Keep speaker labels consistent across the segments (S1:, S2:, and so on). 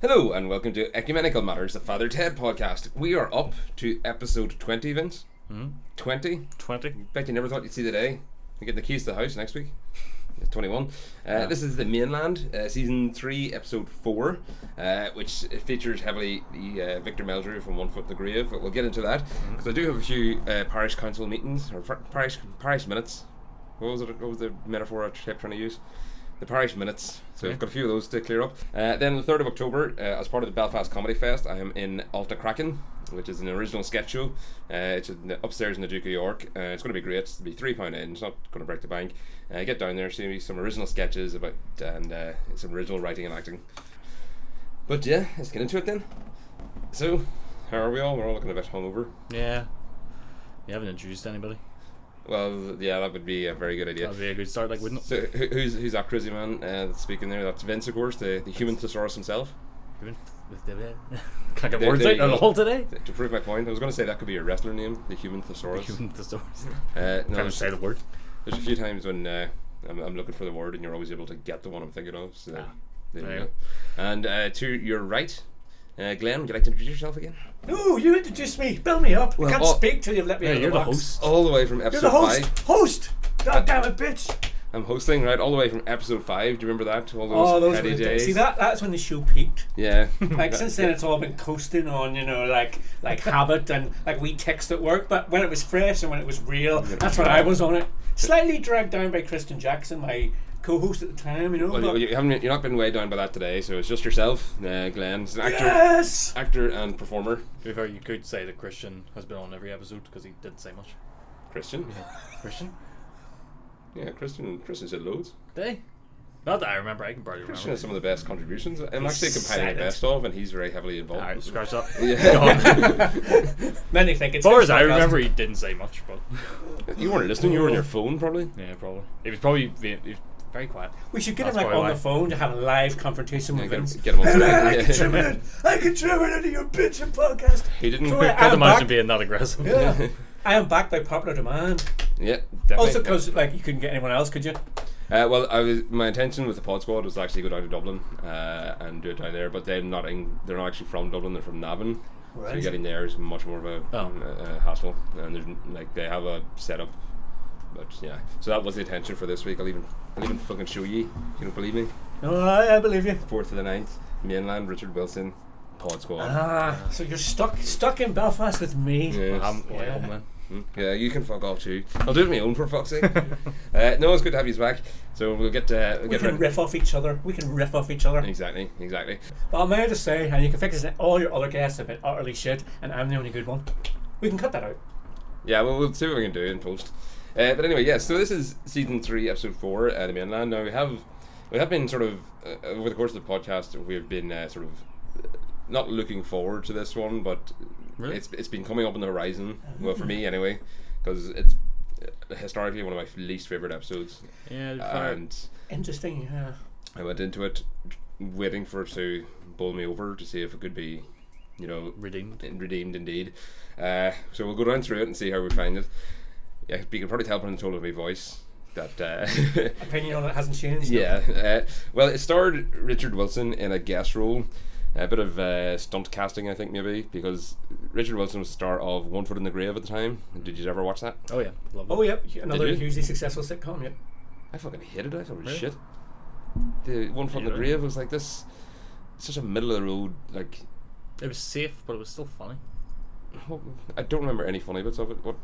S1: Hello and welcome to Ecumenical Matters, the Father Ted podcast. We are up to episode 20, Vince. 20?
S2: 20?
S1: Bet you never thought you'd see the day. You get the keys to the house next week. It's 21. Uh, This is The Mainland, uh, season 3, episode 4, uh, which features heavily the uh, Victor Meldrew from One Foot in the Grave, but we'll get into that because I do have a few uh, parish council meetings or fr- parish parish minutes. What was, it, what was the metaphor I kept trying to use? The parish minutes. So I've got a few of those to clear up. Uh, then the 3rd of October, uh, as part of the Belfast Comedy Fest, I am in Alta Kraken, which is an original sketch show. Uh, it's in the- upstairs in the Duke of York. Uh, it's going to be great. It's going to be £3 in. It's not going to break the bank. Uh, get down there, see some original sketches about and uh, some original writing and acting. But yeah, let's get into it then. So, how are we all? We're all looking a bit hungover.
S2: Yeah. You haven't introduced anybody.
S1: Well, yeah, that would be a very good idea.
S2: That'd be a good start, like, wouldn't it?
S1: So who- who's who's that crazy man uh, that's speaking there? That's Vince, of course, the, the human thesaurus himself.
S2: Even With the Can I get
S1: There-
S2: words
S1: there
S2: out
S1: you
S2: at
S1: go.
S2: all today?
S1: To prove my point, I was going to say that could be your wrestler name, the human thesaurus.
S2: Even the stories.
S1: Uh, no,
S2: Trying to
S1: there's,
S2: say the word.
S1: there's a few times when uh, I'm, I'm looking for the word and you're always able to get the one I'm thinking of. So
S2: Ah,
S1: there
S2: there
S1: you
S2: you
S1: go. And uh, to your right, uh, Glenn, would you like to introduce yourself again?
S3: No, you introduced me. Build me up. I can't
S1: oh-
S3: speak till you've let me
S2: Yeah,
S3: out of
S2: you're the
S3: box.
S2: host.
S1: All the way from episode
S3: You're the host.
S1: five.
S3: Host. God damn it, bitch.
S1: I'm hosting, right? All the way from episode five. Do you remember that? All those,
S3: Oh, those were
S1: heady
S3: the
S1: days.
S3: days. See that? That's when the show peaked.
S1: Yeah.
S3: Like since then, it's all been coasting on, you know, like like habit and like we text at work. But when it was fresh and when it was real, that's when I was on it. Slightly dragged down by Kristen Jackson, my co-host at the time, you know.
S1: Well,
S3: but
S1: you, you haven't, you're not been weighed down by that today, so it's just yourself, uh, Glenn. It's an actor,
S3: yes.
S1: actor and performer,
S2: To be fair, you could say that Christian has been on every episode because he didn't say much.
S1: Christian.
S2: Christian?
S1: Yeah, Christian. Christian said loads.
S2: Did he? Not that I remember, I can barely
S1: Christian
S2: remember.
S1: has some of the best contributions. I'm actually compiling
S3: silent.
S1: the best of, and he's very heavily involved.
S2: Alright, scratch that.
S1: Yeah.
S3: Many think it's.
S2: As far as
S3: his
S2: I
S3: podcast.
S2: remember, he didn't say much, but.
S1: you weren't listening. You were on your phone, probably.
S2: Yeah, probably. He was probably ve- he was very quiet.
S3: We should get
S2: That's
S3: him like
S2: why
S3: on
S2: why.
S3: the phone to have a live confrontation with
S1: get him-
S3: Vince.
S1: get him on
S3: Hey,
S1: Skype,
S3: man,
S1: yeah.
S3: I contributed. I contributed to your bitching podcast.
S1: He didn't.
S3: Sure, I-
S2: Can't
S3: I'm
S2: imagine
S3: back.
S2: being that aggressive.
S3: Yeah. I am backed by popular demand.
S1: yeah. Definitely.
S3: Also, because like you couldn't get anyone else, could you?
S1: Uh, well, I was my intention with the pod squad was to actually go down to Dublin uh, and do it down there, but they're not in, they're not actually from Dublin. They're from Navan, so
S3: Right.
S1: getting there is much more of a
S2: Oh.
S1: uh, hassle. And there's n- like they have a setup, but yeah. So that was the intention for this week. I'll even I'll even fucking show you. if You don't believe me?
S3: No, I, I believe you.
S1: Fourth to the ninth, mainland Richard Wilson, pod squad.
S3: Ah, so you're stuck stuck in Belfast with me.
S1: Yes.
S2: I'm
S3: Yeah.
S2: yeah. man.
S1: Yeah, you can fuck off too. I'll do it my own for fuck's sake. uh, no, it's good to have you back. So we'll get uh, we'll
S3: We
S1: get
S3: can
S1: rid-
S3: riff off each other. We can riff off each other.
S1: exactly, exactly.
S3: But may I just say, and you can fix it. All your other guests have been utterly shit, and I'm the only good one. We can cut that out.
S1: Yeah, well, we'll see what we can do in post. Uh, but anyway, yeah. So this is season three, episode four, uh, the mainland. Now we have we have been sort of uh, over the course of the podcast, we have been uh, sort of uh, not looking forward to this one, but
S2: Really?
S1: it's it's been coming up on the horizon. Well, for me anyway, because it's uh, historically one of my f- least favorite episodes,
S2: Yeah, to be fair.
S1: and.
S3: Interesting. Yeah.
S1: I went into it waiting for it to bowl me over to see if it could be, you know,
S2: redeemed.
S1: redeemed indeed. Uh, so we'll go down through it and see how we find it. Yeah, you can probably tell from the tone of my voice that. Uh,
S3: Opinion on it hasn't changed.
S1: yeah. Uh, well, it starred Richard Wilson in a guest role. A bit of uh, stunt casting, I think, maybe, because Richard Wilson was the star of One Foot in the Grave at the time. Did you ever watch that?
S2: Oh, yeah. Love
S3: Oh, yep. Another
S1: Did you?
S3: hugely successful sitcom. Yep.
S1: I fucking hated it. I thought it was
S2: Really?
S1: shit. The One Foot in the
S2: Yeah.
S1: Grave was like this. Such a middle of the road, like
S2: It was safe, but it was still funny.
S1: What- I don't remember any funny bits of it. What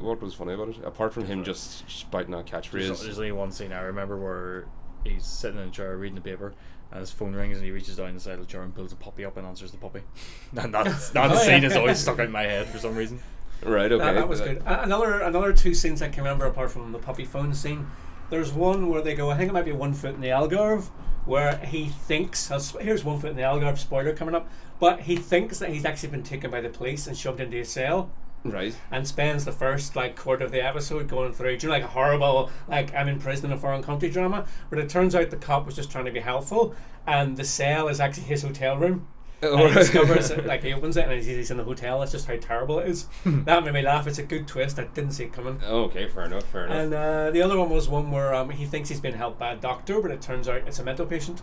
S1: what was funny about it? Apart from him just spouting out
S2: There's,
S1: catchphrase.
S2: there's only one scene I remember where he's sitting in a chair reading the paper, and his phone rings, and he reaches down inside the chair and pulls a puppy up and answers the puppy. And that that
S3: Oh,
S2: scene
S3: yeah.
S2: is always stuck in my head for some reason.
S1: Right, okay.
S3: That, that was good. Uh, A- Another another two scenes I can remember apart from the puppy phone scene. There's one where they go. I think it might be one foot in the Algarve, where he thinks. I'll sp- Here's one foot in the Algarve. Spoiler coming up, but he thinks that he's actually been taken by the police and shoved into a cell,
S1: Right.
S3: and spends the first like quarter of the episode going through. Do you know, like a horrible like I'm in prison in a foreign country drama, but it turns out the cop was just trying to be helpful, and the cell is actually his hotel room. And he discovers it, like he opens it and he's, he's in the hotel. That's just how terrible it is. that made me laugh. It's a good twist. I didn't see it coming. uh,
S1: okay, fair enough, fair enough.
S3: And uh, the other one was one where um, he thinks he's been helped by a doctor, but it turns out it's a mental patient.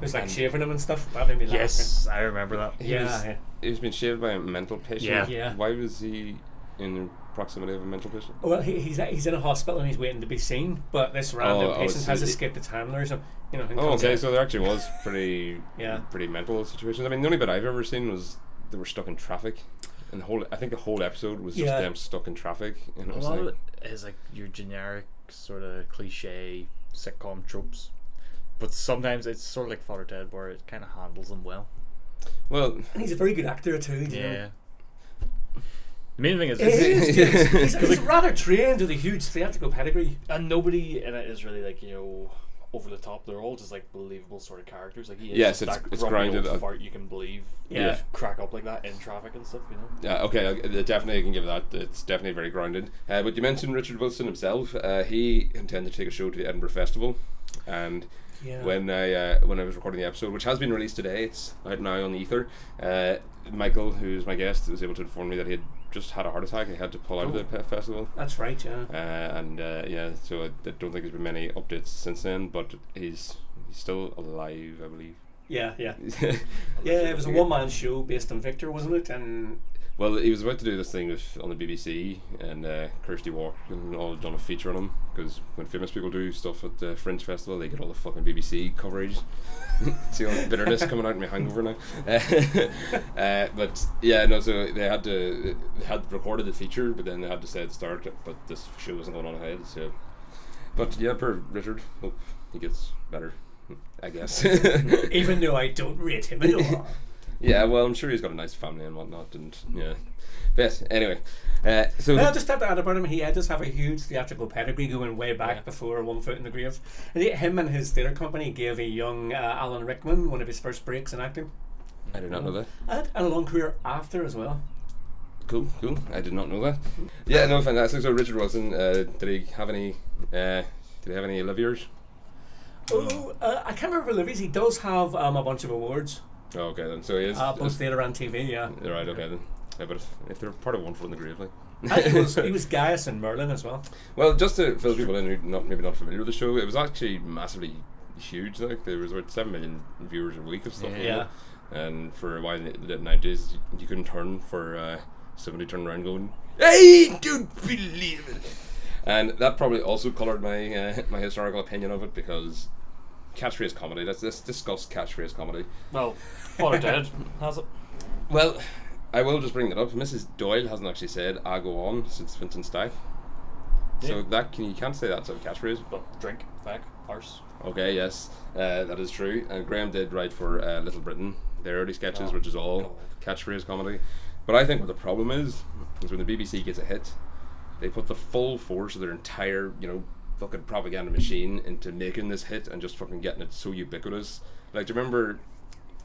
S3: Who's like shaving him and stuff. That made me laugh.
S2: Yes, I remember that.
S1: He
S3: Yeah,
S1: was-
S3: yeah.
S1: He's been shaved by a mental patient.
S2: Yeah.
S3: Yeah. Oh,
S1: Why was he in the proximity of a mental patient?
S3: Well, he, he's he's in a hospital and he's waiting to be seen, but this random
S1: Oh, oh,
S3: patient
S1: so
S3: has
S1: it-
S3: escaped its handler, so you know. and
S1: Oh,
S3: comes
S1: okay.
S3: in.
S1: So there actually was pretty,
S3: Yeah.
S1: pretty mental situations. I mean, the only bit I've ever seen was they were stuck in traffic, and the whole I think the whole episode was just
S3: Yeah.
S1: them stuck in traffic. And it
S2: A
S1: was
S2: lot of
S1: like,
S2: it is like your generic sort of cliche sitcom tropes, but sometimes it's sort of like Father Ted, where it kind of handles them well.
S1: well,
S3: And he's a very good actor too. do you know?
S2: Yeah. The main thing is,
S3: It is, dude. He's, he's
S2: Like-
S3: rather trained with a huge theatrical pedigree.
S2: and nobody in it is really like you know over the top. They're all just like believable sort of characters. Like he is
S1: Yes,
S2: just
S1: it's-
S2: that
S1: it's
S2: grumpy
S1: grounded,
S2: old
S1: uh,
S2: fart you can believe.
S3: Yeah.
S2: You just crack up like that in traffic and stuff. You know.
S1: yeah, Uh, okay, I- I definitely can give that. It's definitely very grounded. Uh, but you mentioned Richard Wilson himself. Uh, he intended to take a show to the Edinburgh Festival, and
S3: Yeah.
S1: when I uh, when I was recording the episode, which has been released today, it's out now on the ether. Uh, Michael, who's my guest, was able to inform me that he had just had a heart attack. He had to pull out of the
S3: Oh.
S1: pe- festival.
S3: That's right. Yeah.
S1: Uh, and uh, yeah, so I, I don't think there's been many updates since then, but he's he's still alive, I believe.
S3: Yeah. Yeah. Yeah. It was a one-man show based on Victor, wasn't it? And
S1: well, he was about to do this thing with, on the BBC, and uh, Kirsty Walken all done a feature on him because when famous people do stuff at the Fringe Festival, they get all the fucking BBC coverage. See all the bitterness coming out in my hangover now. Uh, uh, but yeah, no. So they had to they had recorded the feature, but then they had to say at the start, but this show wasn't going on ahead. So, but yeah, poor Richard. Hope he gets better. I guess.
S3: even though I don't rate him at all,
S1: Yeah, well, I'm sure he's got a nice family and whatnot, and yeah. But yes, anyway, uh, so
S3: Well, I just have to add about him. He uh, does have a huge theatrical pedigree going way back before One Foot in the Grave. And he- him and his theatre company gave a young uh, Alan Rickman one of his first breaks in acting.
S1: I did not know that.
S3: And and a long career after as well.
S1: Cool, cool. I did not know that. Yeah, no, fantastic. So Richard Wilson, uh, did he have any? Uh, did he have any Oliviers? Mm.
S3: Oh, uh, I can't remember Livy's. He does have um, a bunch of awards,
S1: Oh, okay then. So he is.
S3: uh, both theatre and TV, yeah.
S1: right. Okay then. Yeah, but if, if they're part of one foot in the grave, like.
S3: And he was, he was Gaius and Merlin as well.
S1: Well, just to fill people in who not maybe not familiar with the show, it was actually massively huge. Like there was about seven million viewers a week of stuff. like
S3: Yeah.
S1: that. And for a while in the- the nineties, you couldn't turn for uh, somebody turning around going, "Hey, don't believe it." And that probably also coloured my uh, my historical opinion of it because catchphrase comedy. Let's, let's discuss catchphrase comedy.
S2: Well, Father Ted has it.
S1: Well, I will just bring it up. Mrs. Doyle hasn't actually said "I go on" since Vincent Stack. So
S2: Yeah.
S1: that can you can't say that's a catchphrase.
S2: Well, drink, fag, arse.
S1: Okay, yes, uh, that is true. And Graham did write for uh, Little Britain, their early sketches, which is all catchphrase comedy. But I think what the problem is is when the BBC gets a hit, they put the full force of their entire, you know, fucking propaganda machine into making this hit and just fucking getting it so ubiquitous. Like, do you remember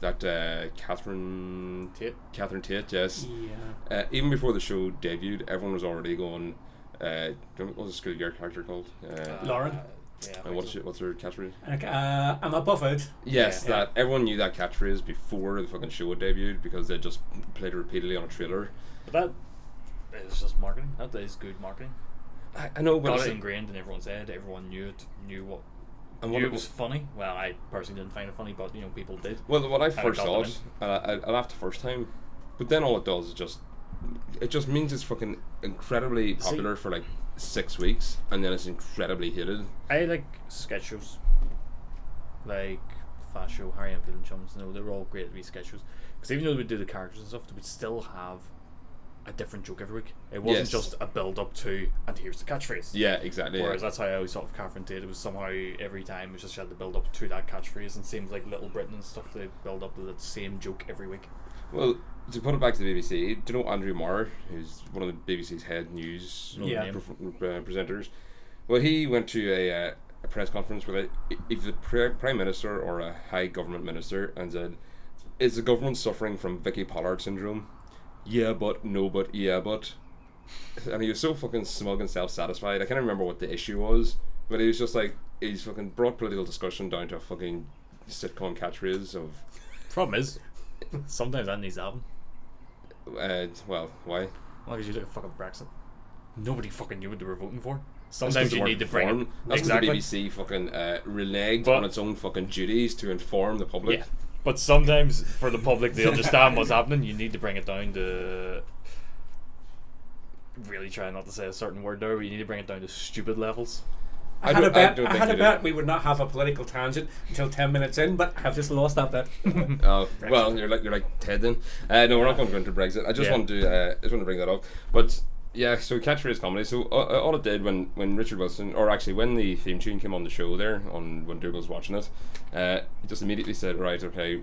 S1: that uh, Catherine
S2: Tate.
S1: Catherine Tate, yes.
S3: Yeah.
S1: Uh, even before the show debuted, everyone was already going. Uh, what was the school girl character called? Uh,
S3: Lauren?
S2: Uh, yeah. I
S1: and
S2: think
S1: what's,
S2: so.
S1: your, what's her catchphrase?
S3: Okay, uh, I'm above it.
S1: Yes,
S2: Yeah.
S1: that everyone knew that catchphrase before the fucking show debuted because they just played it repeatedly on a trailer.
S2: But that is just marketing. That is good marketing.
S1: I, I know, but
S2: Got
S1: it's-
S2: it ingrained in everyone's head. Everyone knew it. Knew what.
S1: and what
S2: Knew
S1: it
S2: it was funny. Well, I personally didn't find it funny, but you know, people did.
S1: Well, what I
S2: I
S1: first
S2: got
S1: saw
S2: them
S1: it, and I, I, I laughed the first time, but then all it does is just it just means it's fucking incredibly popular for like six weeks, and then it's incredibly hated.
S2: I like sketch shows. Like Fast Show, Harry Enfield and Chums, no, they were all great to be sketch shows. Because even though they would do the characters and stuff, they would still have a different joke every week. It wasn't
S1: Yes.
S2: just a build up to, and here's the catchphrase.
S1: Yeah, exactly.
S2: Whereas
S1: Yeah.
S2: that's how I always thought of Catherine Tate. It was somehow every time it was just had to build up to that catchphrase, and seems like Little Britain and stuff, they build up to that same joke every week.
S1: Well, to put it back to the BBC, do you know Andrew Marr, who's one of the BBC's head news
S3: Yeah.
S1: pre- uh, presenters? Well, he went to a, uh, a press conference with a, if the pri- prime minister or a high government minister and said, "Is the government suffering from Vicky Pollard syndrome?" Yeah, but no, but yeah, but. And he was so fucking smug and self-satisfied. I can't remember what the issue was, but he was just like he's fucking brought political discussion down to a fucking sitcom catchphrase of,
S2: Problem is, sometimes that needs to happen.
S1: uh, well, why?
S2: Well, because you look at fucking Brexit. nobody fucking knew what they were voting for.
S1: That's
S2: Sometimes
S1: 'cause they
S2: you need to
S1: weren't
S2: bring
S1: informed. That's 'cause
S2: exactly.
S1: the BBC fucking uh, reneged
S2: But-
S1: on its own fucking duties to inform the public.
S2: Yeah, but sometimes for the public to understand what's happening, you need to bring it down to. Really try not to say a certain word there, but you need to bring it down to stupid levels.
S1: I
S3: I had a
S1: don't- I
S3: bet.
S1: don't
S3: I,
S1: think
S3: had
S1: they
S3: a
S1: did.
S3: bet we would not have a political tangent until ten minutes in, but I have just lost that bet.
S1: Oh well, you're like you're like Ted then. Uh, no, we're not going to go into Brexit. I just
S2: Yeah.
S1: want to uh, just want to bring that up. But yeah, so catchphrase comedy. So uh, uh, all it did when when Richard Wilson, or actually when the theme tune came on the show there, on when Dougal was watching it, uh, he just immediately said, right, okay,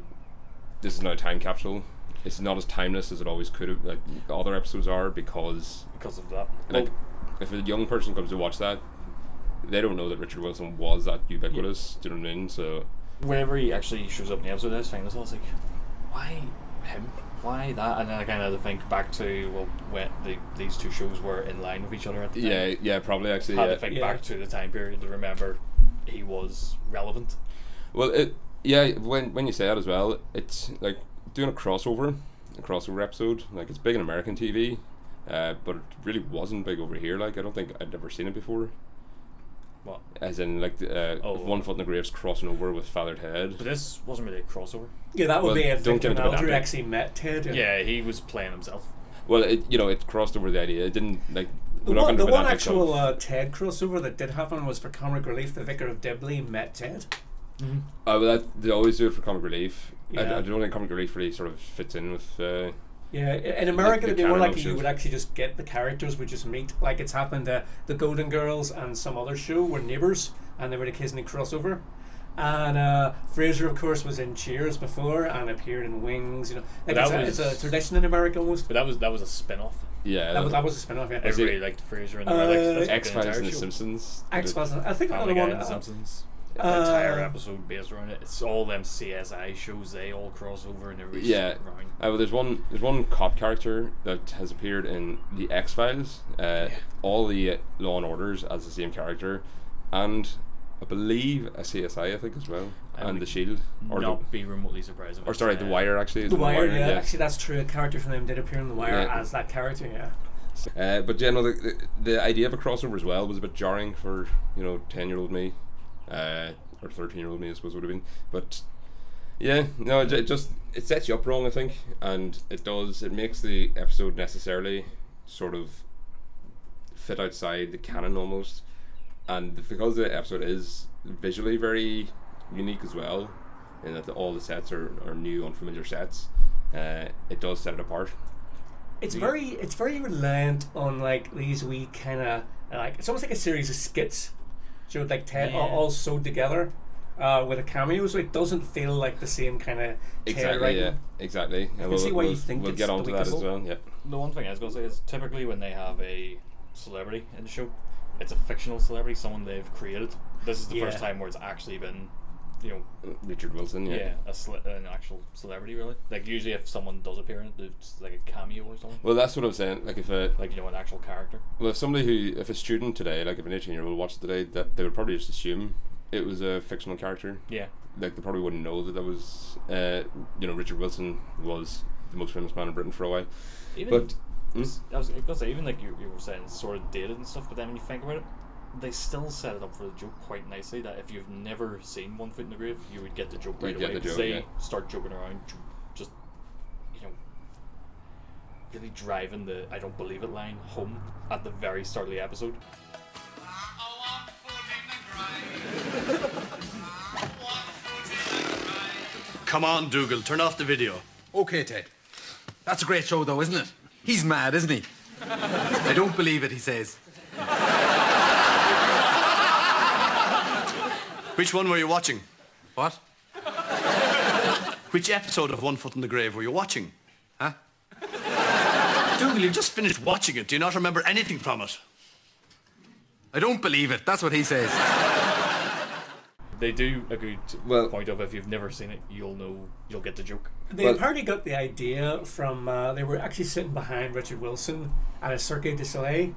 S1: this is now a time capsule. It's not as timeless as it always could have, like other episodes are, because
S2: because of that.
S1: like
S2: Well,
S1: if a young person comes to watch that, they don't know that Richard Wilson was that ubiquitous. Do you know what I mean? So
S2: whenever he actually shows up in the episode, I was thinking, this, I was like, why him? Why that? And then I kind of had to think back to well, when the, these two shows were in line with each other at the time.
S1: yeah, yeah, probably actually.
S2: had
S1: yeah.
S2: to think
S3: Yeah.
S2: back to the time period to remember he was relevant.
S1: Well, it yeah. When when you say that as well, it's like doing a crossover, a crossover episode. Like it's big in American TV, uh, but it really wasn't big over here. Like I don't think I'd ever seen it before.
S2: Well,
S1: As in, like the, uh,
S2: Oh.
S1: one foot in the grave's crossing over with feathered
S2: but
S1: head.
S2: this wasn't really a crossover.
S3: yeah, that would
S1: Well,
S3: be if
S1: don't
S3: Victor
S1: get into that
S3: Meldrew
S1: bit.
S3: actually E met Ted.
S2: Yeah, he was playing himself.
S1: Well, it you know it crossed over the idea. It didn't like
S3: The
S1: we're not gonna
S3: one, the
S1: put that
S3: one
S1: in itself.
S3: actual uh, Ted crossover that did happen was for comic relief. The Vicar of Dibley met Ted.
S1: Uh, well, that, they always do it for comic relief. I- I,
S3: Yeah.
S1: don't think comic relief really sort of fits in with. Uh,
S3: Yeah, i- in America
S1: the
S3: it'd be more
S1: canon
S3: like
S1: options.
S3: you would actually just get the characters would just meet. Like it's happened to the Golden Girls and some other show were neighbours and they would occasionally crossover. And uh, Fraser, of course, was in Cheers before and appeared in Wings. You know, like
S2: That
S3: it's, a,
S2: was-
S3: it's a tradition in America almost.
S2: But that was that was a spin off.
S1: yeah,
S3: That was, that was a spin off, yeah.
S2: I
S1: Is it-
S2: really liked Fraser and
S3: Uh,
S2: like,
S1: X Files and The
S2: Simpsons.
S1: Simpsons. did it.
S3: X Files. I think
S2: Family
S3: another
S2: Guy
S3: one.
S2: and The
S3: uh,
S2: Simpsons. The
S3: uh,
S2: entire episode based around it. It's all them CSI shows. They all cross over and everybody's
S1: Yeah.
S2: around.
S1: Uh, well, there's one there's one cop character that has appeared in the X Files, uh, all the uh, Law and Orders as the same character, and I believe a CSI I think as well,
S2: I
S1: and the
S2: would
S1: Shield or
S2: Not
S1: the,
S2: be remotely surprised. If
S1: or
S2: it's,
S1: sorry,
S2: uh,
S1: the Wire actually. is
S3: the
S1: in
S3: Wire, yeah.
S1: yeah.
S3: Actually, that's true. A character from them did appear in The Wire
S1: Yeah.
S3: as that character, yeah.
S1: Uh, but yeah, no, the, the the idea of a crossover as well was a bit jarring for you know ten year old me, uh, or thirteen year old me I suppose would have been. But yeah, no, it, ju- it just it sets you up wrong I think, and it does it makes the episode necessarily sort of fit outside the canon almost, and because the episode is visually very unique as well, in that all the sets are, are new unfamiliar sets, uh, it does set it apart.
S3: It's very it's very reliant on like these wee kind of like it's almost like a series of skits, so like ten
S2: Yeah.
S3: all, all sewed together uh, with a cameo, so it doesn't feel like the same kind of
S1: Exactly. Yeah. Exactly. I
S3: can see why you think
S1: we'll
S3: it's
S1: get
S3: the
S1: onto that as
S3: weakest
S1: well. Yeah.
S2: The one thing I was gonna say is typically when they have a celebrity in the show, it's a fictional celebrity, someone they've created. This is the first
S3: Yeah.
S2: time where it's actually been, you know,
S1: Richard Wilson. Yeah.
S2: yeah, a cele- an actual celebrity really. Like usually if someone does appear in it, it's like a cameo or something.
S1: Well, that's what I'm saying. Like if a
S2: Like you know, an actual character.
S1: well, if somebody who if a student today, like if an 18 year old watched today, that they would probably just assume it was a fictional character.
S2: Yeah,
S1: Like they probably wouldn't know that that was, uh, you know, Richard Wilson was the most famous man in Britain for a while.
S2: even
S1: But mm,
S2: I was gonna say even like you, you were saying it's sort of dated and stuff, but then when you think about it, they still set it up for the joke quite nicely. That if you've never seen One Foot in the Grave, you would get the joke right
S1: You'd get
S2: away
S1: the
S2: because
S1: joke,
S2: they
S1: yeah.
S2: start joking around, ju- just you know, really driving the "I don't believe it" line home at the very start of the episode.
S4: Come on, Dougal, turn off the video.
S5: Okay, Ted. That's a great show, though, isn't it? He's mad, isn't he? I don't believe it, he says.
S4: Which one were you watching?
S5: What?
S4: Which episode of One Foot in the Grave were you watching?
S5: Huh?
S4: Dougal, you just finished watching it. Do you not remember anything from it?
S5: I don't believe it. That's what he says.
S2: They do a good
S1: Well-
S2: point of if you've never seen it, you'll know you'll get the joke.
S3: They
S1: Well-
S3: apparently got the idea from uh, they were actually sitting behind Richard Wilson at a Cirque du Soleil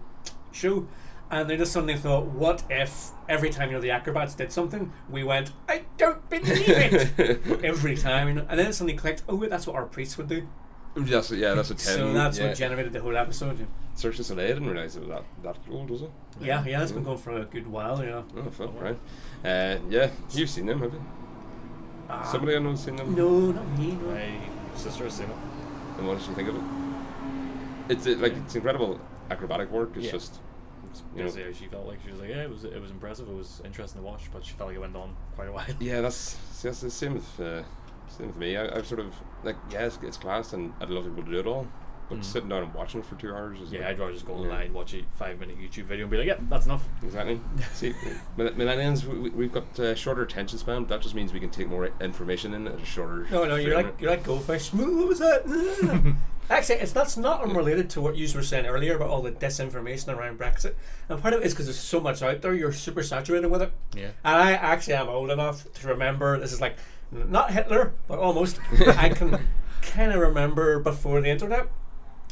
S3: show, and they just suddenly thought, "What if every time you know the acrobats did something, we went, I don't believe it every time," you know? and then it suddenly clicked, "Oh wait, that's what our priests would do."
S1: That's, yeah, that's a 10.
S3: So that's
S1: yeah.
S3: what generated the whole episode.
S1: Search this Soleil, I didn't realise it was that, that old, was it?
S3: Yeah, yeah, it's been going for a good while, yeah.
S1: Oh, fuck, right. Uh, yeah, you've seen them, have you?
S3: Ah.
S1: Somebody I know has seen them.
S3: No, not me. No.
S2: My sister has seen it.
S1: And what did you think of it? It's uh, like it's incredible acrobatic work. It's
S2: Yeah.
S1: just you know,
S2: Basically, how she felt like she was like, yeah, it was it was impressive. It was interesting to watch, but she felt like it went on quite a while.
S1: yeah. That's see, that's the same with uh, same with me. I, I've sort of like yeah, it's, it's class, and I'd love to be able to do it all. But
S3: Mm.
S1: sitting down and watching it for two hours is
S2: Yeah,
S1: like,
S2: I'd rather just go
S1: Yeah.
S2: online, watch a five minute YouTube video, and be like, yeah, that's enough.
S1: exactly. See, mill- millennials, we, we- we've got uh, shorter attention span. That just means we can take more information in at a shorter.
S3: No, no, you're
S1: frame.
S3: like you're like goldfish. What what was that? Actually, it's that's not unrelated to what you were saying earlier about all the disinformation around Brexit. And part of it is because there's so much out there, you're super saturated with it.
S2: Yeah.
S3: And I actually am old enough to remember this is like n- not Hitler, but almost. I can kind of remember before the internet.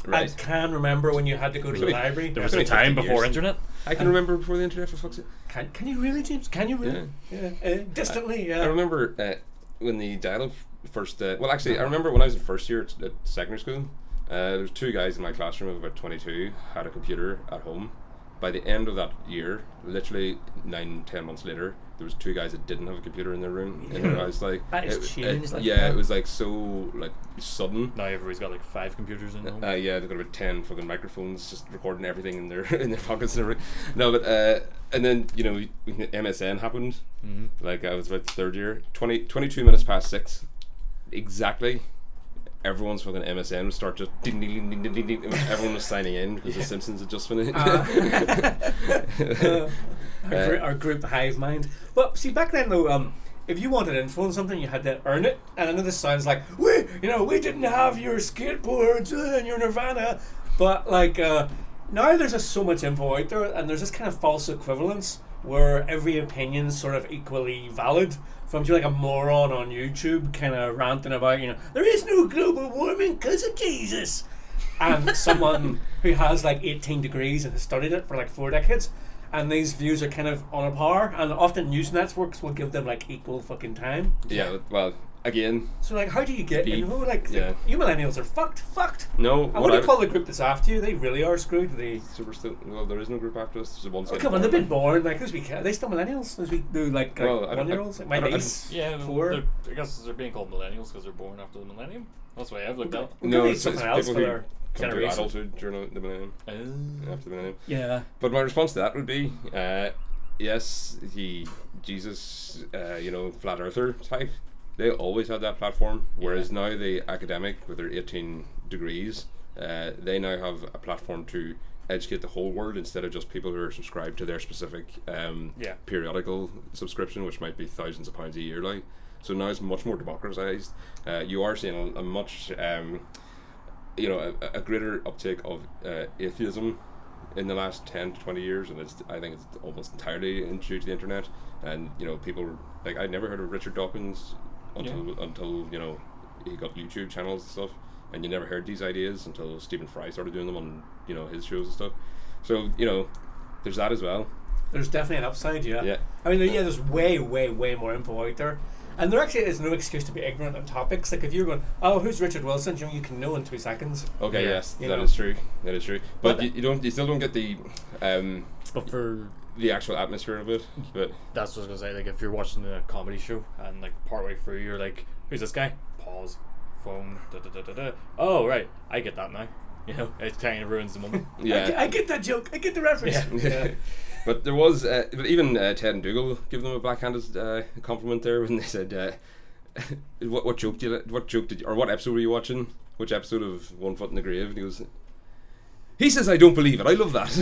S1: Right.
S3: I can remember when you had to go to the
S1: Really?
S3: library.
S2: There was a
S1: Only
S2: time
S1: 50
S2: before
S1: years.
S2: internet.
S1: I can remember before the internet for fuck's sake.
S3: Can, can you really, James? Can you really? Yeah. Uh, distantly, yeah.
S1: I remember uh, when the dialogue f- first. Uh, well, actually, I remember when I was in first year at, at secondary school. Uh, there was two guys in my classroom of about twenty-two had a computer at home. By the end of that year, literally nine, ten months later, there was two guys that didn't have a computer in their room, and I was like,
S3: That is
S1: it-
S3: changed,
S1: it-
S3: like,
S1: yeah,
S3: yeah.
S1: it was like so like sudden.
S2: Now everybody's got like five computers in home.
S1: Uh, yeah, they've got about ten fucking microphones, just recording everything in their in their pockets. And everything. No, but uh, and then you know when MSN happened.
S3: Mm-hmm.
S1: Like I was about third year, 20, 22 minutes past six, exactly. Everyone's fucking MSN would start just. Ding, ding, ding, ding, ding, ding, ding. and Everyone was signing in because The Simpsons had just finished.
S3: Ah. our, gr- our group hive mind. But see, back then though, um, if you wanted info on something, you had to earn it. And I know this sounds like we, you know, we didn't have your skateboards uh, and your Nirvana, but like uh, now there's just so much info out there, and there's this kind of false equivalence where every opinion's sort of equally valid. From you like a moron on YouTube, kind of ranting about, you know, there is no global warming because of Jesus and someone who has like 18 degrees and has studied it for like four decades. And these views are kind of on a par, and often news networks will give them like equal fucking time.
S1: yeah, but- well, again,
S3: So like, how do you get
S1: Be-
S3: info? Like,
S1: yeah.
S3: you millennials are fucked, fucked.
S1: no.
S3: And what do you call the group that's after you? They really are screwed. They
S1: Super still, well, there is no group after us. There's a one.
S3: oh, come on, they've been born like those. We ca- are they still millennials? Those we do like, like
S1: Well, I don't- I-
S3: one year olds. Like my
S1: I don't- I
S3: niece,
S2: Yeah, they're-
S3: four.
S2: they're- I guess they're being called millennials because they're born after the millennium. That's why I've looked up.
S1: No,
S3: Maybe
S1: it's, it's
S3: something else
S1: people
S3: for
S1: who
S3: their
S1: come to
S3: generation.
S1: adulthood during the millennium,
S2: Uh,
S1: after the millennium.
S3: Yeah,
S1: But my response to that would be, uh, yes, the Jesus, uh, you know, flat earther type. They always had that platform, whereas now the academic with their 18 degrees, uh, they now have a platform to educate the whole world instead of just people who are subscribed to their specific um,
S2: Yeah.
S1: periodical subscription, which might be thousands of pounds a year. Like, so now it's much more democratized. Uh, you are seeing a, a much um, you know a, a greater uptake of uh, atheism in the last 10 to 20 years and it's i think it's almost entirely in- due to the internet and you know people were- like i'd never heard of richard dawkins until until you know he got youtube channels and stuff and you never heard these ideas until stephen fry started doing them on you know his shows and stuff so you know there's that as well
S3: There's definitely an upside, yeah.
S1: Yeah.
S3: I mean, yeah, there's way, way, way more info out there. And there actually is no excuse to be ignorant on topics. Like, if you're going, oh, who's Richard Wilson? You, know, you can know in two seconds.
S1: okay
S2: Yeah,
S1: yes that
S3: you
S1: is
S3: know.
S1: true that is true but
S3: But-
S1: you, you don't you still don't get the um
S2: but for
S1: the actual atmosphere of it but
S2: that's what I was gonna say. Like if you're watching a comedy show and like partway through you're like, who's this guy? Pause. Phone. Da, da, da, da, da. Oh right, I get that now. You know, it kind of ruins the moment.
S1: yeah
S3: I get that joke. I get the reference.
S1: but there was, uh, but even uh, Ted and Dougal give them a backhanded uh, compliment there when they said, uh, "What what joke did you, what joke did you, or what episode were you watching? Which episode of One Foot in the Grave?" And he was. He says, "I don't believe it." I love that.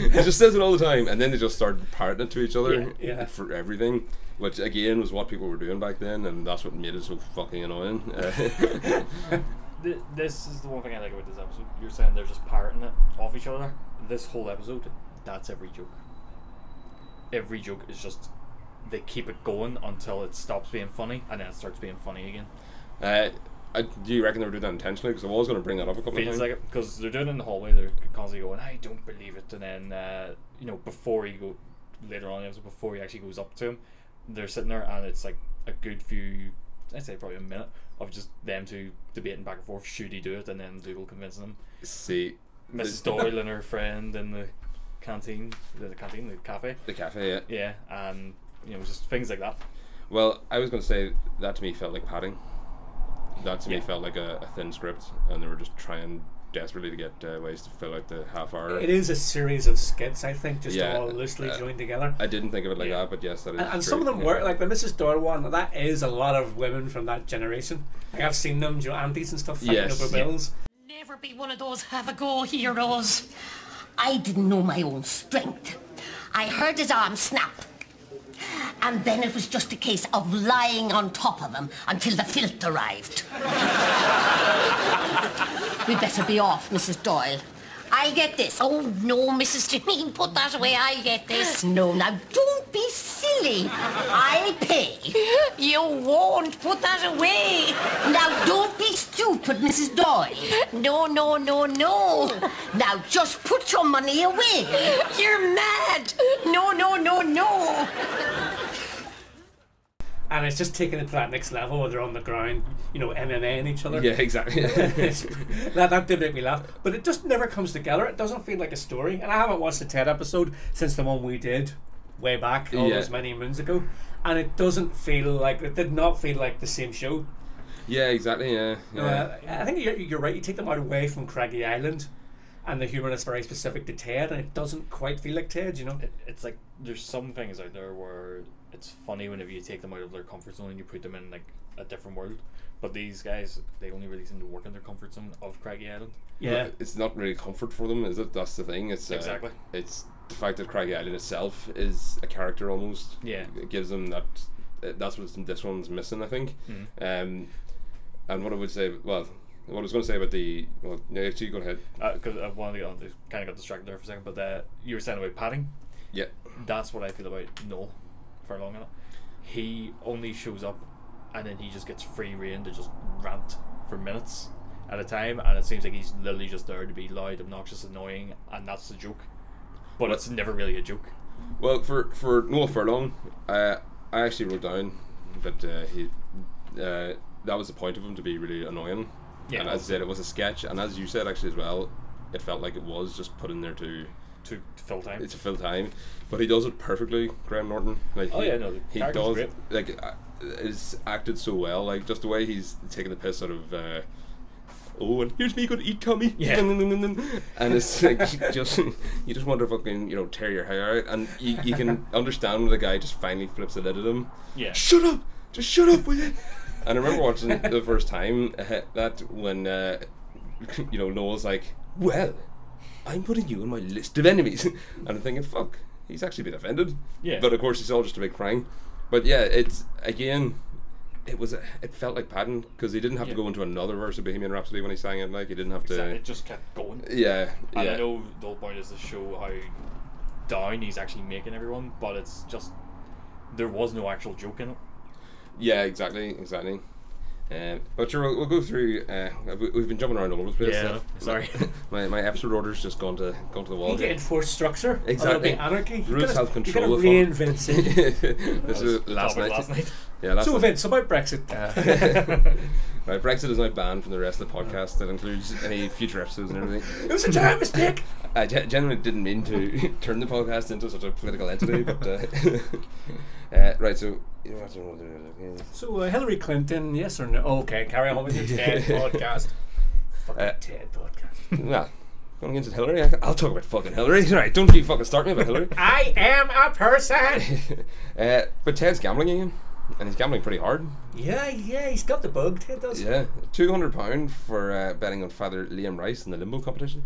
S1: he just says it all the time, and then they just started parroting it to each other
S3: Yeah, yeah.
S1: for everything, which again was what people were doing back then, and that's what made it so fucking annoying. Uh,
S2: Th- this is the one thing I like about this episode. You're saying they're just parroting it off each other. This whole episode, that's every joke. Every joke is just they keep it going until it stops being funny and then it starts being funny again.
S1: uh, I, do you reckon they were doing that intentionally? Because I was going to bring that up a couple of
S2: feels
S1: times.
S2: like it because they're doing it in the hallway. They're constantly going, "I don't believe it," and then uh, you know before he go later on in the episode, before he actually goes up to him, they're sitting there and it's like a good few I'd say probably a minute of just them two debating back and forth. Should he do it? And then Dougal convincing him.
S1: See,
S2: Mrs. Doyle and her friend in the canteen, the canteen, the cafe.
S1: the cafe. Yeah.
S2: Yeah, and you know, just things like that.
S1: Well, I was going to say that to me felt like padding. That to
S2: Yeah.
S1: me felt like a, a thin script, and they were just trying desperately to get uh, ways to fill out the half hour.
S3: It is a series of skits, I think, just
S1: Yeah,
S3: all loosely
S1: uh,
S3: joined together.
S1: I didn't think of it like
S2: Yeah.
S1: that, but yes, that is.
S3: And, and some of
S1: true,
S3: them
S1: yeah.
S3: were like the Mrs. Doyle one. That is a lot of women from that generation. Like I've seen them, you know, aunties and stuff fighting
S1: Yes.
S3: over bills.
S6: Never be one of those have a go heroes. I didn't know my own strength. I heard his arm snap. And then it was just a case of lying on top of him until the filth arrived. We'd better be off, Mrs. Doyle. I get this. Oh, no, Mrs. Janine, put that away. I get this. No, now, don't be silly. I'll pay. You won't. Put that away. Now, don't be stupid, Mrs. Doyle. No, no, no, no. Now, just put your money away. You're mad. No, no, no, no.
S3: And it's just taking it to that next level where they're on the ground, you know, MMAing each other.
S1: Yeah, exactly.
S3: that, that did make me laugh. But it just never comes together. It doesn't feel like a story. And I haven't watched the TED episode since the one we did way back, all
S1: Yeah.
S3: those many moons ago. And it doesn't feel like, it did not feel like the same show.
S1: yeah, exactly. Yeah, yeah.
S3: Uh, I think you're, you're right. You take them out away from Craggy Island, and the humour is very specific to Ted, and it doesn't quite feel like Ted, you know.
S2: It, it's like there's some things out there where it's funny whenever you take them out of their comfort zone and you put them in like a different world. But these guys, they only really seem to work in their comfort zone of Craggy Island.
S3: Yeah,
S1: it's not really comfort for them, is it? That's the thing. It's uh,
S2: Exactly.
S1: It's the fact that Craggy Island itself is a character almost.
S2: Yeah.
S1: It gives them that. uh, That's what this one's missing, I think.
S3: Hmm.
S1: Um, and what I would say, well, what I was going to say about the, well, no, actually, go ahead.
S2: Because I wanted to get on, kind uh, of got distracted there for a second. But uh, you were saying about padding.
S1: Yeah.
S2: That's what I feel about Noel for long enough. He only shows up and then he just gets free reign to just rant for minutes at a time and it seems like he's literally just there to be loud, obnoxious, annoying and that's the joke. But it's never really a joke.
S1: Well, for for Noel Furlong, uh, I actually wrote down that uh, he uh, that was the point of him to be really annoying.
S2: Yeah.
S1: And as I said, it was a sketch, and as you said actually as well, it felt like it was just put in there to
S2: To, to fill time.
S1: it's a full time, but he does it perfectly, Graham Norton. Like
S2: Oh,
S1: he,
S2: yeah, no, the
S1: he
S2: character's
S1: does
S2: great.
S1: like uh, is acted so well, like just the way he's taking the piss out of. Uh, Oh, and here's me going to eat Tommy.
S2: Yeah.
S1: and it's like you just you just want to fucking you know tear your hair out, and you, you can understand when the guy just finally flips the lid at him.
S2: Yeah.
S1: Shut up! Just shut up, will you? And I remember watching it the first time uh, that when uh, you know Noel's like, well, I'm putting you on my list of enemies. and I'm thinking, fuck, he's actually been offended.
S2: Yeah.
S1: But of course, he's all just a big crying. But yeah, it's again, it was a, it felt like Patton because he didn't have to
S2: Yeah.
S1: go into another verse of Bohemian Rhapsody when he sang it. Like he didn't have to.
S2: it just kept going.
S1: Yeah, yeah.
S2: And I know the whole point is to show how down he's actually making everyone, but it's just there was no actual joke in it.
S1: Yeah, exactly, exactly. Um, but sure, we'll, we'll go through. Uh, we- we've been jumping around all over the place.
S2: Yeah,
S1: Uh,
S2: sorry.
S1: my, my episode order's just gone to gone to the wall.
S3: need to enforce structure. or there'll
S1: Exactly.
S3: be anarchy. You
S1: Rules
S3: gotta-
S1: have control
S3: You
S1: of
S3: gotta reinvent
S1: this
S3: it.
S2: That was
S1: is
S2: the
S1: last
S2: topic
S1: night.
S2: Last night.
S1: Yeah, last
S3: So,
S1: night.
S3: events about Brexit.
S1: Right, Brexit is now banned from the rest of the podcast. That includes any future episodes and everything.
S3: it was a giant mistake.
S1: I ge- genuinely didn't mean to turn the podcast into such a political entity, but uh, uh, right. So you don't have to.
S3: So, uh, Hillary Clinton, yes or no? Okay, carry on with your TED podcast. Fucking TED podcast.
S1: Well, going against Hillary, I- I'll talk about fucking Hillary. Right, don't you fucking start me about Hillary.
S3: I am a person.
S1: uh, but Ted's gambling again, and he's gambling pretty hard.
S3: yeah, yeah, he's got the bug. Ted does.
S1: Yeah, two hundred pound for uh, betting on Father Liam Rice in the limbo competition.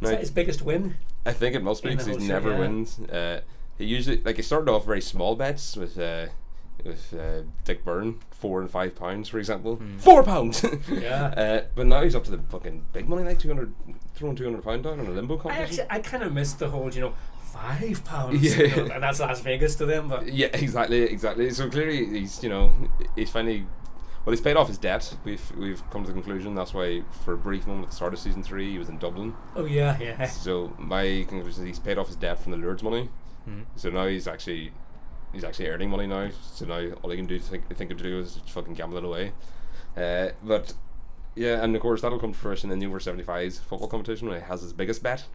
S3: Is
S1: Now,
S3: that his biggest win?
S1: I think it must be
S3: in the
S1: because he
S3: whole show,
S1: never
S3: yeah.
S1: wins. Uh, he usually like he started off very small bets with uh, with uh, Dick Byrne, four and five pounds, for example, four pounds.
S3: Hmm. Yeah.
S1: uh, but now he's up to the fucking big money, like two hundred, throwing two hundred pound down on a limbo
S3: I
S1: competition.
S3: actually, I kind of missed the whole, you know, five pounds,
S1: Yeah.
S3: you know, and that's Las Vegas to them. But
S1: Yeah, exactly, exactly. So clearly, he's you know he's finally well, he's paid off his debt. We've we've come to the conclusion that's why for a brief moment at the start of season three he was in Dublin.
S3: oh yeah, yeah,
S1: So my conclusion is he's paid off his debt from the Lourdes money. So now he's actually he's actually earning money now, so now all he can do think, think of do is just fucking gamble it away. Uh, but yeah, and of course that'll come to fruition in the over 75s football competition when he has his biggest bet.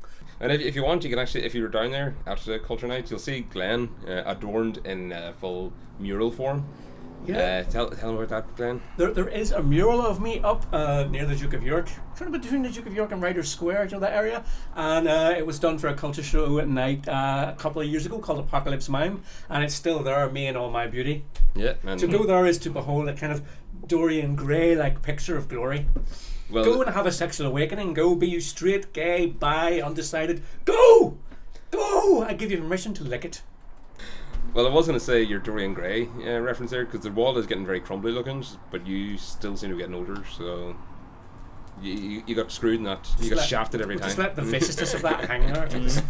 S1: And if, if you want, you can actually, if you were down there after the culture night, you'll see Glenn uh, adorned in uh, full mural form.
S3: Yeah.
S1: Uh, tell, tell him about that, Glenn.
S3: There, there is a mural of me up uh, near the Duke of York, kind of between the Duke of York and Ryder Square, you know that area. And uh, it was done for a culture show at night uh, a couple of years ago called Apocalypse Mime, and it's still there, me and all my beauty.
S1: Yeah. And
S3: To go there is to behold a kind of Dorian Gray like picture of glory.
S1: well,
S3: Go and have a sexual awakening. Go be you straight, gay, bi, undecided. Go! Go! I give you permission to lick it.
S1: Well, I was going to say your Dorian Gray uh, reference there because the wall is getting very crumbly looking, s- but you still seem to be getting older, so you, you, you got screwed in that. you got
S3: let-
S1: shafted every
S3: We'll
S1: time.
S3: Just let the viciousness of that hang there. Just-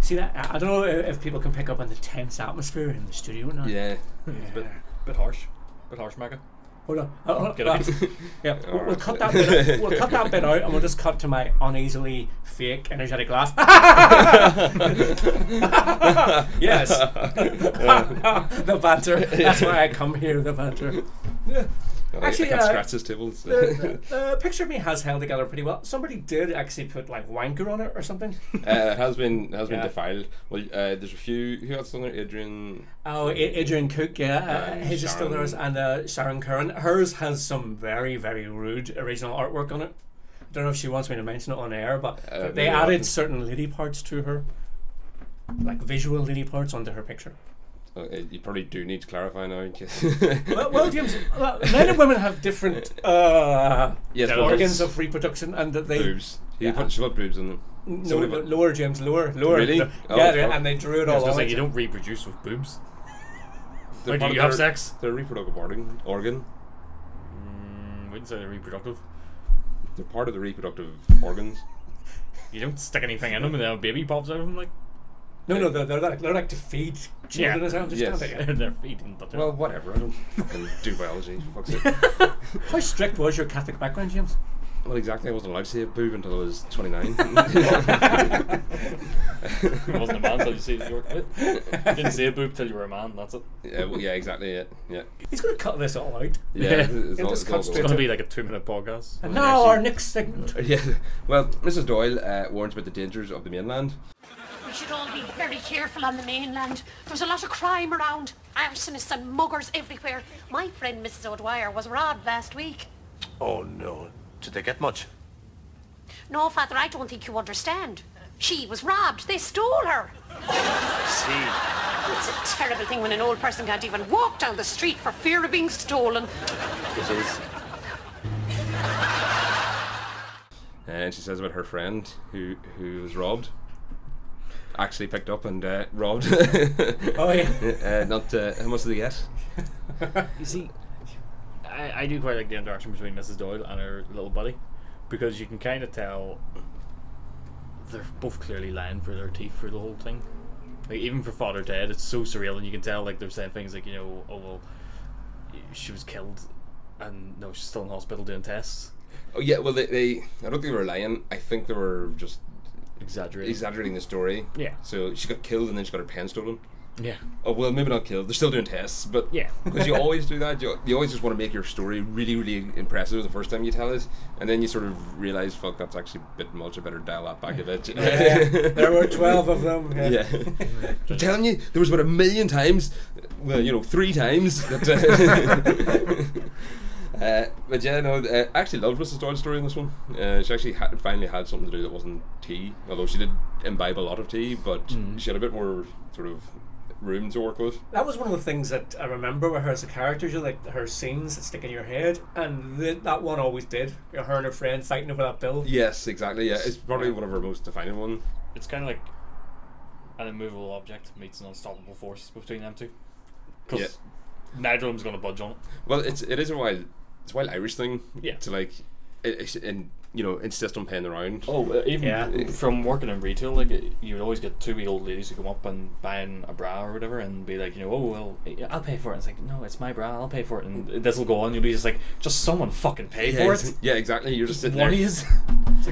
S3: See that? I- I don't know i- if people can pick up on the tense atmosphere in the studio or not.
S1: yeah.
S2: It's a bit, bit harsh. bit harsh, Mega.
S3: Hold on. Oh, hold
S2: Get
S3: on.
S2: it?
S3: Yeah, we'll, we'll
S1: Alright.
S3: cut that bit. Out, we'll cut that bit out, and we'll just cut to my uneasily fake energetic laugh. yes, the banter. That's why I come here. The banter. Actually,
S1: I, I can't
S3: uh,
S1: scratch this table. it's-
S3: Uh, picture of me has held together pretty well. Somebody did actually put like wanker on it or something.
S1: Uh, it has been has been
S3: Yeah.
S1: defiled. Well, uh, there's a few. Who else on there? Adrian.
S3: Oh, I- Adrian Cook, yeah, uh,
S1: And
S3: his is still
S1: Sharon-
S3: theirs, and uh, Sharon Curran. Hers has some very, very rude original artwork on it. I don't know if she wants me to mention it on air, but but they
S1: maybe not.
S3: added certain lady parts to her, like visual lady parts onto her picture.
S1: Uh, you probably do need to clarify now. in case-
S3: Well, well James, well, men and women have different uh,
S1: Yes, but
S3: organs
S1: it's
S3: of reproduction, and that they
S1: boobs. You put, she put boobs in them.
S3: No,
S1: Somebody
S3: no,
S1: put-
S3: lower, James, lower, lower.
S1: Really?
S3: No,
S1: Oh,
S3: yeah, yeah,
S1: fuck.
S3: and they drew it
S2: I was
S3: all
S2: gonna
S3: on.
S2: say, you don't reproduce with boobs.
S1: they're
S2: Where do
S1: part of
S2: you have
S1: their-
S2: sex?
S1: They're reproductive organ. organ.
S2: Mm, wouldn't say they're reproductive.
S1: They're part of the reproductive organs.
S2: You don't stick anything in them and then a baby pops out of them like
S3: No, no, they're, they're like they're like to feed children,
S2: Yeah.
S3: as I understand
S1: Yes.
S3: it. yeah.
S2: they're feeding. But they're
S1: Well, whatever. I don't fucking do biology. For fuck's sake.
S3: How strict was your Catholic background, James?
S1: Well, exactly. I wasn't allowed to see a boob until I was 29.
S2: It wasn't a man till you see it. You didn't see a boob till you were a man. That's it.
S1: yeah, well, yeah, exactly. Yeah, yeah.
S3: He's going to cut this all out.
S1: yeah,
S2: Yeah.
S1: it's all-
S3: It'll just
S1: it's all
S3: cut
S1: gold.
S2: It's gonna be like a two-minute podcast.
S3: And now our next segment.
S1: Yeah. Well, Mrs. Doyle uh, warns about the dangers of the mainland.
S6: We should all be very careful on the mainland. There's a lot of crime around. Arsonists and muggers everywhere. My friend Mrs. O'Dwyer was robbed last week.
S4: Oh no. Did they get much?
S6: No, Father, I don't think you understand. She was robbed. They stole her.
S4: See.
S6: It's a terrible thing when an old person can't even walk down the street for fear of being stolen.
S4: It is.
S1: and she says about her friend who who was robbed actually picked up and uh, robbed
S3: Oh yeah.
S1: uh, not uh, how much did they get
S2: You see, I, I do quite like the interaction between Mrs. Doyle and her little buddy because you can kind of tell they're both clearly lying through their teeth through the whole thing. Like even for Father Ted, it's so surreal, and you can tell like they're saying things like you know, oh well, she was killed, and no, she's still in hospital doing tests.
S1: oh yeah well they, they I don't think they were lying I think they were just
S2: Exaggerating.
S1: exaggerating the story
S2: Yeah.
S1: so she got killed and then she got her pen stolen
S2: Yeah.
S1: oh well maybe not killed they're still doing tests but
S2: Yeah.
S1: because you always do that you, you always just want to make your story really really impressive the first time you tell it and then you sort of realise fuck that's actually a bit much I better dial that back a bit
S3: There were twelve of them. Yeah.
S1: Yeah. I'm telling you, there was about a million times, well, you know, three times. That, uh, uh, but yeah, no, uh, I actually loved Mrs. Doyle's story in this one. Uh, she actually had, finally had something to do that wasn't tea, although she did imbibe a lot of tea, but she had a bit more sort of room to work with.
S3: That was one of the things that I remember with her as a character. You know, like her scenes that stick in your head, and th- that one always did. You know, her and her friend fighting over that bill.
S1: Yes, exactly. Yeah, it's probably one of her most defining one.
S2: It's kind of like an immovable object meets an unstoppable force between them two. Because neither of them's gonna budge on it.
S1: Well, it's it is a wild, it's a wild Irish thing.
S2: Yeah.
S1: To like, it, it, and you know, insist on paying the round.
S2: Oh, uh, even
S3: Yeah.
S2: from working in retail, like uh, you would always get two wee old ladies who come up and buying a bra or whatever, and be like, you know, oh well, I- I'll pay for it. it's like, no, it's my bra, I'll pay for it, and this will go on. You'll be just like, just someone fucking pay
S1: yeah,
S2: for
S1: ex-
S2: it.
S1: yeah, exactly. You're just sitting
S2: What
S1: there.
S2: is?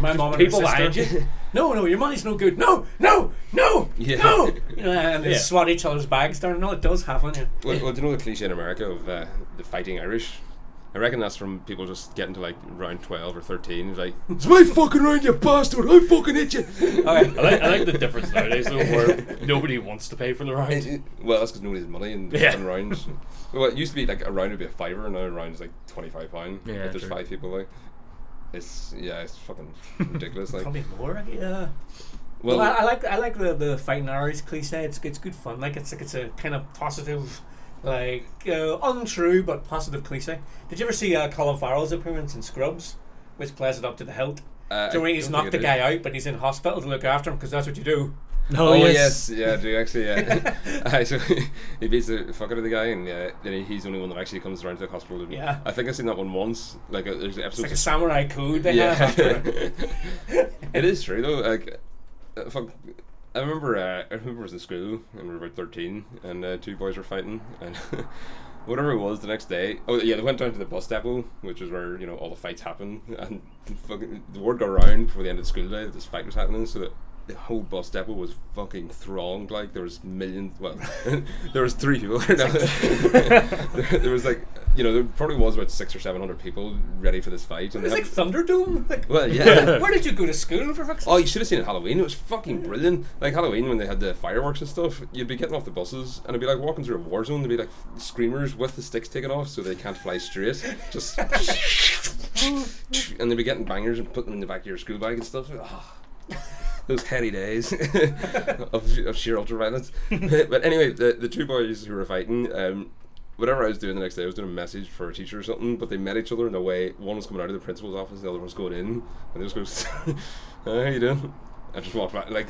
S3: my mom and
S2: people
S3: her sister.
S2: behind you.
S3: No, no, your money's no good. No, no, no,
S1: Yeah.
S3: no. You know, and they
S2: Yeah.
S3: swat each other's bags down and all it does have on you.
S1: Well, well, do you know the cliche in America of uh, the fighting Irish? I reckon that's from people just getting to like round 12 or 13. It's like, it's my fucking round, you bastard! I fucking hit you!
S2: I like, I like the difference nowadays though, where nobody wants to pay for the round.
S1: well, that's because nobody has money and
S2: Yeah.
S1: yeah. rounds. Well, it used to be like a round would be a fiver, and now a round is like 25 pounds
S2: Yeah,
S1: if there's
S2: true.
S1: five people. Like, it's, yeah, it's fucking ridiculous. Like,
S3: Probably more. Yeah.
S1: well,
S3: I, I like I like the the fighting Irish cliche. It's it's good fun. Like it's like it's a kind of positive, like uh, untrue but positive cliche. Did you ever see uh, Colin Farrell's appearance in Scrubs, which plays it up to the hilt?
S1: Uh,
S3: Do you know
S1: I
S3: when he's
S1: don't
S3: knocked
S1: think
S3: the
S1: I
S3: guy out, but he's in hospital to look after him because that's what you do.
S2: No,
S1: Oh, yes. yeah, I do actually. Yeah, Aye, so he beats the fuck out of the guy, and uh, then he- he's the only one that actually comes around to the hospital. and-
S3: Yeah.
S1: I think I've seen that one once. Like, uh, there's
S3: It's
S1: episodes.
S3: like a samurai code they have.
S1: yeah,
S3: after it.
S1: it is true though. Like, uh, fuck. I remember. Uh, I remember I was in school, and we were about thirteen, and uh, two boys were fighting, and. Whatever it was, the next day. Oh yeah, they went down to the bus depot, which is where you know all the fights happen, and fucking the word got around before the end of the school day that this fight was happening, so that the whole bus depot was fucking thronged. Like there was millions. Well, there was three people. No, there, there was like you know there probably was about six or seven hundred people ready for this fight. And
S3: It's
S1: they
S3: like
S1: had-
S3: Thunderdome. Like,
S1: well, yeah.
S3: where did you go to school for fuck's
S1: Oh, you should have seen Halloween. It was fucking brilliant. Like Halloween when they had the fireworks and stuff, you'd be getting off the buses and it'd be like walking through a war zone. There'd be like screamers with the sticks taken off so they can't fly straight. Just and they'd be getting bangers and putting them in the back of your school bag and stuff. Ah, Those heady days of, of sheer ultraviolence. but anyway, the, the two boys who were fighting, um, whatever I was doing the next day, I was doing a message for a teacher or something, but they met each other in a way. One was coming out of the principal's office, the other was going in, and they just goes, "How you doing?" I just walked back, like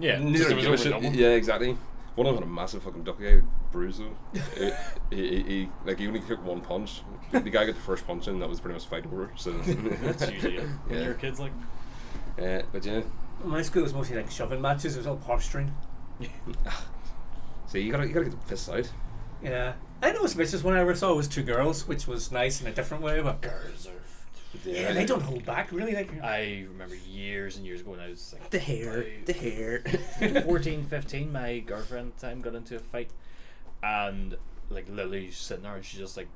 S2: Yeah.
S1: neither
S2: Just it was
S1: give a
S2: over
S1: shit.
S2: and done with.
S1: Yeah, exactly. One of them had a massive fucking duck eye bruise. though. he, he, he, he- like he only took one punch. The guy got the first punch in, that was pretty much fight over. So,
S2: That's usually it. When
S1: Yeah.
S2: your kids like
S1: uh, but yeah,
S3: My school was mostly like shoving matches. It was all posturing.
S1: see, you gotta you gotta get the piss out.
S3: Yeah. I know it's vicious. When I ever saw it was two girls, which was nice in a different way, but
S2: girls are
S3: yeah, they don't hold back really. Like
S2: I remember years and years ago when I was like
S3: the hair, the hair.
S2: 14, 15, my girlfriend at the time got into a fight, and like literally she's sitting there and she just like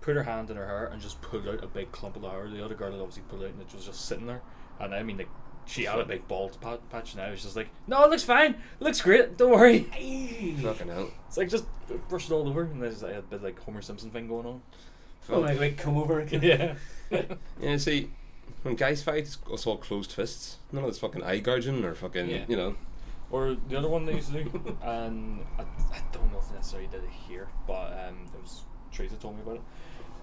S2: put her hand in her hair and just pulled out a big clump of the hair. The other girl had obviously pulled it out and it was just sitting there. And I mean, like she had a big bald pa- patch now. It's just like, no, it looks fine, it looks great, don't worry.
S1: Fucking hell.
S2: It's like just brushed it all over, and there's like a bit like Homer Simpson thing going on.
S3: oh my god, come over again.
S2: Yeah,
S1: Yeah, see, when guys fight, it's, it's all closed fists. None of this fucking eye gouging or fucking,
S2: Yeah.
S1: you know.
S2: or the other one they used to do, and I, I don't know if they necessarily did it here, but um, it was Teresa told me about it.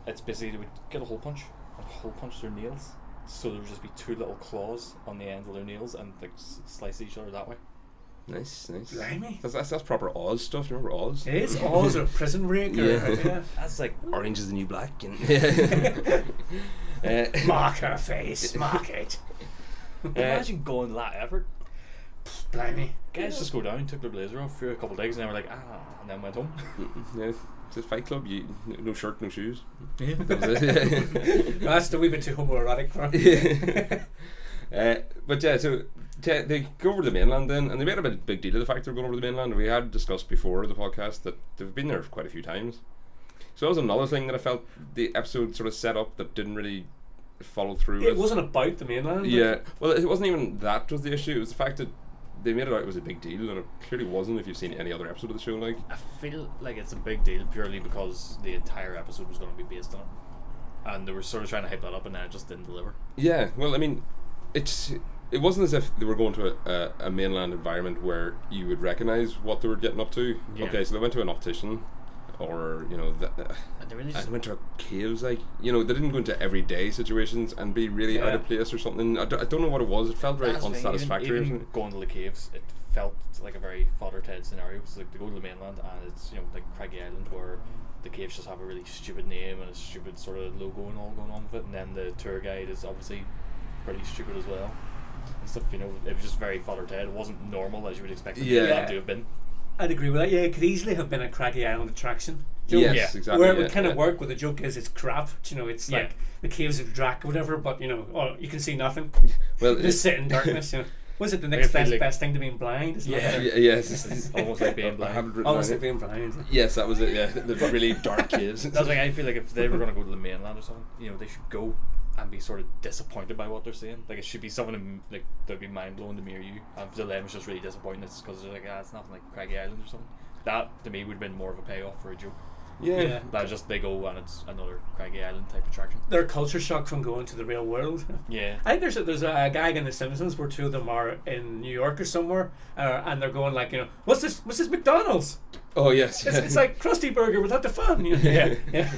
S2: It's basically they would get a hole punch and hole punch their nails, so there would just be two little claws on the end of their nails and like s- slice each other that way.
S1: Nice, nice.
S3: Blimey.
S1: That's, that's, that's proper Oz stuff. Do you remember Oz?
S3: It is always a prison break or
S1: Yeah.
S3: yeah.
S2: That's like
S1: Orange is the new black. And uh,
S3: mark her face, mark it.
S2: imagine going that effort.
S3: Blimey.
S2: Guys just go down, took their blazer off for a couple of days, and they were like ah, and then went home.
S1: yeah, it's a Fight Club. You no shirt, no shoes.
S2: Yeah.
S1: That was it.
S3: That's the wee bit too homoerotic for me.
S1: uh, but yeah, so t- they go over to the mainland then, and they made a bit- big deal of the fact they're going over to the mainland. We had discussed before the podcast that they've been there quite a few times. So that was another thing that I felt the episode sort of set up that didn't really follow through.
S3: It
S1: with.
S3: wasn't about the mainland.
S1: Yeah, well, it wasn't even that was the issue. It was the fact that they made it out it was a big deal, and it clearly wasn't. If you've seen any other episode of the show, like
S2: I feel like it's a big deal purely because the entire episode was going to be based on it. And they were sort of trying to hype that up, and then it just didn't deliver.
S1: Yeah, well, I mean, it's it wasn't as if they were going to a, a, a mainland environment where you would recognize what they were getting up to.
S2: Yeah.
S1: Okay, so they went to an optician, or you know, th- th-
S2: And they really
S1: and
S2: just
S1: went to caves. Like you know, they didn't go into everyday situations and be really out of
S3: Yeah.
S1: place or something. I d- I don't know what it was. It felt very
S2: That's the thing,
S1: unsatisfactory.
S2: Even,
S1: or
S2: even
S1: something.
S2: going to the caves, it felt like a very fodder Ted scenario. It's like they go to the mainland, and it's you know like Craggy Island, where the caves just have a really stupid name and a stupid sort of logo and all going on with it. And then the tour guide is obviously pretty stupid as well. And stuff, you know, it was just very fodder Ted. It wasn't normal as you would expect. the
S1: Yeah.
S2: mainland to have been.
S3: I'd agree with that. Yeah, it could easily have been a Craggy Island attraction. joke.
S1: Yes,
S2: Yeah.
S1: exactly.
S3: Where it
S1: yeah,
S3: would kind
S1: yeah.
S3: of work, where the joke is it's crap. You know, it's
S2: Yeah.
S3: like the caves of Drac or whatever, but you know, oh, you can see nothing.
S1: Well,
S3: You just
S1: it-
S3: sit in darkness. You know, was it the next
S2: feel
S3: best,
S2: like-
S3: best thing to being blind? Isn't
S2: Yeah.
S3: that
S1: yeah, yes, it's- it's-
S2: Almost like being
S1: I
S2: blind.
S1: haven't written
S3: Almost
S1: down
S3: like
S1: it.
S3: being blind.
S1: Yes, that was it. Yeah, the really dark caves.
S2: That's like I feel like if they were going to go to the mainland or something, you know, they should go and be sort of disappointed by what they're saying. Like it should be something am- like that'd be mind blowing to me or you. And if the eleven was just really disappointed, it's because they're like, ah, it's nothing like Craggy Island or something. That to me would have been more of a payoff for a joke.
S1: yeah.
S3: Yeah.
S2: That just they go and it's another Craggy Island type attraction.
S3: Their culture shock from going to the real world.
S2: Yeah.
S3: I think there's a, there's a, a gag in The Simpsons where two of them are in New York or somewhere, uh, and they're going like, you know, what's this? What's this McDonald's?
S1: Oh yes.
S3: It's, it's like Krusty Burger without the fun. You know? Yeah,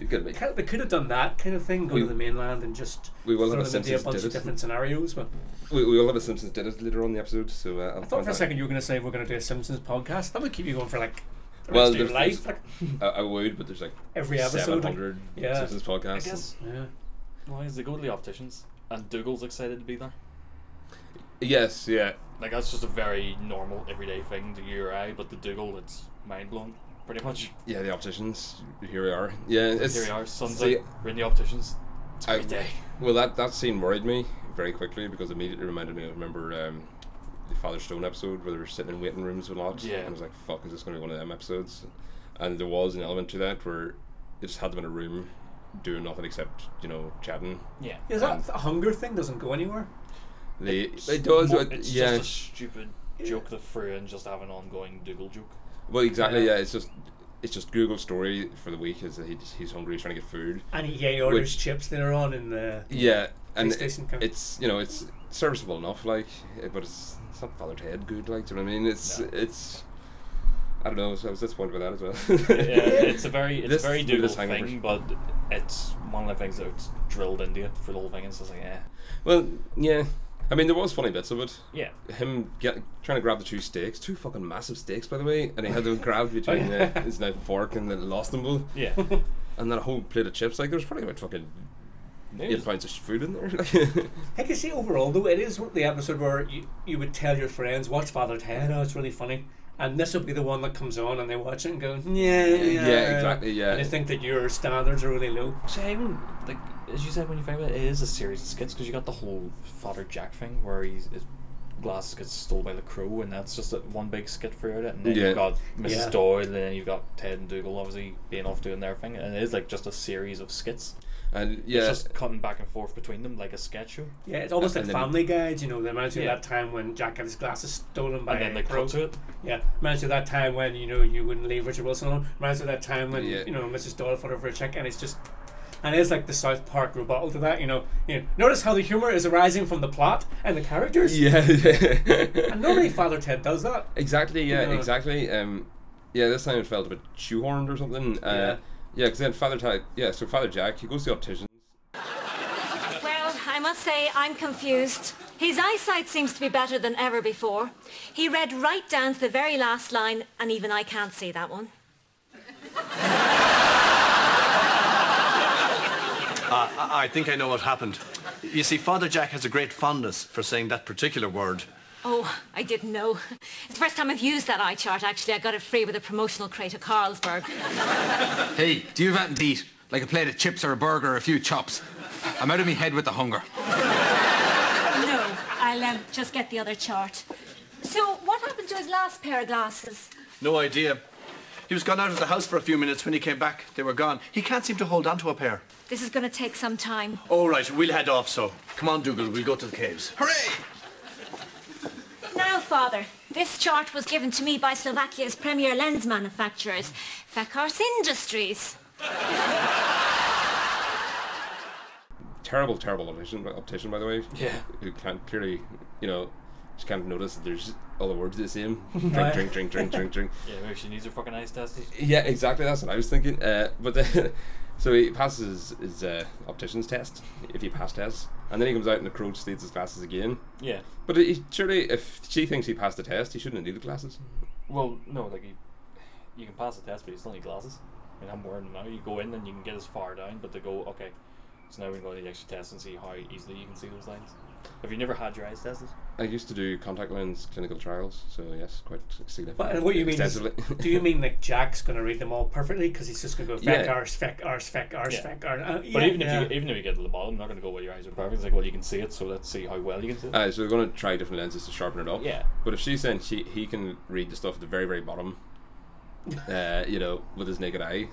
S1: You could make-
S3: Kind of- they could have done that kind of thing, go
S1: We-
S3: to the mainland and just
S1: we will have
S3: throw
S1: a
S3: them into a
S1: Simpsons
S3: bunch of
S1: did it.
S3: different scenarios. But
S1: we, we will have a Simpsons did it later on in the episode, so uh, I'll
S3: I thought
S1: find
S3: for a
S1: out.
S3: second you were going to say we're going to do a Simpsons podcast. That would keep you going for like the
S1: Well,
S3: rest of your
S1: there's-
S3: life. Like,
S1: I, I would, but there's like
S3: Every episode, like-
S1: 700
S3: yeah.
S1: Simpsons podcasts.
S2: I guess
S3: yeah.
S2: why is they go to the opticians and Dougal's excited to be there.
S1: Yes, yeah.
S2: Like that's just a very normal everyday thing to you or I, but the Dougal it's mind blowing pretty much.
S1: Yeah, the opticians. Here we are. Yeah, it's,
S2: Here we are, sun's
S1: see,
S2: out, we're in the opticians. It's a
S1: I-
S2: great day.
S1: Well, that, that scene worried me very quickly because immediately reminded me. I remember um, the Father Stone episode where they were sitting in waiting rooms a lot.
S2: Yeah.
S1: And I was like, "Fuck, is this going to be one of them episodes?" And there was an element to that where it just had them in a room doing nothing except you know chatting.
S2: Yeah.
S3: Is that a hunger thing doesn't go anywhere?
S1: They it does.
S2: Well,
S1: but
S2: it's
S1: yeah.
S2: just a stupid joke that threw in just have an ongoing Dougal joke.
S1: well, exactly. Yeah. It's just it's just Google's story for the week is that he, he's hungry, he's trying to get food.
S3: And he yeah, he orders
S1: Which-
S3: chips later on in the.
S1: Yeah, and it,
S3: PlayStation kind of-
S1: it's you know it's serviceable enough, like, eh, but it's it's not bothered head good, like. Do you know what I mean? It's
S2: No.
S1: it's. I don't know. so I was disappointed with that as well.
S2: Yeah, it's a very it's
S1: This-
S2: a very
S1: with
S2: Dougal
S1: this
S2: thing, but it's one of the things that's drilled into you for the whole thing. It's just like eh. yeah,
S1: well, yeah. I mean, there was funny bits of it.
S2: yeah.
S1: Him get, trying to grab the two steaks, two fucking massive steaks, by the way, and he had them grabbed between uh, his knife and fork, and then lost them both,
S2: Oh, Yeah,
S1: and then a whole plate of chips. Like, there's probably about fucking eight
S2: There's-
S1: pounds of food in there.
S3: I can see overall though it is one- the episode where you, you would tell your friends watch Father Ted. Oh, it's really funny. And this will be the one that comes on and they watch it and go, yeah, yeah,
S1: exactly, yeah.
S3: And they think that your standards are really low.
S2: See, I even like as you said when you think about it, it is a series of skits because you got the whole Father Jack thing where he's. His Glasses gets stolen by the crew, and that's just a- one big skit throughout it. And then
S1: Yeah.
S2: you've got Mrs.
S3: Yeah.
S2: Doyle, and then you've got Ted and Dougal obviously being off doing their thing, and it is like just a series of skits.
S1: and yeah,
S2: It's just cutting back and forth between them like a sketch show.
S3: Yeah, it's almost
S1: And
S3: like
S1: then-
S3: Family Guy. do You know, they reminds you
S2: Yeah.
S3: of that time when Jack had his glasses stolen by
S2: And then they
S3: a crow.
S2: cut to it.
S3: Yeah, reminds you of that time when you know you wouldn't leave Richard Wilson alone. Reminds you of that time when
S1: Yeah.
S3: you know Mrs. Doyle fought over a check, and it's just, and it's like the South Park rebuttal to that. You know, you know, notice how the humor is arising from the plot and the characters.
S1: yeah, yeah.
S3: And normally Father Ted does that.
S1: Exactly. Yeah.
S3: Yeah.
S1: Exactly. Um, yeah. This time it felt a bit shoehorned or something. Uh,
S3: Yeah.
S1: yeah. Because then Father Jack. Yeah. So Father Jack, he goes to the optician.
S7: Well, I must say I'm confused. His eyesight seems to be better than ever before. He read right down to the very last line, and even I can't see that one.
S4: I, I think I know what happened. You see, Father Jack has a great fondness for saying that particular word.
S7: Oh, I didn't know. It's the first time I've used that eye chart, actually. I got it free with a promotional crate at Carlsberg.
S5: Hey, do you have anything to eat? Like a plate of chips or a burger or a few chops? I'm out of my head with the hunger.
S7: No, I'll um, just get the other chart. So, what happened to his last pair of glasses?
S4: No idea. He was gone out of the house for a few minutes. When he came back, they were gone. He can't seem to hold on to a pair.
S7: This is going to take some time.
S4: All right, we'll head off, so. Come on, Dougal, we'll go to the caves. Hooray!
S7: Now, Father, this chart was given to me by Slovakia's premier lens manufacturers, Fakars Industries.
S1: Terrible, terrible optician. Optician, by the way.
S2: Yeah.
S1: Who can't clearly, you know, just can't notice that there's all the words the same.
S3: Aye.
S1: drink, drink, drink, drink, drink, drink.
S2: Yeah, maybe she needs her fucking eyes tested.
S1: Yeah. Exactly. That's what I was thinking. Uh, but then, so he passes his, his uh, optician's test. If he passed tests, and then he comes out and the crow steals his glasses again.
S2: Yeah.
S1: But he, surely, if she thinks he passed the test, he shouldn't need the glasses.
S2: Well, no, like you, you can pass the test, but you still need glasses. I mean, I'm wearing them now. You go in and you can get as far down, but they go okay. So now we're going to the extra test and see how easily you can see those lines. Have you never had your eyes tested?
S1: I used to do contact lens clinical trials, so yes, quite significant.
S3: But what you mean is,
S1: extensively.
S3: do you mean that Jack's going to read them all perfectly because he's just going to go
S1: Yeah.
S3: feck, arse, feck, arse, feck, arse,
S2: Yeah.
S3: feck, arse? Uh,
S2: But
S3: yeah,
S2: even if
S3: yeah.
S2: you even if you get to the bottom, they're not gonna go well. Your eyes are perfect. It's like well, you can see it, so let's see how well you can see it.
S1: Aye, Uh, so they're going to try different lenses to sharpen it up.
S2: Yeah.
S1: But if she's saying she, he can read the stuff at the very, very bottom, uh, you know, with his naked eye,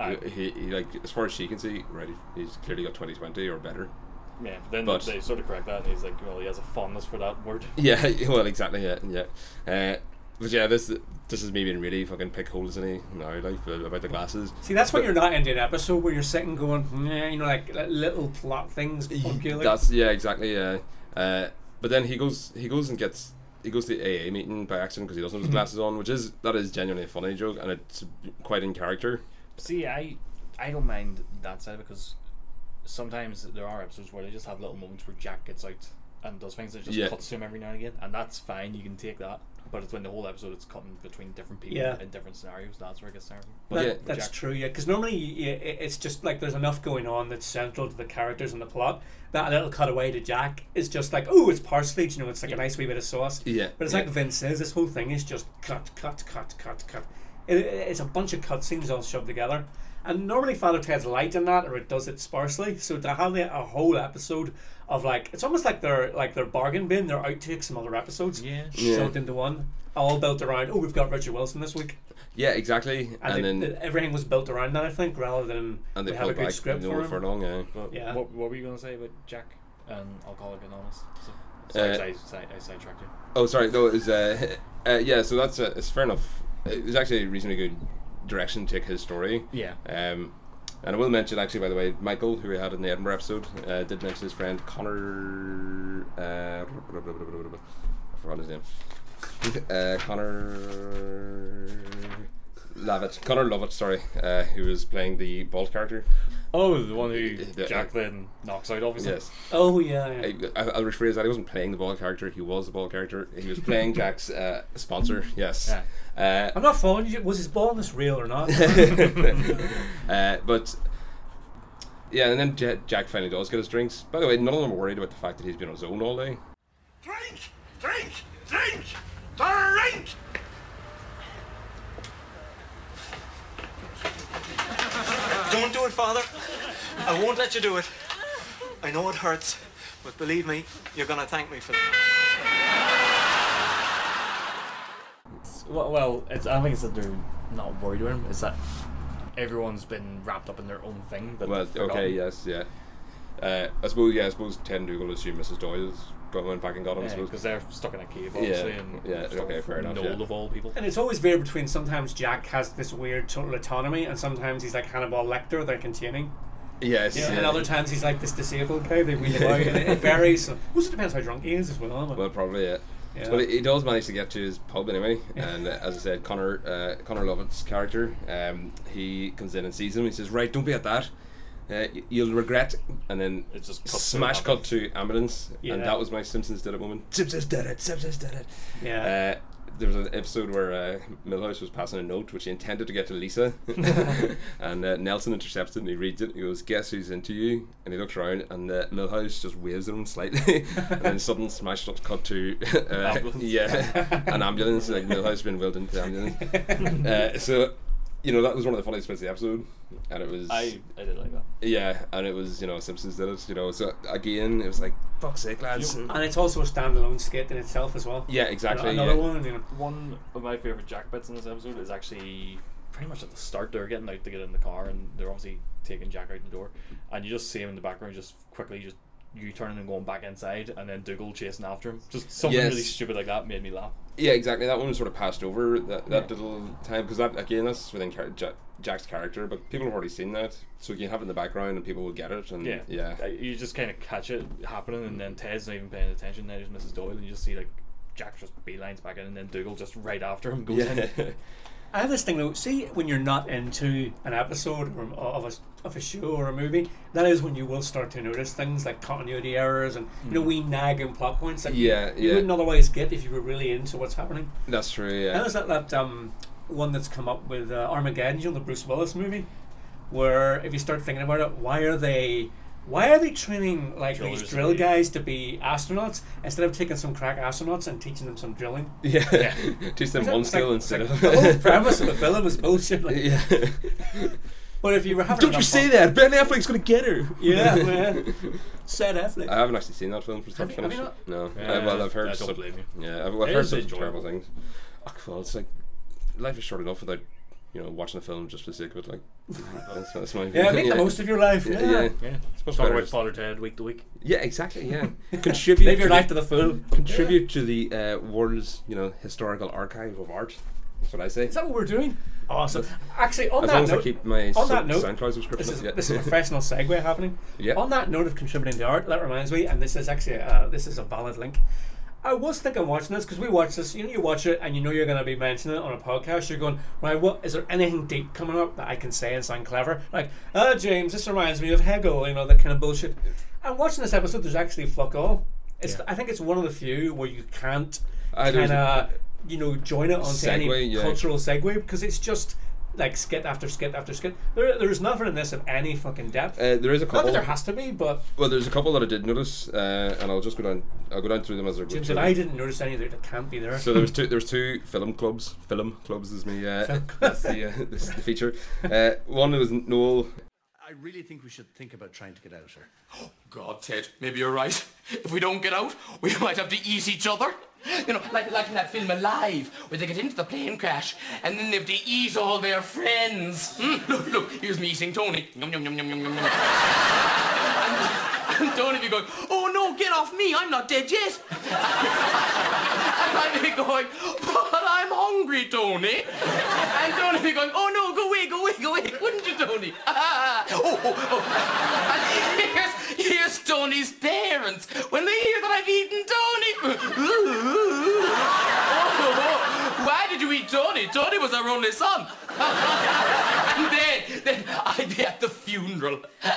S2: Aye.
S1: he, he, like, as far as she can see, right, he's clearly got 2020 or better.
S2: yeah, but then
S1: but-
S2: they sort of correct that, and he's like, well, he has a fondness for that word.
S1: Yeah, well, exactly, yeah, yeah. Uh, but yeah, this this is me being really fucking pick holes in it now, like, about the glasses.
S3: See, that's when you're not into an episode where you're sitting going, nah, you know, like li- little plot things bug you, like-
S1: That's yeah, exactly. Yeah, uh, but then he goes, he goes and gets, he goes to the AA meeting by accident because he
S3: Mm-hmm.
S1: doesn't have his glasses on, which is that is genuinely a funny joke and it's quite in character.
S2: See, I I don't mind that side because sometimes there are episodes where they just have little moments where Jack gets out and does things that just
S1: Yeah.
S2: cuts to him every now and again, and that's fine. You can take that. But it's when the whole episode it's cutting between different people
S3: Yeah.
S2: in different scenarios. That's where it gets nervy.
S3: That-
S1: Yeah.
S3: that's
S2: Jack-
S3: true, yeah. Because normally y- y- i- it's just like there's enough going on that's central to the characters and the plot. That little cutaway to Jack is just like, oh, it's parsley, do you know, it's like a nice wee bit of sauce.
S1: Yeah,
S3: But it's
S1: yeah.
S3: like Vince says, this whole thing is just cut, cut, cut, cut, cut. It, it- it's a bunch of cutscenes all shoved together. And normally Father Ted's light in that, or it does it sparsely. So to have a a whole episode of like, it's almost like their like their bargain bin, their outtakes from other episodes,
S2: Yeah.
S3: shoved into one, all built around. Oh, we've got Richard Wilson this week
S1: Yeah, exactly. And,
S3: and,
S1: then
S3: they- they- everything was built around that, I think, rather than
S1: and they
S3: we have
S1: pull
S3: a good
S1: back
S3: script
S1: no
S3: for, him.
S1: for long. Yeah.
S2: But
S3: Yeah.
S2: What, what were you going to say about Jack and Alcoholic Anonymous? So,
S1: Uh,
S2: sorry, I, side, I sidetracked you.
S1: Oh, sorry. No, it was. Uh, uh, yeah, so that's uh, it's fair enough. It was actually a reasonably good direction to take his story.
S2: Yeah.
S1: Um, and I will mention actually, by the way, Michael, who we had in the Edinburgh episode, uh, did mention his friend Connor. Uh, I forgot his name. Uh, Connor Lovett. Connor Lovett. Sorry, uh, who was playing the bald character.
S2: Oh, the one who
S1: The-
S2: Jack then knocks out, obviously.
S1: Yes.
S3: Oh yeah, yeah.
S1: I, I- I'll rephrase that. He wasn't playing the ball character. He was the ball character. He was playing Jack's uh, sponsor. Yes. Uh,
S3: I'm not following you. Was his baldness real or not?
S1: uh, but yeah, and then J- Jack finally does get his drinks. By the way, none of them are worried about the fact that he's been on his own all day.
S4: Drink! Drink! Drink! Drink! Don't do it, Father. I won't let you do it. I know it hurts, but believe me, you're gonna thank me for that.
S2: Well, well it's, I don't think it's that they're not worried about him. It's that everyone's been wrapped up in their own thing. That
S1: Well,
S2: they've
S1: okay,
S2: forgotten.
S1: yes, yeah. Uh, I suppose, yeah, I suppose Ted Dougal assumed Mrs. Doyle's gone went back and got him. I
S2: Yeah,
S1: suppose.
S2: because they're stuck in a cave, obviously. and
S1: yeah,
S2: stuck
S1: okay, fair
S2: from
S1: enough,
S2: Noel
S1: yeah.
S2: of all people.
S3: and it's always varied between sometimes Jack has this weird total autonomy, and sometimes he's like Hannibal Lecter, they're containing,
S1: yes, yeah.
S3: and other times he's like this disabled guy. They wheel him out, and it, it varies. So, also depends how drunk he is as well.
S1: Well, probably yeah.
S3: Yeah.
S1: Well, he he does manage to get to his pub anyway, and uh, as I said, Connor uh, Connor Lovett's character, um, he comes in and sees him. He says, "Right, don't be at that. Uh, y- you'll regret." And then
S2: It just cuts to
S1: smash cut
S2: ambulance.
S1: to ambulance,
S3: Yeah.
S1: and that was my Simpsons did it moment. Simpsons did it. Simpsons did it.
S3: yeah.
S1: Uh, there was an episode where uh, Milhouse was passing a note which he intended to get to Lisa, and uh, Nelson intercepts it and he reads it. And he goes, "Guess who's into you?" And he looks around, and uh, Milhouse just waves at him slightly, and then sudden smash shot cut to uh,
S2: Ambulance.
S1: yeah, an ambulance. Like Milhouse being wheeled into the ambulance. uh, so, you know, that was one of the funniest bits of the episode, and it was
S2: I, I did like that.
S1: yeah, and it was you know Simpsons did it. You know, so again, it was like fuck's sake, lads.
S3: and it's also a standalone skit in itself as well.
S1: uh, Yeah, exactly.
S3: Another
S1: yeah.
S3: one. You know.
S2: One of my favourite Jack bits in this episode is actually pretty much at the start. They're getting out to get in the car, and they're obviously taking Jack out the door, and you just see him in the background, just quickly just you turning and going back inside, and then Dougal chasing after him. Just something really
S1: Yes.
S2: stupid like that made me laugh.
S1: Yeah, exactly. That one was sort of passed over that, that little time because that again that's within char- Ja- Jack's character, but people have already seen that, so you can have it in the background and people will get it. And
S2: Yeah,
S1: yeah, yeah,
S2: Uh, You just kind of catch it happening, and then Ted's not even paying attention. Now there's Mrs. Doyle, and you just see like Jack just beelines back in, and then Dougal just right after him goes in.
S3: I have this thing though. See, when you're not into an episode or of a of a show or a movie, that is when you will start to notice things like continuity errors and you know we nagging plot points that
S1: Hmm. Yeah,
S3: you
S1: yeah.
S3: wouldn't otherwise get if you were really into what's happening.
S1: that's true.
S3: And
S1: Yeah,
S3: there's that that um one that's come up with uh, Armageddon, you know, the Bruce Willis movie, where if you start thinking about it, why are they Why are they training like these
S2: Drillers
S3: drill
S2: to be-
S3: guys to be astronauts instead of taking some crack astronauts and teaching them some drilling?
S1: Yeah. Teach them one skill instead of.
S3: The whole premise of the film oh, is bullshit. Like,
S1: yeah.
S3: But if you were having
S1: Don't
S3: enough
S1: you say
S3: fun-
S1: that? Ben Affleck's gonna get her.
S3: Yeah, man. Said Affleck.
S1: I haven't actually seen that film from start to
S3: Have you- have
S1: finish.
S3: you
S1: No.
S2: Yeah,
S1: Uh, well, I've heard.
S2: I don't
S1: some-
S2: blame you.
S1: Yeah, I've, I've
S2: It
S1: heard
S2: is
S1: some terrible
S2: enjoyable.
S1: things. Oh, well, it's like life is short enough without you know watching a film just for the sake of it. Like that's, that's my
S3: yeah, make the most of your life. Yeah.
S1: yeah.
S2: Yeah.
S1: Suppose
S2: Talk
S1: better
S2: about
S1: is-
S2: Father Ted week to week.
S1: Yeah, exactly. Yeah, contribute.
S3: Live your
S1: to
S3: life to the full.
S1: contribute to the uh, world's you know historical archive of art. That's what I say.
S3: Is that what we're doing? Awesome. Actually, on
S1: as
S3: that
S1: long as
S3: note,
S1: I keep my
S3: on
S1: Sou-
S3: that note,
S1: SoundCloud subscription.
S3: This is,
S1: up, yeah.
S3: this is a professional segue happening.
S1: Yeah.
S3: On that note of contributing to art, that reminds me, and this is actually uh, this is a valid link. I was thinking watching this because we watch this. You know, you watch it and you know you're going to be mentioning it on a podcast. You're going, right? What is there anything deep coming up that I can say and sound clever? Like, ah, James, this reminds me of Hegel. You know that kind of bullshit. And watching this episode, there's actually fuck all. It's I think it's one of the few where you can't
S1: Uh,
S3: kind
S1: there's-
S3: of you know join it onto any
S1: Segue, yeah.
S3: cultural segue because it's just like skit after skit after skit. There, there is nothing in this of any fucking depth.
S1: uh, there is a
S3: Not
S1: couple.
S3: that there has to be, but
S1: well, there's a couple that I did notice, uh, and I'll just go down. I'll go down through them as they're going.
S3: James
S1: through.
S3: and I didn't notice any that can't be there.
S1: So there was two. There was two film clubs. Film clubs is me. Uh, that's the uh, this is the feature. Uh, one was Noel.
S5: I really think we should think about trying to get out here.
S8: God, Ted, maybe you're right. If we don't get out, we might have to eat each other. You know, like, like in that film Alive, where they get into the plane crash and then they have to eat all their friends. Mm, look, look, here's me eating Tony. Yum, yum, yum, yum, yum, yum, yum. and, and Tony be going, oh no, get off me, I'm not dead yet. and I'd be going, but I'm hungry, Tony. and Tony be going, oh no, go away, go away, go away, wouldn't you, Tony? oh, oh, oh. And here's, here's Tony's parents. When they hear that I've eaten Tony... Oh, why did you eat Tony? Tony was our only son. and then, then I'd be at the funeral. and,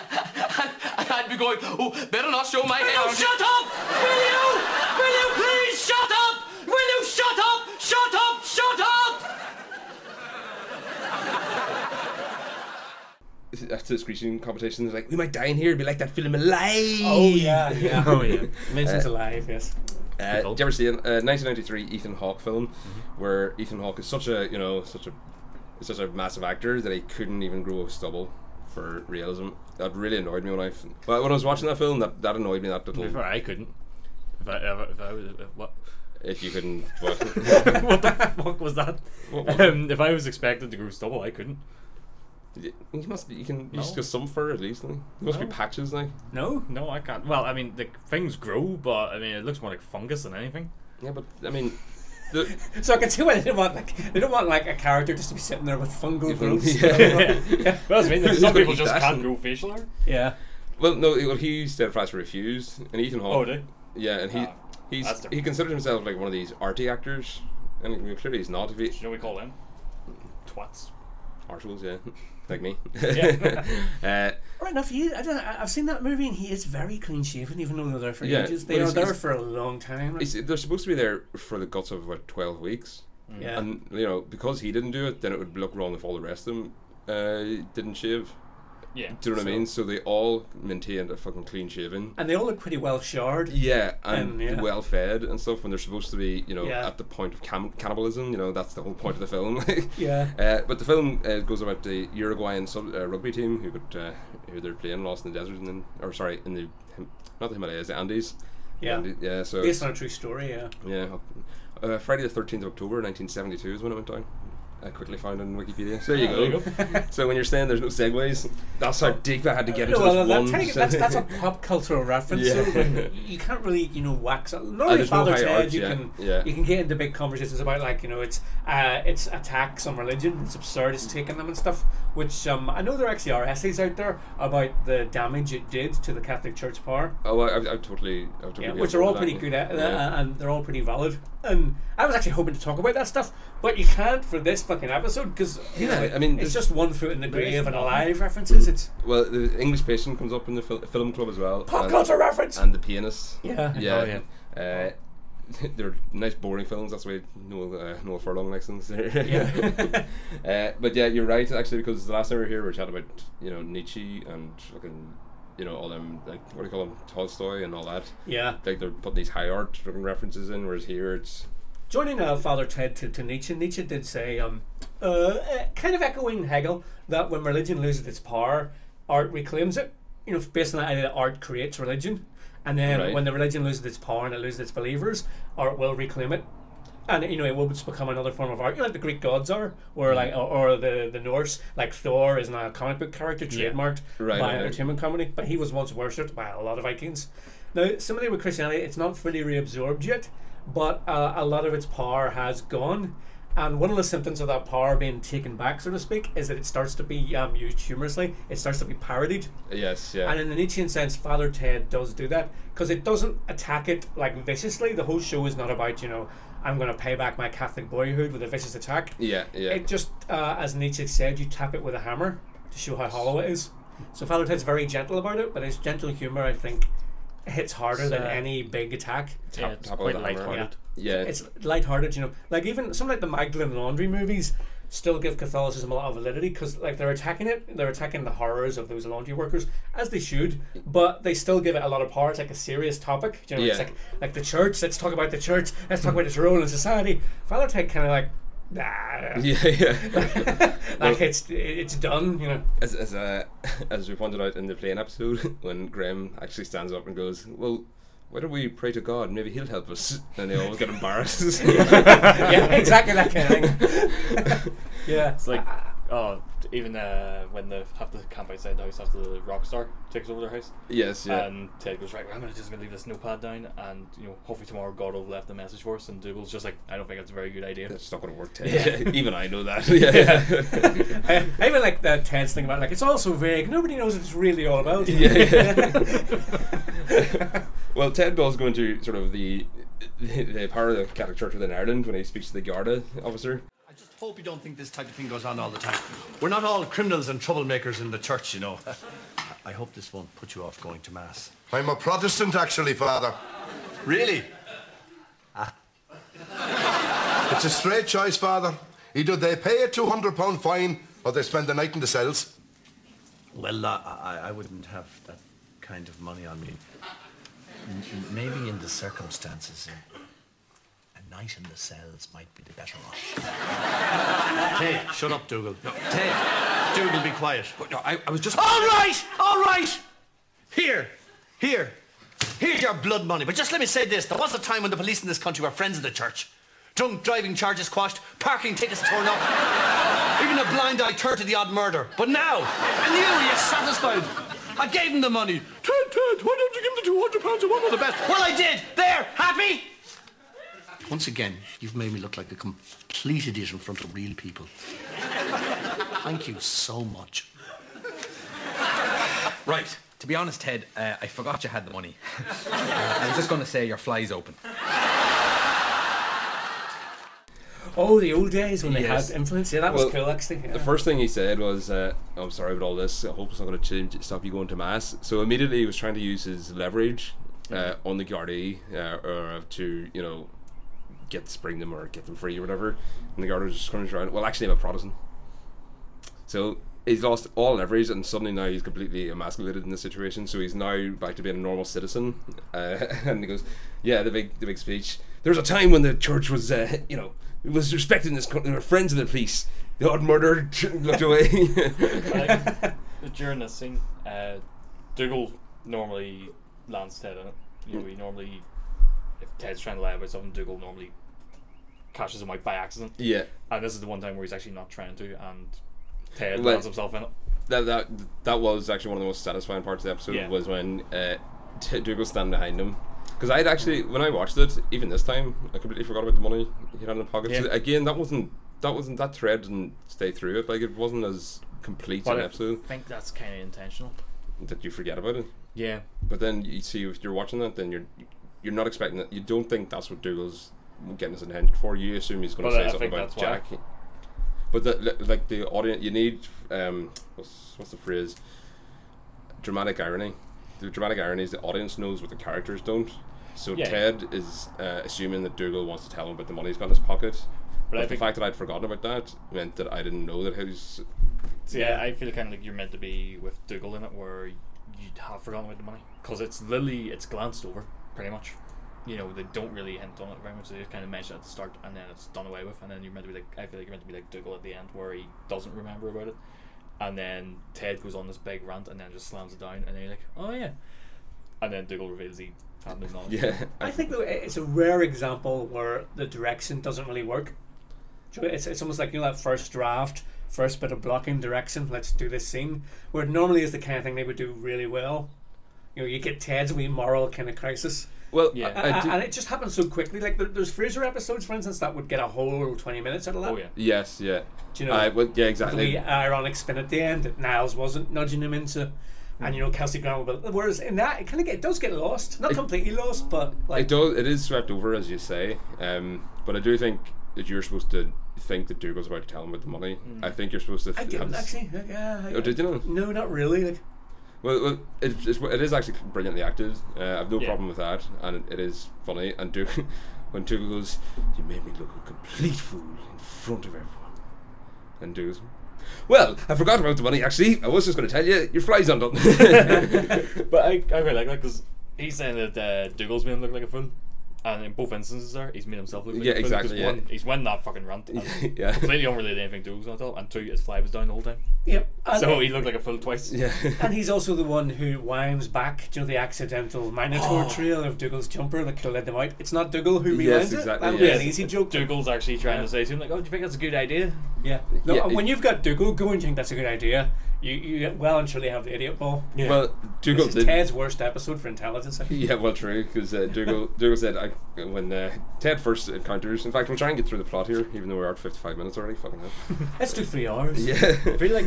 S8: and I'd be going, oh, better not show my head. No, shut up! Will you? Will you please shut up? Will you shut up? Shut up! Shut up!
S1: After uh, the screeching competition, they're like, "We might die in here. It'd be like that film Alive."
S3: oh yeah, yeah.
S2: Oh yeah.
S3: Mentions alive, yes.
S1: Uh,
S2: film.
S1: did you ever see a uh, 1993 Ethan Hawke film
S2: Mm-hmm.
S1: where Ethan Hawke is such a you know such a such a massive actor that he couldn't even grow a stubble for realism? That really annoyed me when I f- but when I was watching that film. That, that annoyed me. That little
S2: Before I couldn't. If I ever, if I was, if, what,
S1: if you couldn't. What,
S2: what the fuck was that? Um, if I was expected to grow stubble, I couldn't.
S1: you must be, you can you just
S2: No.
S1: got some fur at least. Like. There must be
S2: No.
S1: patches now.
S2: No, no, I can't. Well, I mean, the things grow, but I mean, it looks more like fungus than anything.
S1: Yeah, but I mean. The,
S3: So I can see why they didn't want like they don't want like a character just to be sitting there with fungal growths.
S1: Yeah.
S2: Well, I mean,
S1: He's
S2: some
S1: gonna
S2: people
S1: eat
S2: just
S1: that.
S2: can't grow facial hair.
S3: yeah.
S1: well, no, well, he steadfast refused, and Ethan Hawke.
S2: Oh, did
S1: Yeah, and he
S2: Ah, that's
S1: he's
S2: different.
S1: he considers himself like one of these arty actors, and clearly he's not. If he,
S2: you know what we call them? Twats.
S1: Archibald's, yeah, like me.
S2: Yeah.
S1: uh,
S3: Right enough, he, I don't, I- I've seen that movie and he is very clean shaven, even though they're there for
S1: Yeah,
S3: ages.
S1: but
S3: They are
S1: he's-
S3: there
S1: he's-
S3: for a long time.
S1: it's, they're supposed to be there for the guts of about twelve weeks,
S3: yeah.
S1: and you know because he didn't do it, then it would look wrong if all the rest of them uh, didn't shave.
S2: Yeah.
S1: Do you know what
S2: so-
S1: I mean? So they all maintained a fucking clean shaven.
S3: and they all look pretty well showered.
S1: Yeah, and
S3: Um, yeah.
S1: well fed and stuff when they're supposed to be, you know,
S3: Yeah.
S1: at the point of cam- cannibalism. You know, that's the whole point of the film.
S3: Yeah.
S1: Uh, but the film uh, goes about the Uruguayan sub- uh, rugby team who got uh, who they're playing lost in the desert and then, or sorry, in the Him- not the Himalayas, the Andes.
S3: Yeah.
S1: Andi- yeah. So
S3: Based on a true story, yeah.
S1: yeah, uh, Friday the thirteenth of October, nineteen seventy two, is when it went down. I quickly found on Wikipedia. So there you
S3: Ah,
S1: go. so when you're saying there's no segues, that's how deep I had to get into
S3: well,
S1: this
S3: that
S1: one.
S3: take- that's, that's a pop cultural reference.
S1: Yeah.
S3: So like, you can't really, you know, wax.
S1: Uh,
S3: Normally,
S1: there's no
S3: Father
S1: high
S3: Ted,
S1: arts,
S3: you
S1: yeah,
S3: can
S1: yeah.
S3: you can get into big conversations about like you know it's uh, it's attacks on religion, it's absurd, it's taking them and stuff. Which um, I know there actually are essays out there about the damage it did to the Catholic Church power.
S1: oh, I, I, I totally, I totally.
S3: Yeah,
S1: get
S3: which are all
S1: that,
S3: pretty
S1: yeah.
S3: good at,
S1: Yeah.
S3: uh, and they're all pretty valid. And I was actually hoping to talk about that stuff, but you can't for this fucking episode because
S1: Yeah, I mean,
S3: it's
S1: there's-
S3: just one foot in the grave and
S2: nothing.
S3: alive references. It's
S1: Well, the English patient comes up in the fil- film club as well.
S3: pop
S1: and-
S3: culture reference.
S1: and the pianist.
S3: Yeah.
S1: yeah. Uh, they're nice, boring films. That's why Noel uh, Noel Furlong likes them.
S3: Yeah.
S1: uh, but yeah, you're right actually because the last time we were here, we were chatting about you know Nietzsche and fucking you know, all them like what do you call them, Tolstoy and all that.
S3: Yeah.
S1: Like they're putting these high art fucking references in, whereas here it's
S3: Joining uh, Father Ted to, to Nietzsche, Nietzsche did say, um, uh, uh, kind of echoing Hegel, that when religion loses its power, art reclaims it. You know, based on that idea that art creates religion. And then
S1: Right.
S3: when the religion loses its power and it loses its believers, art will reclaim it. And you know it will just become another form of art, you know, like the Greek gods are, or like,
S1: Mm.
S3: or, or the the Norse, like Thor is now a comic book character trademarked
S1: Right, right,
S3: by an
S1: right.
S3: entertainment company, but he was once worshipped by a lot of Vikings. Now, similarly with Christianity, it's not fully reabsorbed yet, but uh, a lot of its power has gone. And one of the symptoms of that power being taken back, so to speak, is that it starts to be um, used humorously. It starts to be parodied.
S1: yes, yeah.
S3: And in the Nietzschean sense, Father Ted does do that because it doesn't attack it like viciously. The whole show is not about, you know, I'm going to pay back my Catholic boyhood with a vicious attack.
S1: yeah, yeah.
S3: It just, uh, as Nietzsche said, you tap it with a hammer to show how hollow it is. So Father Ted's very gentle about it, but his gentle humor, I think, hits harder than
S2: uh,
S3: any big attack.
S2: Yeah,
S1: Top-
S2: it's
S1: top of
S2: quite
S1: the hammer.
S2: lighthearted.
S1: yeah.
S3: It's lighthearted, you know. Like even some like the Magdalene Laundry movies still give Catholicism a lot of validity because like they're attacking it, they're attacking the horrors of those laundry workers as they should, but they still give it a lot of power. It's like a serious topic, you know. It's
S1: Yeah.
S3: like like the church. Let's talk about the church. Let's talk about its role in society. Father Ted kind of like. Nah,
S1: yeah, yeah.
S3: like it's it's done, you know.
S1: As as uh, as we pointed out in the plane episode, when Graham actually stands up and goes, "Well, why don't we pray to God? Maybe He'll help us." And they always get embarrassed.
S3: yeah, exactly that kind of thing. yeah,
S2: It's like, oh, even uh, when they have to camp outside the house after the rock star takes over their house,
S1: yes, yeah.
S2: and Ted goes, right, well, I'm gonna just gonna leave this notepad down, and you know, hopefully tomorrow God will have left a message for us. And Dougal's just like, I don't think that's a very good idea.
S1: That's not going to work. Ted. Even I know that. yeah.
S3: I, I even like that Ted's thing about like it's all so vague. Nobody knows what it's really all about.
S1: Well, Ted goes going to sort of the the, the power of the Catholic Church within Ireland when he speaks to the Garda officer.
S5: I just hope you don't think this type of thing goes on all the time. We're not all criminals and troublemakers in the church, you know. I hope this won't put you off going to mass.
S9: I'm a Protestant, actually, Father.
S5: Really? Ah.
S9: It's a straight choice, Father. Either they pay a £200 fine or they spend the night in the cells.
S5: Well, uh, I, I wouldn't have that kind of money on me. M- m- Maybe in the circumstances, a, a night in the cells might be the better option. Hey, shut up, Dougal. No, Tay, Dougal, be quiet. I, I was just... All right, all right. Here, here. Here's your blood money. But just let me say this. There was a time when the police in this country were friends of the church. Drunk driving charges quashed, parking tickets torn up. Even a blind eye turned to the odd murder. But now, and you, you're satisfied. I gave him the money. Ted, Ted, why don't you give him the 200 pounds? I want one of the best. Well, I did. There, happy? Once again, you've made me look like a complete idiot in front of real people. Thank you so much.
S10: Right. To be honest, Ted, uh, I forgot you had the money. Uh, I was just going to say your fly's open.
S3: Oh, the old days when
S1: Yes.
S3: they had influence. Yeah, that
S1: Well,
S3: was cool actually. Yeah.
S1: The first thing he said was, uh, "I'm sorry about all this. I hope it's not going to change stop you going to mass." So immediately he was trying to use his leverage uh, on the Gardaí uh, or to you know get spring them or get them free or whatever. And the Garda was just comes around. Well, actually, I'm a Protestant. So he's lost all leverage, and suddenly now he's completely emasculated in this situation. So he's now back to being a normal citizen. Uh, and he goes, "Yeah, the big, the big speech. There was a time when the church was, uh, you know, it was respecting this. co- They were friends of the police. The odd murder looked away.
S2: like, during this scene, uh, Dougal normally lands Ted in it. You know, he normally, if Ted's trying to lie about something, Dougal normally catches him out by accident.
S1: yeah,
S2: And this is the one time where he's actually not trying to, and Ted
S1: Like-
S2: lands himself in it.
S1: that that that was actually one of the most satisfying parts of the episode
S2: Yeah.
S1: was when uh, T- Dougal's standing behind him. Because I'd actually, when I watched it, even this time, I completely forgot about the money he had in the pocket. So
S2: Yeah.
S1: again, that wasn't that wasn't that thread didn't stay through it. Like it wasn't as complete
S2: But
S1: an
S2: I
S1: episode
S2: think that's kind of intentional.
S1: that you forget about it.
S2: Yeah.
S1: But then you see if you're watching that, then you're you're not expecting that. You don't think that's what Dougal's getting his attention for. You assume he's going to
S2: Well,
S1: say
S2: I
S1: something
S2: think
S1: about
S2: that's why.
S1: Jack. But the, li- like the audience, you need um, what's what's the phrase? Dramatic irony. The dramatic irony is the audience knows what the characters don't. So
S2: Yeah.
S1: Ted is uh, assuming that Dougal wants to tell him about the money he's got in his pocket. But,
S2: I
S1: the
S2: think-
S1: fact that I'd forgotten about that meant that I didn't know that his
S2: So yeah, I feel kind of like you're meant to be with Dougal in it, where you have forgotten about the money because it's literally it's glanced over pretty much. You know they don't really hint on it very much. They just kind of mention it at the start and then it's done away with. And then you're meant to be like I feel like you're meant to be like Dougal at the end where he doesn't remember about it. And then Ted goes on this big rant and then just slams it down. And then you're like, oh yeah. And then Dougal reveals he had no knowledge.
S1: Yeah.
S3: I think though, it's a rare example where the direction doesn't really work. Do you know, It's, it's almost like you know that first draft, first bit of blocking direction. Let's do this scene where it normally is the kind of thing they would do really well. You know, you get Ted's wee moral kind of crisis,
S1: Well,
S2: Yeah.
S1: I, I
S3: A-
S1: do-
S3: and it just happens so quickly. Like there, there's Fraser episodes, for instance, that would get a whole twenty minutes out of that.
S2: Oh yeah.
S1: yes, yeah.
S3: Do you know-
S1: I, well, yeah,
S3: The
S1: exactly.
S3: wee ironic spin at the end that Niles wasn't nudging him into,
S1: Mm.
S3: and you know Kelsey Grammer. But whereas in that, it kind of get it does get lost, not completely lost, but like
S1: It does. It is swept over, as you say. Um, but I do think that you're supposed to think that Dougal's about to tell him about the money. I think you're supposed to.
S3: Mm. I
S1: th-
S3: didn't
S1: have-
S3: actually. Yeah. I-
S1: Oh, did you know?
S3: No, not really. Like,
S1: Well, well it's, it's, it is actually brilliantly acted. Uh, I've no
S2: Yeah.
S1: problem with that, and it, it is funny. And do when Dougal goes, "You made me look a complete fool in front of everyone," and Dougal's, "Well, I forgot about the money. Actually, I was just going to tell you your fly's undone."
S2: But I, I really like that because he's saying that uh, Dougal's made him look like a fool, and in both instances there, he's made himself look like
S1: Yeah,
S2: a fool. 'cause
S1: exactly, yeah.
S2: One, he's winning that fucking rant. and
S1: Yeah.
S2: Completely unrelated to anything Dougal's not all, and two, his fly was down the whole time.
S3: yep. And,
S2: So he looked like a fool twice.
S1: yeah.
S3: and he's also the one who winds back to the accidental Minotaur trail of Dougal's jumper that could have led them out. It's not Dougal who
S1: Yes,
S3: rewinds it.
S1: exactly,
S3: That would be
S1: yes.
S3: an easy joke.
S2: Dougal's actually trying to say to him like, "Oh, do you think that's a good idea?"
S3: yeah. No,
S1: Yeah,
S3: and
S1: it-
S3: when you've got Dougal going, you think that's a good idea. You, you well and truly have the idiot ball. Yeah.
S1: Well, Dougal
S3: This is
S1: did.
S3: Ted's worst episode for intelligence. I think.
S1: Yeah, well, true, because uh, Dougal, Dougal said I, when uh, Ted first encounters. In fact, we'll try and get through the plot here, even though we're at 55 minutes already. Fucking hell.
S3: Let's do three hours.
S1: Yeah.
S2: I feel like.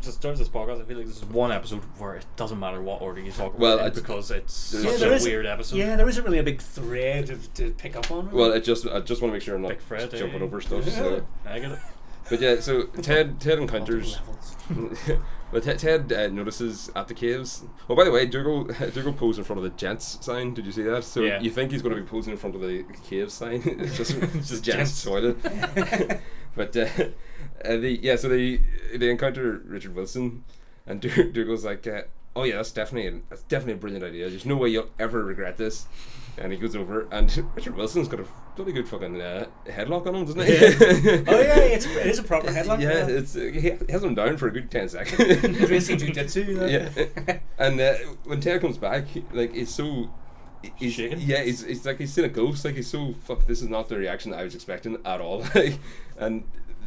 S2: Just in terms of this podcast, I feel like this is one episode where it doesn't matter what order you talk about
S1: Well,
S2: it
S1: I-
S2: in because it's
S1: there's-
S2: such
S1: Yeah,
S2: a
S1: there
S3: is-
S2: weird episode.
S3: Yeah, there isn't really a big thread of, to pick up on. really.
S1: Well, I just I just want to make sure I'm not
S2: Big Fred, eh?
S1: jumping over stuff. So,
S2: I get it.
S1: but yeah, so Ted Ted encounters.
S3: levels.
S1: well, Ted, Ted uh, notices at the caves. Oh, by the way, Dougal Dougal posed in front of the gents sign. Did you see that? So
S2: Yeah.
S1: you think he's going to be posing in front of the caves sign? it's just it's just gents
S2: Gents.
S1: toilet. but uh, uh, the yeah, so they they encounter Richard Wilson, and Dou- Dougal's like, uh, oh yeah, that's definitely an, that's definitely a brilliant idea. There's no way you'll ever regret this. And he goes over, and Richard Wilson's got a bloody good fucking uh, headlock on him, doesn't he?
S3: oh yeah, it's it is a proper headlock.
S1: Yeah, it's uh, he has him down for a good ten seconds.
S3: Gracie Jiu-Jitsu. uh,
S1: yeah, and uh, when Ted comes back, like he's so. He's,
S2: Shaken?
S1: yeah, he's, he's like he's seen a ghost. Like he's so fuck. This is not the reaction I was expecting at all. Like, and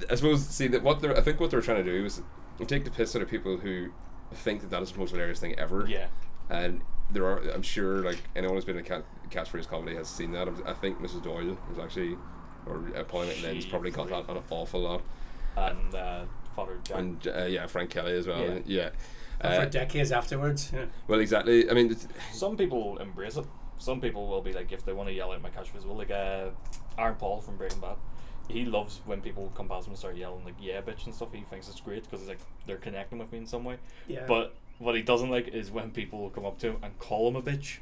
S1: I suppose see that what they're I think what they're trying to do is take the piss out of people who think that that is the most hilarious thing ever.
S2: Yeah.
S1: and there are I'm sure like anyone who's been in cat, catchphrase comedy has seen that. I'm- I think Mrs Doyle is actually or uh, Polly McLean's
S2: She
S1: probably got that an awful lot.
S2: And uh, Father Jack.
S1: And uh, yeah, Frank Kelly as well. Yeah.
S2: Yeah.
S1: Uh,
S3: for decades afterwards. Yeah.
S1: well, exactly. I mean, it's,
S2: Some people embrace it. Some people will be like, if they want to yell out my catchphrase, well, like uh, Aaron Paul from Breaking Bad. He loves when people come past him and start yelling like "yeah, bitch" and stuff. He thinks it's great because it's like they're connecting with me in some way.
S3: Yeah.
S2: But what he doesn't like is when people come up to him and call him a bitch.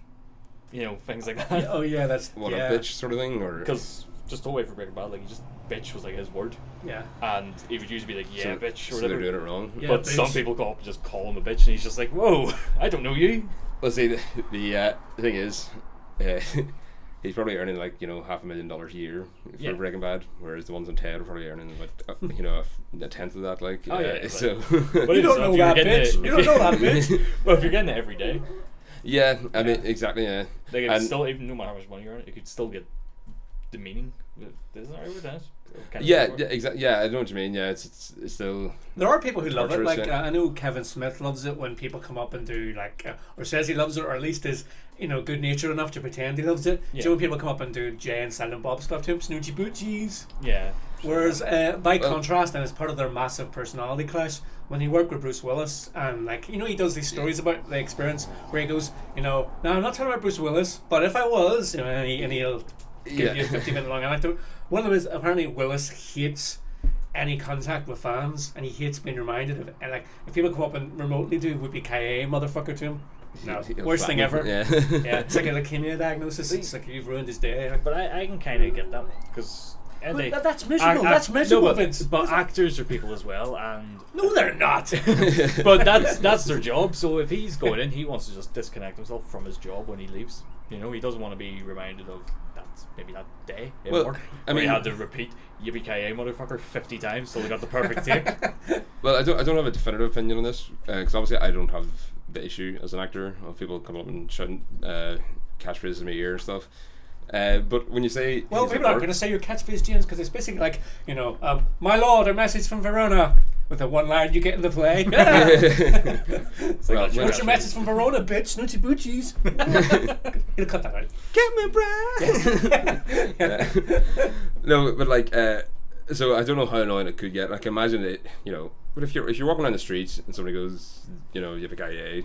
S2: You know, things like that.
S3: Oh yeah, that's
S1: what
S3: yeah,
S1: a bitch sort of thing, or
S2: Because just all way for Breaking Bad, like he just bitch was like his word,
S3: Yeah.
S2: and he would usually be like "yeah, bitch"
S1: so
S2: or
S1: they're
S2: whatever.
S1: doing it wrong.
S3: Yeah,
S2: but some
S3: bitch.
S2: people go up and just call him a bitch, and he's just like, "Whoa, I don't know you."
S1: Well, see, the, the uh, thing is, uh, he's probably earning like you know half a million dollars a year for
S2: Yeah.
S1: Breaking Bad, whereas the ones on Ted are probably earning about uh, you know a f- a tenth of that. Like,
S2: Oh,
S1: uh,
S2: yeah, but-
S1: so
S2: But
S3: You
S2: it's-
S3: don't
S2: if
S3: know
S2: you're
S3: that
S2: getting
S3: bitch.
S2: it-
S3: You don't know that bitch.
S2: Well, if you're getting it every day,
S1: yeah, I mean, exactly, yeah.
S2: like it's
S1: And-
S2: still even no matter how much money you're on, it could still get demeaning. Isn't that right with that? Kind of
S1: yeah,
S2: sort.
S1: yeah, exactly. Yeah, I know what you mean. Yeah, it's it's, it's still
S3: There are people who love it.
S1: Torturous,
S3: Like
S1: yeah.
S3: uh, I know Kevin Smith loves it when people come up and do like, uh, or says he loves it, or at least is you know good natured enough to pretend he loves it. Do you
S2: Yeah.
S3: know when people come up and do Jay and Silent Bob stuff to him, Snoochie Boochies.
S2: yeah.
S3: Whereas, uh, by
S1: Well-
S3: contrast, and as part of their massive personality clash, when he worked with Bruce Willis, and like you know, he does these stories about the experience where he goes, you know, now I'm not talking about Bruce Willis, but if I was, you know, and, he, and he'll give
S1: Yeah.
S3: you a 50 minute long anecdote. One of them is apparently Willis hates any contact with fans, and he hates being reminded of. And like, if people come up and remotely do, would be Kaye motherfucker to him. No, worst thing ever.
S1: Yeah,
S3: Yeah, it's like a leukemia diagnosis. It's like you've ruined his day.
S2: But I, I can kind of get that because And
S3: But
S2: they,
S3: tha- that's miserable, that's
S2: no,
S3: miserable,
S2: but,
S3: Vince.
S2: But actors are people as well, and
S3: No, they're not.
S2: but that's that's their job. So if he's going in, he wants to just disconnect himself from his job when he leaves. You know, he doesn't want to be reminded of that maybe that day in
S1: Well,
S2: work
S1: I
S2: where he
S1: mean-
S2: had to repeat "Yippee motherfucker" fifty times till he got the perfect take.
S1: Well, I don't, I don't have a definitive opinion on this because obviously I don't have the issue as an actor of people coming up and shouting uh, catchphrases in my ear and stuff. Uh, but when you say
S3: well,
S1: he's at
S3: people aren't
S1: work-
S3: going to say your catchphrase, James, because it's basically like, you know, um, my lord, a message from Verona. With the one line you get in the play.
S2: It's like,
S1: Well,
S2: "Oh,
S1: when-
S3: What's your message from Verona, bitch? Snooty boochies. It'll cut that out.
S1: get me no, but like, uh, so I don't know how annoying it could get. Like, imagine it, you know. But if you're if you're walking down the street and somebody goes, you know, you have a guy, eh,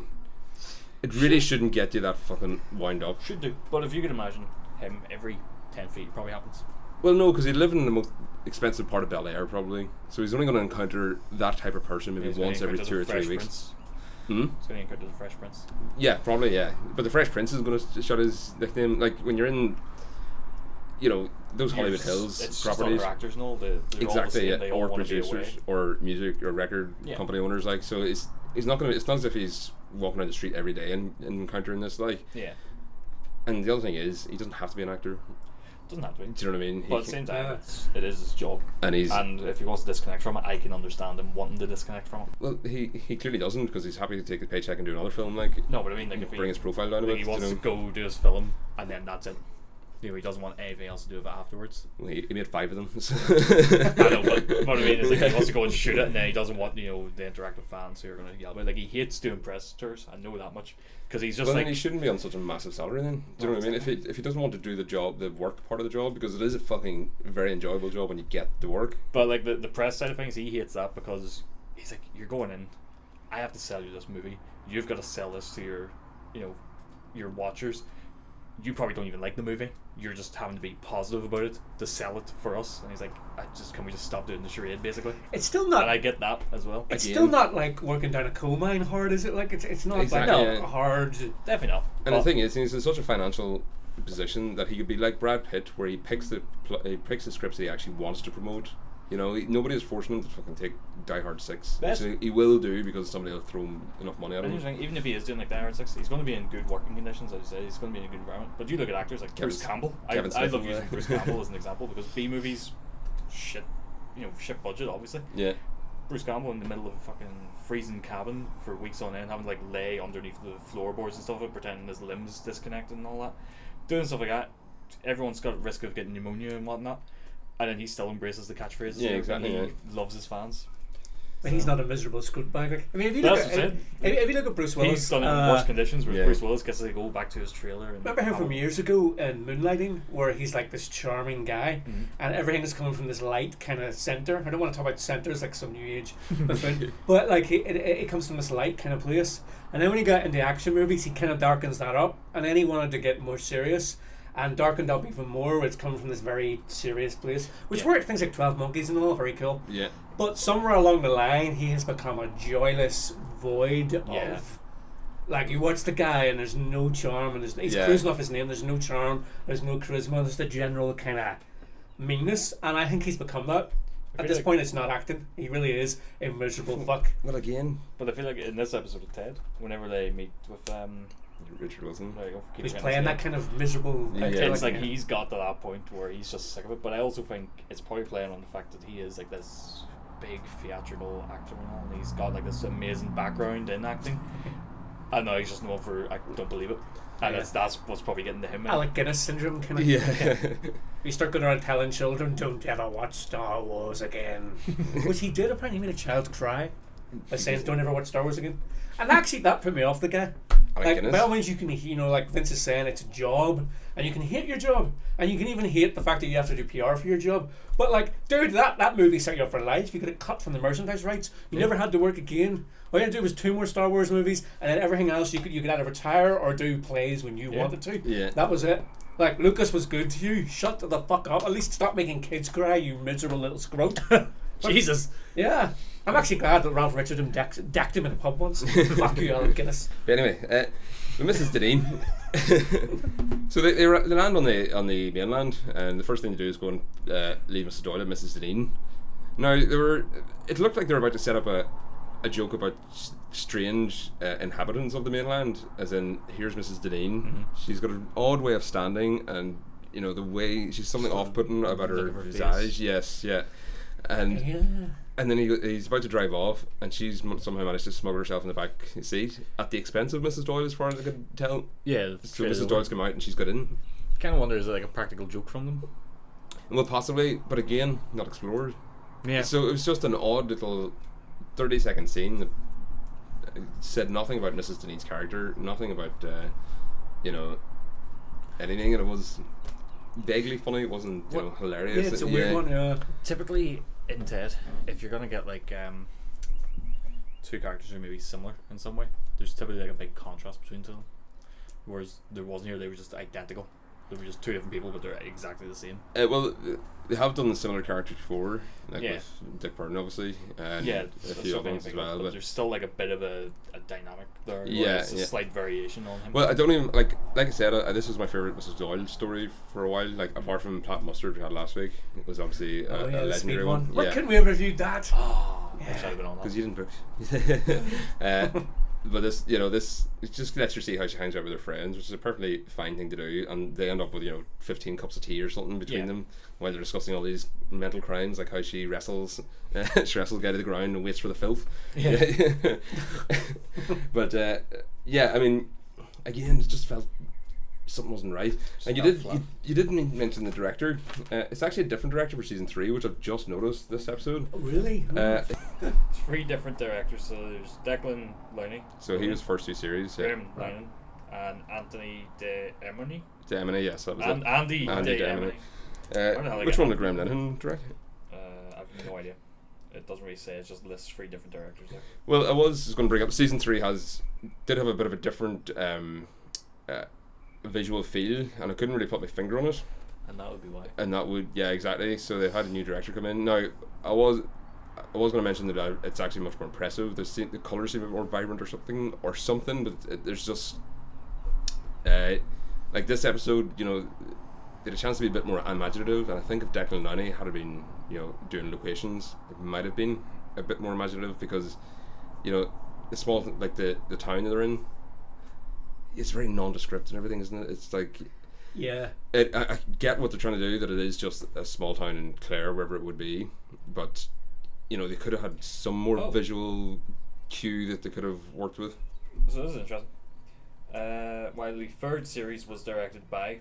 S1: it really shouldn't get you that fucking wind up.
S2: Should do. But if you can imagine him every ten feet, it probably happens.
S1: Well, no, because he's living in the most expensive part of Bel Air, probably. So he's only going to encounter that type of person maybe
S2: He's gonna
S1: once every
S2: encounter
S1: two
S2: the
S1: or three
S2: Fresh
S1: weeks.
S2: Prince.
S1: Hmm?
S2: He's going to encounter the Fresh Prince.
S1: Yeah, probably, yeah. But the Fresh Prince is going to shut his nickname. Like, when you're in, you know, those Hollywood
S2: Yes,
S1: Hills
S2: it's
S1: properties.
S2: Just other actors and all. They're, they're all the same,
S1: exactly,
S2: They
S1: yeah.
S2: all
S1: Or
S2: wanna be away.
S1: producers, or music, or record
S2: Yeah.
S1: company owners. Like, so it's it's not going to, it's not as if he's walking down the street every day and, and encountering this. Like,
S2: Yeah.
S1: and the other thing is, he doesn't have to be an actor.
S2: Doesn't have to be.
S1: Do you know what I mean? He
S2: But at the
S1: can-
S2: same time,
S3: Yeah.
S2: it's, it is his job.
S1: And he's-
S2: and if he wants to disconnect from it, I can understand him wanting to disconnect from it.
S1: well, he, he clearly doesn't because he's happy to take his paycheck and do another film. Like,
S2: No, but I mean, like, if he,
S1: bring his profile down a
S2: like,
S1: bit.
S2: he
S1: you
S2: wants
S1: know.
S2: to go do his film, and then that's it. You know, he doesn't want anything else to do with it afterwards.
S1: Well, He, he made five of them. so-
S2: I know, but what I mean is, like, he wants to go and shoot it, and then he doesn't want, you know, the interactive fans who are going to yell. But, like, he hates doing press tours. I know that much. Because he's just
S1: Well,
S2: like.
S1: then he shouldn't be on such a massive salary then. Do you know what I mean? If he, if he doesn't want to do the job, the work part of the job, because it is a fucking very enjoyable job when you get the work.
S2: But like the, the press side of things, he hates that because he's like, you're going in. I have to sell you this movie. You've got to sell this to your, you know, your watchers. You probably don't even like the movie. You're just having to be positive about it to sell it for us. And he's like, I just can we just stop doing the charade basically?
S3: It's still
S2: And I
S3: not.
S2: get that as well.
S3: It's still not like working down a coal mine hard, is it? Like it's it's not
S1: Exactly,
S3: like
S1: yeah.
S3: hard.
S2: Definitely not.
S1: And
S2: But
S1: the thing is, he's in such a financial position that he could be like Brad Pitt, where he picks the pl- he picks the scripts that he actually wants to promote. You know, he, nobody is forcing him to fucking take Die Hard Six. which
S2: That's-
S1: he- he will do because somebody will throw him enough money at
S2: but here's
S1: him.
S2: the thing, even if he is doing like the Iron Six, he's going to be in good working conditions, as you said. He's going to be in a good environment. But you look at actors like Bruce
S1: Kevin-
S2: Campbell. I,
S1: Kevin
S2: I
S1: Smith
S2: love
S1: over
S2: using
S1: there.
S2: Bruce Campbell as an example because B movies, shit, you know, shit budget obviously.
S1: Yeah.
S2: Bruce Campbell in the middle of a fucking freezing cabin for weeks on end, having to like lay underneath the floorboards and stuff, and pretending his limbs disconnected and all that, doing stuff like that. Everyone's got risk of getting pneumonia and whatnot, and then he still embraces the catchphrases.
S1: Yeah,
S2: and
S1: exactly,
S2: He
S1: yeah.
S2: loves his fans.
S3: But he's not a miserable scoot bag. Like, I mean, if you look
S2: That's
S3: at
S2: what I'm
S3: if, if, if you look at Bruce Willis,
S2: He's done it in
S3: uh,
S2: worse conditions, where
S1: yeah.
S2: Bruce Willis gets to go back to his trailer. And
S3: Remember him
S2: have
S3: from
S2: a-
S3: years ago in Moonlighting, where he's like this charming guy,
S2: Mm-hmm.
S3: and everything is coming from this light kind of center. I don't want to talk about centers like some new age, movement, but like he- it, it, it comes from this light kind of place. And then when he got into action movies, he kind of darkens that up, and then he wanted to get more serious. And darkened up even more, where it's coming from this very serious place, which
S2: Yeah.
S3: worked. Things like Twelve Monkeys and all, very cool.
S1: Yeah.
S3: But somewhere along the line, he has become a joyless void
S2: Yeah.
S3: of. Like you watch the guy, and there's no charm, and there's, he's
S1: Yeah.
S3: cruising off his name. There's no charm. There's no charisma. There's the general kind of meanness, and I think he's become that. At
S2: feel
S3: this
S2: like-
S3: point, it's not acting. He really is a miserable fuck.
S1: Well, again,
S2: But I feel like in this episode of Ted, whenever they meet with um,
S1: Richard Wilson.
S2: there you go, keep forgetting
S3: He's
S2: his
S3: playing
S2: name.
S3: that kind of miserable.
S1: Yeah.
S2: it's like
S3: yeah.
S2: he's got to that point where he's just sick of it. But I also think it's probably playing on the fact that he is like this big theatrical actor and all, and he's got like this amazing background in acting. And now he's just known for I don't believe it, and it's, that's what's probably getting to him. in.
S3: Alec Guinness syndrome kind of.
S1: Yeah.
S3: You start going around telling children, "Don't ever watch Star Wars again," which he did. Apparently, he made a child cry by saying, "Don't ever watch Star Wars again." And actually, that put me off the guy. Like,
S1: Guinness?
S3: by all means, you can, you know, like Vince is saying, it's a job, and you can hate your job, and you can even hate the fact that you have to do PR for your job. But like, dude, that that movie set you up for life. You could have cut from the merchandise rights. You never had to work again. All you had to do was two more Star Wars movies, and then everything else you could you could either retire or do plays when you wanted to.
S1: Yeah.
S3: That was it. Like Lucas was good to you. Shut the fuck up. At least stop making kids cry, you miserable little scrote.
S2: Jesus,
S3: yeah. I'm actually glad that Ralph Richardson dacked, dacked him in a pub once. fuck you, Alan Guinness.
S1: But anyway, uh, the Mrs. Dineen. so they, they, ra- they land on the on the mainland, and the first thing they do is go and uh, leave Mrs. Doyle and Mrs. Dineen. Now they were. It looked like they were about to set up a, a joke about s- strange uh, inhabitants of the mainland. As in, here's Mrs. Dineen. She's got an odd way of standing, and you know the way she's something off-putting about her,
S2: of her face.
S1: visage. Yes, yeah, and. And then he, go- he's about to drive off, and she's m- somehow managed to smuggle herself in the back seat at the expense of Mrs. Doyle, as far as I could tell.
S2: Yeah,
S1: So Mrs. Doyle's come out and she's got in.
S2: Kind of wonder is it like a practical joke from them?
S1: Well, possibly, but again, not explored.
S2: Yeah.
S1: So it was just an odd little 30 second scene that uh, said nothing about Mrs. Denise's character, nothing about, uh, you know, anything, and it was vaguely funny. It wasn't, you know, hilarious.
S3: Yeah, it's a weird
S1: Yeah.
S3: one. Yeah.
S2: typically in TED, if you're gonna get like um, two characters who may be similar in some way, there's typically like a big contrast between two of them. Whereas there wasn't here; they were just identical. They were just two different people, but they're exactly the same.
S1: Uh, well, uh, they have done the similar characters before, like
S2: Yeah.
S1: with Dick Burton, obviously, and
S2: Yeah,
S1: a
S2: that's
S1: few
S2: what
S1: other
S2: I'm
S1: ones as
S2: thinking of,
S1: well.
S2: But
S1: But
S2: there's still like a bit of a, a dynamic there. where
S1: Yeah,
S2: it's a
S1: yeah.
S2: slight variation on him.
S1: Well, I don't even like. Like I said, uh, this was my favorite Mrs. Doyle story for a while. Like apart from Pat Mustard we had last week, it was obviously a,
S3: Oh,
S1: a
S3: yeah, Oh, the speed
S1: legendary
S3: one.
S1: one.
S3: What
S1: Yeah,
S3: couldn't we have reviewed that?
S2: I wish I'd been on that.
S1: because you didn't book. uh, but this, you know, this it just lets her see how she hangs out with her friends, which is a perfectly fine thing to do. And they end up with you know fifteen cups of tea or something between
S2: Yeah.
S1: them while they're discussing all these mental crimes, like how she wrestles, she wrestles a guy to the ground and waits for the filth. Yeah. but uh, yeah, I mean, again, it just felt something wasn't right. and you
S2: felt
S1: did
S2: flat.
S1: you, you did men- mention the director. Uh, it's actually a different director for season three, which I've just noticed this episode.
S3: Really?
S1: Uh,
S2: Three different directors. So there's Declan Lowney,
S1: so he was first two series. uh, Yeah.
S2: Graham Lennon, and Anthony De Emony,
S1: Damini, yes, that was
S2: and
S1: it.
S2: Andy,
S1: Andy
S2: De
S1: De
S2: Emony. don't know
S1: Uh,
S2: how they
S1: which
S2: got
S1: one
S2: that.
S1: did Graham Lennon direct?
S2: Uh, I've no idea. It doesn't really say. It just lists three different directors. There.
S1: Well, I was just going to bring up season three has did have a bit of a different um, uh, visual feel, and I couldn't really put my finger on it.
S2: And that would be why.
S1: and that would yeah exactly so they had a new director come in now i was i was going to mention that uh, it's actually much more impressive the, se- the colors seem a bit more vibrant or something or something but it, there's just uh, like this episode you know they had a chance to be a bit more imaginative and i think if declan Nani had been you know doing locations it might have been a bit more imaginative because you know the small like the the town that they're in it's very nondescript and everything isn't it it's like
S3: yeah.
S1: it, I, I get what they're trying to do that it is just a small town in Clare wherever it would be but you know they could have had some more
S2: Oh.
S1: visual cue that they could have worked with
S2: So this is interesting. Uh, while the third series was directed by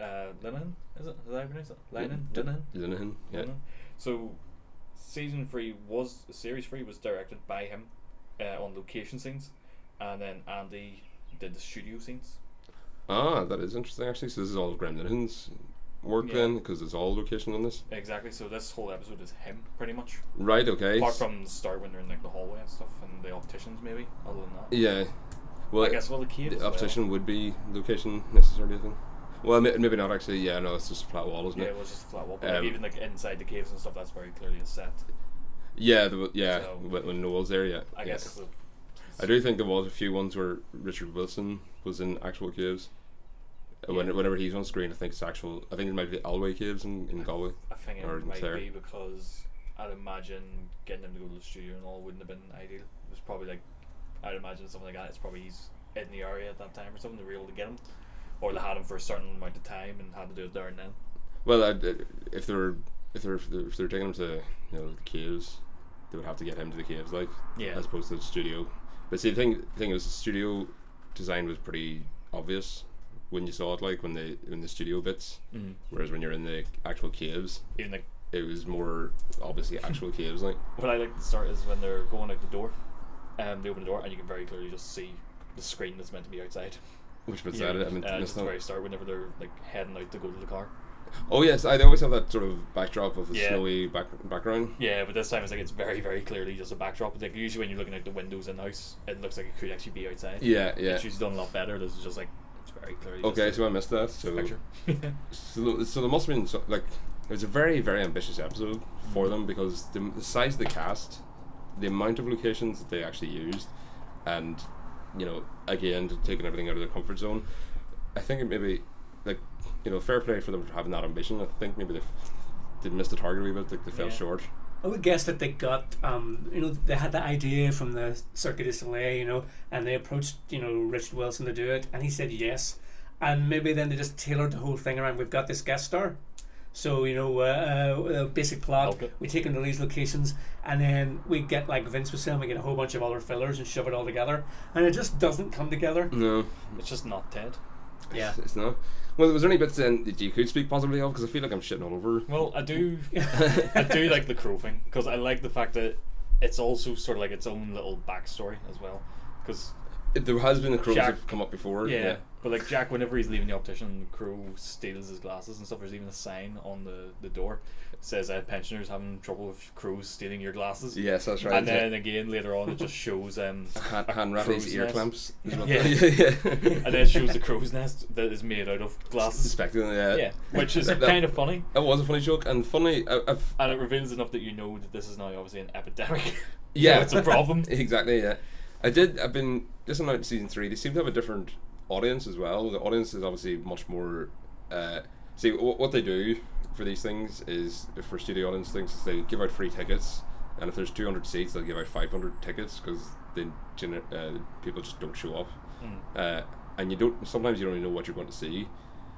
S2: uh, Lennon, is it? Is that how you pronounce it? Lennon? Lennon?
S1: Linehan yeah
S2: Lennon. So season three was series three was directed by him uh, on location scenes, and then Andy did the studio scenes.
S1: ah that is interesting actually so this is all Graham Linehan's work
S2: Yeah.
S1: then because it's all locations on this
S2: Exactly. So this whole episode is him pretty much,
S1: right okay
S2: apart
S1: s-
S2: from the star window and like the hallway and stuff, and the opticians maybe. Other than that,
S1: yeah well
S2: I guess well the key
S1: the opposition would be location necessarily I think well ma- maybe not actually yeah no it's just a flat wall isn't
S2: Yeah,
S1: it
S2: it was just a flat wall. But like,
S1: Um,
S2: even like inside the caves and stuff, that's very clearly a set.
S1: yeah the, yeah
S2: So-
S1: when, when Noel's there yeah
S2: I
S1: yeah.
S2: guess it's a
S1: I do think there was a few ones where Richard Wilson was in actual caves. Uh, When, whenever he's on screen, I think it's actual. I think it might be the Alway caves in, in Galway.
S2: I think
S1: Or
S2: it might
S1: Claire.
S2: be because I'd imagine getting them to go to the studio and all wouldn't have been ideal. It was probably like I'd imagine something like that. It's probably he's in the area at that time or something. They were able to get him, or they had him for a certain amount of time and had to do it there and then.
S1: Well, I, if they're if they're if they're, if they're taking him to you know the caves, they would have to get him to the caves, like
S2: Yeah.
S1: as opposed to the studio. But see, the thing thing is, the studio design was pretty obvious when you saw it, like when they in the studio bits.
S2: Mm-hmm.
S1: Mm. Whereas when you're in the actual caves,
S2: Even like
S1: it was more obviously actual caves, like.
S2: what I like to start is when they're going out the door, um, they open the door and you can very clearly just see the screen that's meant to be outside.
S1: Which was
S2: Yeah,
S1: that? I mean,
S2: uh,
S1: missed
S2: just
S1: that.
S2: very start whenever they're like heading out to go to the car.
S1: Oh yes, I they always have that sort of backdrop of a
S2: Yeah.
S1: snowy back, background.
S2: Yeah, but this time it's like it's very, very clearly just a backdrop. Like usually when you're looking out the windows in the house, it looks like it could actually be outside.
S1: Yeah, yeah.
S2: She's done a lot better. This is just like it's very clearly.
S1: Okay,
S2: just a
S1: so I missed that. So,
S2: picture.
S1: so, so there must have been so, like it was a very very ambitious episode
S2: Mm-hmm.
S1: for them because the, the size of the cast, the amount of locations that they actually used, and you know, again, taking everything out of their comfort zone. I think it maybe, like, you know, fair play for them for having that ambition. I think maybe they, f- they missed the target a wee bit, like they fell
S3: Yeah.
S1: short.
S3: I would guess that they got, um, you know, they had that idea from the Circuit du Soleil, you know, and they approached, you know, Richard Wilson to do it, and he said yes. And maybe then they just tailored the whole thing around. We've got this guest star, so you know, uh, uh, basic plot.
S2: Okay.
S3: We take him to these locations, and then we get like Vince was saying, we get a whole bunch of other fillers and shove it all together, and it just doesn't come together.
S1: No,
S2: It's just not Ted.
S3: Yeah,
S1: it's no. Well, was there any bits in that you could speak positively of? Because I feel like I'm shitting all over.
S2: Well, I do, I do like the crow thing because I like the fact that it's also sort of like its own little backstory as well. Because
S1: There has been the crows
S2: Jack-
S1: that have come up before.
S2: yeah, but like Jack, whenever he's leaving the optician, Crow steals his glasses and stuff. There's even a sign on the the door that says uh, pensioners having trouble with crows stealing your glasses.
S1: Yes, that's right.
S2: And then again later on, it just shows um,
S1: Han,
S2: a
S1: Han Ratty's
S2: crow's
S1: ear
S2: nest.
S1: clamps. is what
S2: Yeah.
S1: they- yeah.
S2: and then it shows the crow's nest that is made out of glasses.
S1: Spectrum, yeah.
S2: Yeah, which is
S1: That- that-
S2: kind of funny,
S1: That was a funny joke, and funny. I, I've
S2: and it reveals enough that you know that this is now obviously an epidemic.
S1: Yeah.
S2: so it's a problem.
S1: exactly yeah. I did. I've been just on out in season three. They seem to have a different audience as well. The audience is obviously much more. Uh, see w- what they do for these things is for studio audience things is they give out free tickets, and if there's 200 seats, they'll give out 500 tickets because then gener- uh, people just don't show up,
S2: Hmm.
S1: uh, and you don't. Sometimes you don't even know what you're going to see.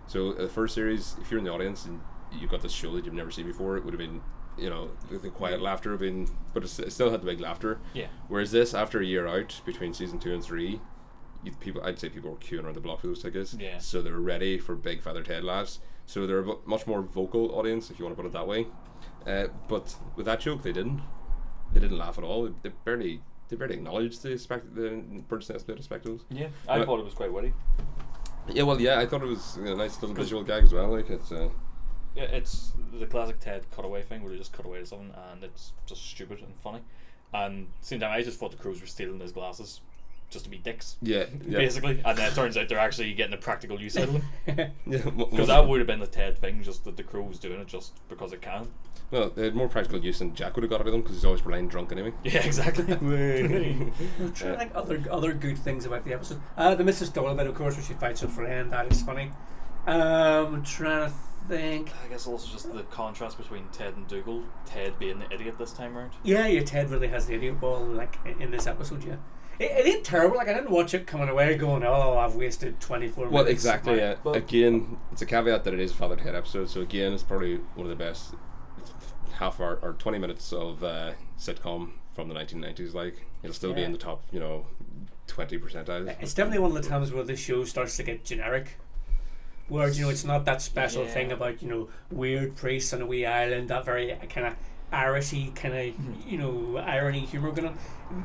S1: So uh, the first series, if you're in the audience and you've got this show that you've never seen before, it would have been, you know, the, the quiet laughter would have been, but it's- it still had the big laughter.
S2: Yeah.
S1: Whereas this, after a year out between season two and three, you, people, I'd say people were queuing around the block for those tickets.
S2: Yeah.
S1: So they're ready for big Feather Ted laughs. So they're a bu- much more vocal audience, if you want to put it that way. Uh, but with that joke, they didn't. They didn't laugh at all. They, they barely, they barely acknowledged the spect, the bird's nest bit of spectacles.
S2: Yeah, I
S1: Well-
S2: thought it was quite witty.
S1: Yeah, well, yeah, I thought it was a nice little visual gag as well. Like it's. Uh,
S2: Yeah, It's the classic Ted cutaway thing where they just cut away to something and it's just stupid and funny. And same time, I just thought the crews were stealing his glasses just to be dicks,
S1: yeah, yeah,
S2: basically. And then it turns out they're actually getting a practical use out of them.
S1: yeah. mo-
S2: Because
S1: most-
S2: that would have been the Ted thing, just that the crew was doing it just because it can.
S1: Well, they had more practical use than Jack would have got out of them because he's always blind drunk anyway.
S2: Yeah, exactly.
S3: I'm trying to think other other good things about the episode. Uh, the Mrs. Dolabit, of course, where she fights her friend. That is funny. Um, I'm trying to think.
S2: I guess also just the contrast between Ted and Dougal. Ted being the idiot this time around.
S3: Yeah, your Ted really has the idiot ball like i- in this episode. Yeah, it, it ain't terrible. Like I didn't watch it coming away going, "Oh, I've wasted 24
S1: Well,
S3: minutes." of
S1: exactly.
S3: my-"
S1: Yeah.
S3: But
S1: Again, it's a caveat that it is a Father Ted episode, so again, it's probably one of the best half hour or twenty minutes of uh, sitcom from the nineteen nineties. Like, it'll still be in the top, you know, twenty percentiles.
S3: it's definitely one of the times where the show starts to get generic. Where you know it's not that special
S2: Yeah.
S3: thing about you know weird priests on a wee island, that very kind of Irishy kind
S2: Mm-hmm.
S3: of you know irony humor going on.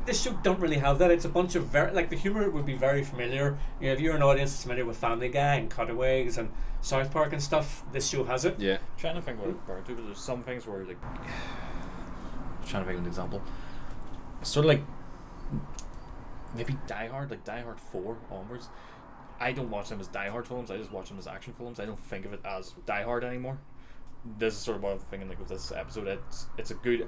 S3: This show don't really have that. It's a bunch of very like the humor would be very familiar. You know, if you're an audience that's familiar with Family Guy and Cutaways and South Park and stuff, this show has it.
S1: Yeah.
S2: trying to think what it burned to, but there's some things where like trying to think of an example. Sort of like maybe Die Hard, like Die Hard Four onwards. I don't watch them as Die Hard films. I just watch them as action films. I don't think of it as Die Hard anymore. This is sort of what I'm thinking like with this episode. It's it's a good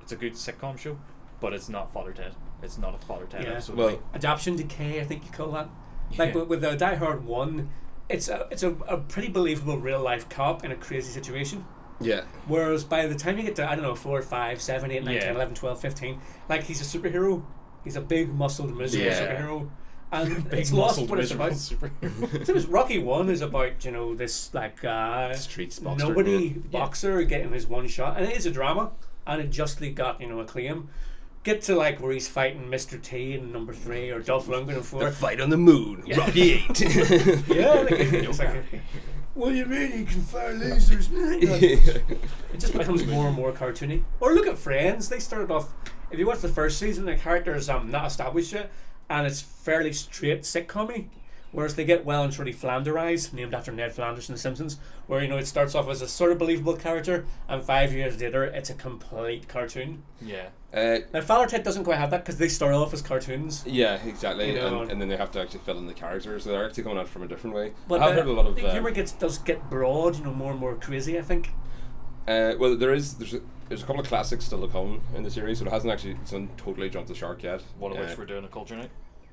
S2: it's a good sitcom show, but it's not Father Ted. It's not a Father Ted
S3: Yeah.
S2: episode.
S1: Well,
S2: like,
S3: adaption decay, I think you call that. Like
S2: Yeah.
S3: with, with uh, Die Hard One, it's a it's a, a pretty believable real life cop in a crazy situation.
S1: Yeah.
S3: Whereas by the time you get to I don't know four, five, seven, eight, nine,
S2: Yeah.
S3: 10, 11, 12, 15, like he's a superhero. He's a big muscled miserable
S1: Yeah.
S3: superhero, and
S2: big
S3: it's lost
S2: muscled
S3: what it's
S2: miserable
S3: about.
S2: superhero.
S3: So it was Rocky One is about you know this like uh,
S1: Street boxer.
S3: nobody
S1: yeah.
S3: boxer getting his one shot, and it is a drama, and it justly got you know acclaim. Get to like where he's fighting Mr. T in number three or Dolph Lundgren in four.
S1: Fight on the moon. Rocky Eight.
S3: Yeah, like, it's like a- what do you mean you can fire lasers? Like, it just becomes more and more cartoony. Or look at Friends. They started off. If you watch the first season, the characters um not established yet, and it's fairly straight sitcomy. Whereas they get well and truly Flanderized, named after Ned Flanders in The Simpsons, where you know it starts off as a sort of believable character, and five years later it's a complete cartoon.
S2: yeah.
S1: uh,
S3: Now Father Ted doesn't quite have that because they start off as cartoons.
S1: yeah, exactly.
S3: You know.
S1: and, and then they have to actually fill in the characters, so they're actually coming out from a different way.
S3: But
S1: I've
S3: the-
S1: heard a lot of
S3: the
S1: uh,
S3: humor gets does get broad, you know, more and more crazy. I think.
S1: Uh, well, there is there's a, there's a couple of classics still to come in the series, so it hasn't actually it's not totally jumped the shark yet.
S2: One of
S1: Uh,
S2: which we're doing a culture night.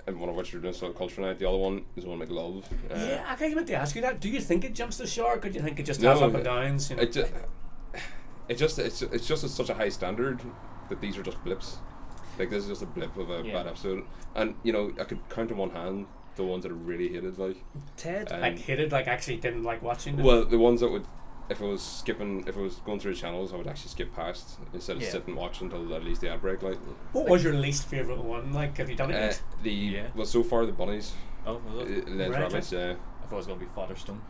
S1: and one of which are doing sort of culture night. The other one is one with love. Uh,
S3: yeah, I kind of meant to ask you that. Do you think it jumps the shark, or do you think it just
S1: No,
S3: has up
S1: it-
S3: and downs? You know?
S1: It just, it just it's, it's just at such a high standard that these are just blips. Like this is just a blip of a
S3: Yeah.
S1: bad episode, and you know I could count on one hand the ones that I really hated. Like
S3: Ted,
S1: um,
S2: Uh,
S3: like hated, like actually didn't like watching. Them.
S1: well, the ones that would, if I was skipping, if I was going through channels, I would actually skip past instead of
S3: Yeah.
S1: sit and watch until at least the ad break. Like
S3: what was your least favorite one? Like, have you done it
S1: uh,
S3: yet?
S1: the well so far the bunnies.
S2: Oh, was it?
S1: Uh, Les
S3: Right,
S1: Rabbits, yeah.
S2: I thought it was gonna be Fodderstone.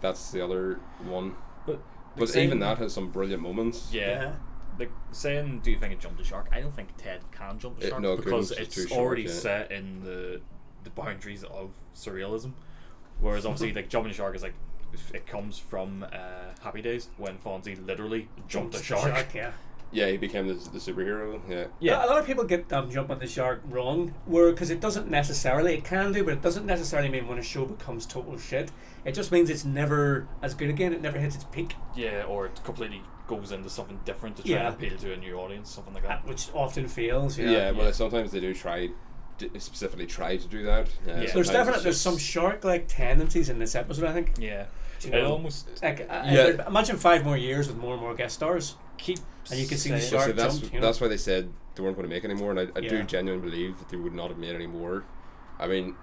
S1: That's the other one.
S2: But,
S1: But even
S2: like, saying-
S1: that has some brilliant moments.
S2: Yeah.
S3: Yeah.
S2: Like saying, do you think it jumped the shark? I don't think Ted can jump the
S1: It-
S2: shark
S1: no, it couldn't,
S2: because
S1: it's
S2: it's
S1: too short,
S2: already
S1: yeah.
S2: set in the the boundaries of surrealism. Whereas obviously, like jumping the shark is like it comes from uh, Happy Days when Fonzie literally jumped a
S3: The
S2: shark.
S3: yeah.
S1: Yeah, he became the, the superhero. Yeah.
S3: Yeah, a lot of people get um, jump on the shark wrong, where because it doesn't necessarily it can do, but it doesn't necessarily mean when a show becomes total shit. It just means it's never as good again. It never hits its peak,
S2: Yeah, or it completely goes into something different to try
S3: Yeah.
S2: and appeal to a new audience, something like that.
S3: which often fails. Yeah,
S1: Yeah, well, sometimes they do try, d- specifically try to do that. Uh,
S2: There's
S1: sometimes
S3: there's
S1: it's
S3: definitely there's
S1: just-
S3: some shark like tendencies in this episode. I think.
S2: Yeah, Um,
S3: you
S2: it
S3: know-
S2: almost
S3: Like, uh,
S1: Yeah.
S3: Imagine five more years with more and more guest stars.
S2: keeps
S3: And you can see the
S2: saying-
S1: Well, see,
S3: shark
S1: that's,
S3: jumped, you know?
S1: that's why they said they weren't going to make any more, and I, I do
S3: Yeah.
S1: genuinely believe that they would not have made any more. I mean,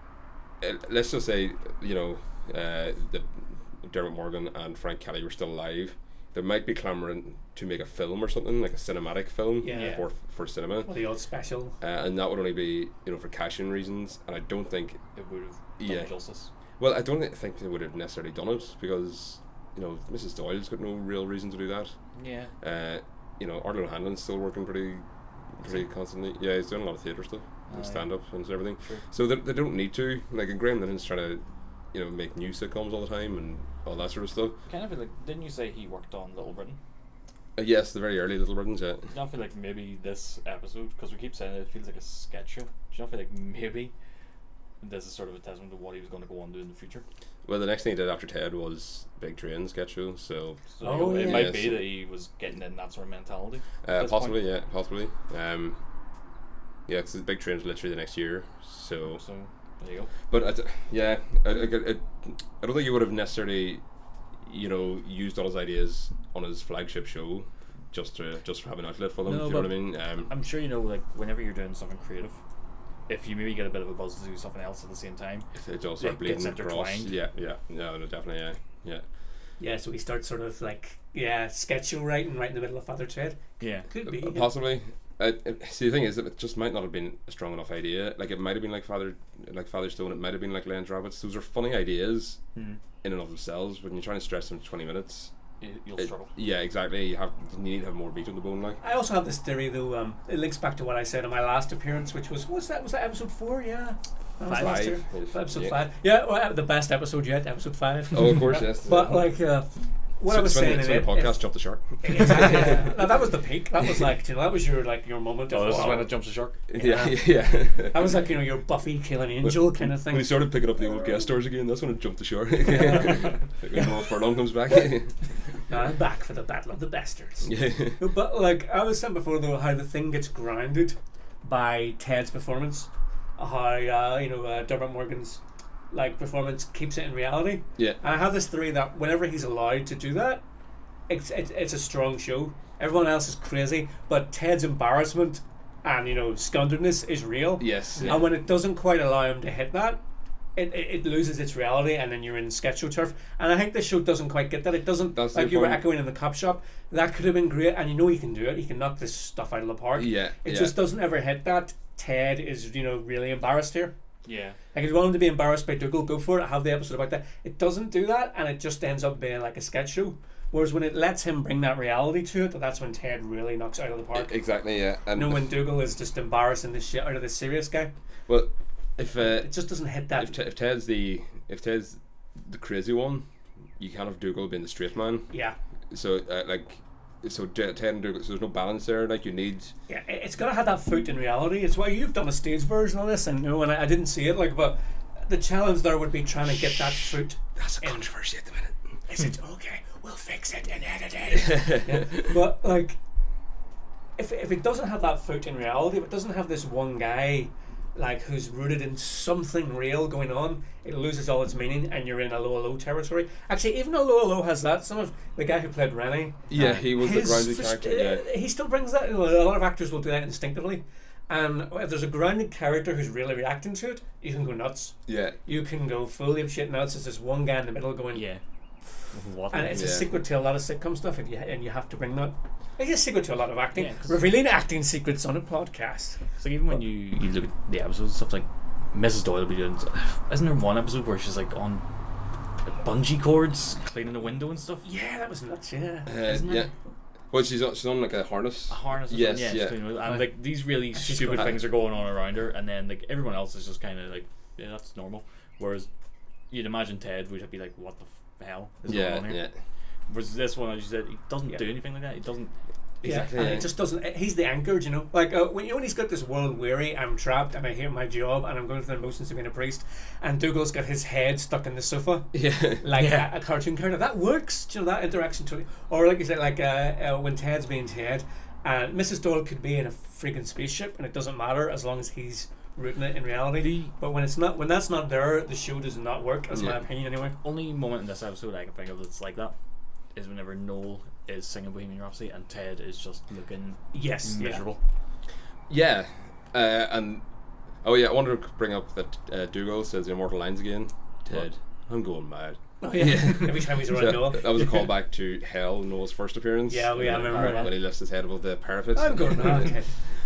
S1: eh, let's just say, you know, uh, that Dermot Morgan and Frank Kelly were still alive. They might be clamoring to make a film or something, like a cinematic film
S3: Yeah.
S1: for, for cinema.
S3: Or the old special.
S1: Uh, and that would only be, you know, for cashing reasons. And I don't think
S2: it would have done
S1: Yeah.
S2: justice.
S1: Well, I don't think they would have necessarily done it because you know Mrs. Doyle's got no real reason to do that.
S2: Yeah,
S1: Uh, you know, Arlo Hanlon's still working pretty, pretty constantly. Yeah, he's doing a lot of theatre stuff and stand up and everything. So they, they don't need to. Like, and Graham Lennon's trying to, you know, make new sitcoms all the time and all that sort of stuff.
S2: kind of feel like didn't you say he worked on Little Britain?
S1: Uh, yes, the very early Little Britain's. Yeah,
S2: Do you not feel like maybe this episode, because we keep saying it, it feels like a sketch show. Do you not feel like maybe this is sort of a testament to what he was going to go on to in the future?
S1: well, the next thing he did after Ted was Big Train sketch show. So
S2: So
S3: Oh,
S2: it
S3: yeah.
S2: might
S1: Yes.
S2: be that he was getting in that sort of mentality. at
S1: Uh,
S2: this point.
S1: possibly, yeah, possibly. Um, yeah, because the big train's literally the next year, so.
S2: So there you go.
S1: But I d yeah, I, I, I, I don't think he would have necessarily, you know, used all his ideas on his flagship show, just to just to have an outlet for them.
S2: No,
S1: if you know what I
S2: but
S1: mean? Um,
S2: I'm sure you know, like whenever you're doing something creative, if you maybe get a bit of a buzz to do something else at the same time,
S1: it all sort of
S2: it gets
S1: bleeding across.
S2: intertwined.
S1: Yeah, yeah, yeah, no, definitely, yeah, yeah.
S3: Yeah, so he starts sort of like yeah, sketch show writing right in the middle of Father Ted.
S2: yeah,
S3: Could be.
S1: Uh,
S3: yeah.
S1: Possibly. Uh, uh, see, the thing is, that it just might not have been a strong enough idea. Like it might have been like Father, like Father Stone. It might have been like Lens Rabbits. Those are funny ideas
S3: Hmm.
S1: in and of themselves. When you're trying to stretch them to twenty minutes,
S2: you, you'll
S1: it-
S2: struggle.
S1: yeah, exactly. You have you need to have more meat on the bone. Like
S3: I also have this theory though. Um, it links back to what I said in my last appearance, which was was that was that episode four? Yeah, That was
S2: Five.
S3: last year.
S1: Five.
S3: Episode
S1: Yeah.
S3: five. Yeah, well, the best episode yet. Episode five.
S1: oh, of course, yes.
S3: But like, uh, what
S1: So
S3: I was
S1: it's when-
S3: saying
S1: it's
S3: in
S1: when
S3: it,
S1: the podcast jumped the shark.
S3: if- exactly, yeah. Now, that was the peak. That was like, you know, that was your like your moment.
S2: Oh,
S3: of,
S2: this is
S3: wow.
S2: when it jumps the shark.
S1: Yeah, yeah.
S3: That was like you know your Buffy killing angel kind of thing.
S1: When he started picking up the old guest stars again, that's when it jumped the shark. like when Noel Furlong comes back.
S3: Now I'm back for the battle of the bastards.
S1: yeah.
S3: But like I was saying before, though, how the thing gets grounded by Ted's performance, how uh, you know uh, Dermot Morgan's like performance keeps it in reality.
S1: Yeah.
S3: And I have this theory that whenever he's allowed to do that, it's it's, it's a strong show. Everyone else is crazy, but Ted's embarrassment and you know scunderedness is real.
S1: Yes.
S3: And when it doesn't quite allow him to hit that, it, it, it loses its reality, and then you're in sketch show turf. And I think this show doesn't quite get that. It doesn't
S1: That's
S3: like
S1: the
S3: you were
S1: problem.
S3: echoing in the cop shop. That could have been great, and you know he can do it. He can knock this stuff out of the park.
S1: Yeah,
S3: it
S1: yeah.
S3: just doesn't ever hit that. Ted is you know really embarrassed here.
S2: Yeah,
S3: Like if you want him to be embarrassed by Dougal, go for it. Have the episode about that. It doesn't do that, and it just ends up being like a sketch show. Whereas when it lets him bring that reality to it, that's when Ted really knocks it out of the park.
S1: Exactly. Yeah. And
S3: you know when Dougal is just embarrassing the shit out of this serious guy.
S1: well, if uh,
S3: It just doesn't hit that.
S1: if, Te- if Ted's the if Ted's the crazy one, you can't have Dougal being the straight man.
S3: yeah.
S1: So uh, like, so Te- Ted and Dougal. So there's no balance there. Like you need.
S3: Yeah, it- it's gotta have that foot in reality. It's why you've done a stage version of this, and no, and I, I didn't see it. Like, but the challenge there would be trying to get that foot.
S1: That's a controversy at the minute.
S3: Is it okay? We'll fix it and edit it. Yeah, But like, if if it doesn't have that foot in reality, if it doesn't have this one guy like who's rooted in something real going on, it loses all its meaning, and you're in a low low territory. Actually, even though low low has that, some of the guy who played Rennie, uh,
S1: Yeah, he was the
S3: his
S1: grounded
S3: first-
S1: character. Yeah.
S3: uh, he still brings that. A lot of actors will do that instinctively, and if there's a grounded character who's really reacting to it, you can go nuts.
S1: Yeah.
S3: You can go fully shit nuts. There's this one guy in the middle going,
S2: Yeah. What?
S3: and it's a
S1: Yeah.
S3: secret to a lot of sitcom stuff, and you, and you have to bring that. It's a secret to a lot of acting.
S2: Yeah, 'cause-
S3: Revealing acting secrets on a podcast.
S2: It's like even when you, you look at the episodes and stuff, like Mrs. Doyle will be doing. Isn't there one episode where she's like on bungee cords cleaning a window and stuff?
S3: Yeah, that was nuts. Yeah.
S1: Uh, yeah. Well, she's on, she's on like a harness.
S2: Harness. or
S1: Yes,
S2: something,
S1: yeah.
S2: she's cleaning a window. And like these really stupid
S1: got-
S2: things are going on around her, and then like everyone else is just kind of like, yeah, that's normal. Whereas you'd imagine Ted would be like, what the f- hell is going
S1: Yeah,
S2: on here?
S1: yeah.
S2: Whereas this one, as you said, he doesn't
S3: Yeah.
S2: do anything like that. He doesn't.
S1: Exactly,
S3: Yeah, and
S1: yeah.
S3: it just doesn't. eh, He's the anchor, do you know. Like uh, when you know when he's got this world weary, I'm trapped and I hate my job and I'm going through the motions of being a priest. And Dougal's got his head stuck in the sofa,
S1: Yeah.
S3: like a, a cartoon character. That works, do you know that interaction totally. Or like you said, like uh, uh, when Ted's being Ted, and Mrs. Doyle could be in a freaking spaceship and it doesn't matter as long as he's rooting it in reality. but when it's not, when that's not there, the show does not work. That's my
S1: Yeah.
S3: opinion anyway.
S2: Only moment in this episode I can think of that's like that is whenever Noel is singing Bohemian Rhapsody and Ted is just looking
S3: Yes, yeah.
S2: miserable.
S1: Yeah, uh, and oh yeah, I wanted to bring up that uh, Dougal says the immortal lines again. Ted, I'm going mad.
S3: Oh, yeah. Every time he's around
S1: So
S3: Noel,
S1: that was a callback to Hell Noel's first appearance.
S3: Yeah, oh, yeah, I remember
S1: When-
S3: that.
S1: when he lifts his head above the parapet.
S3: I'm going mad.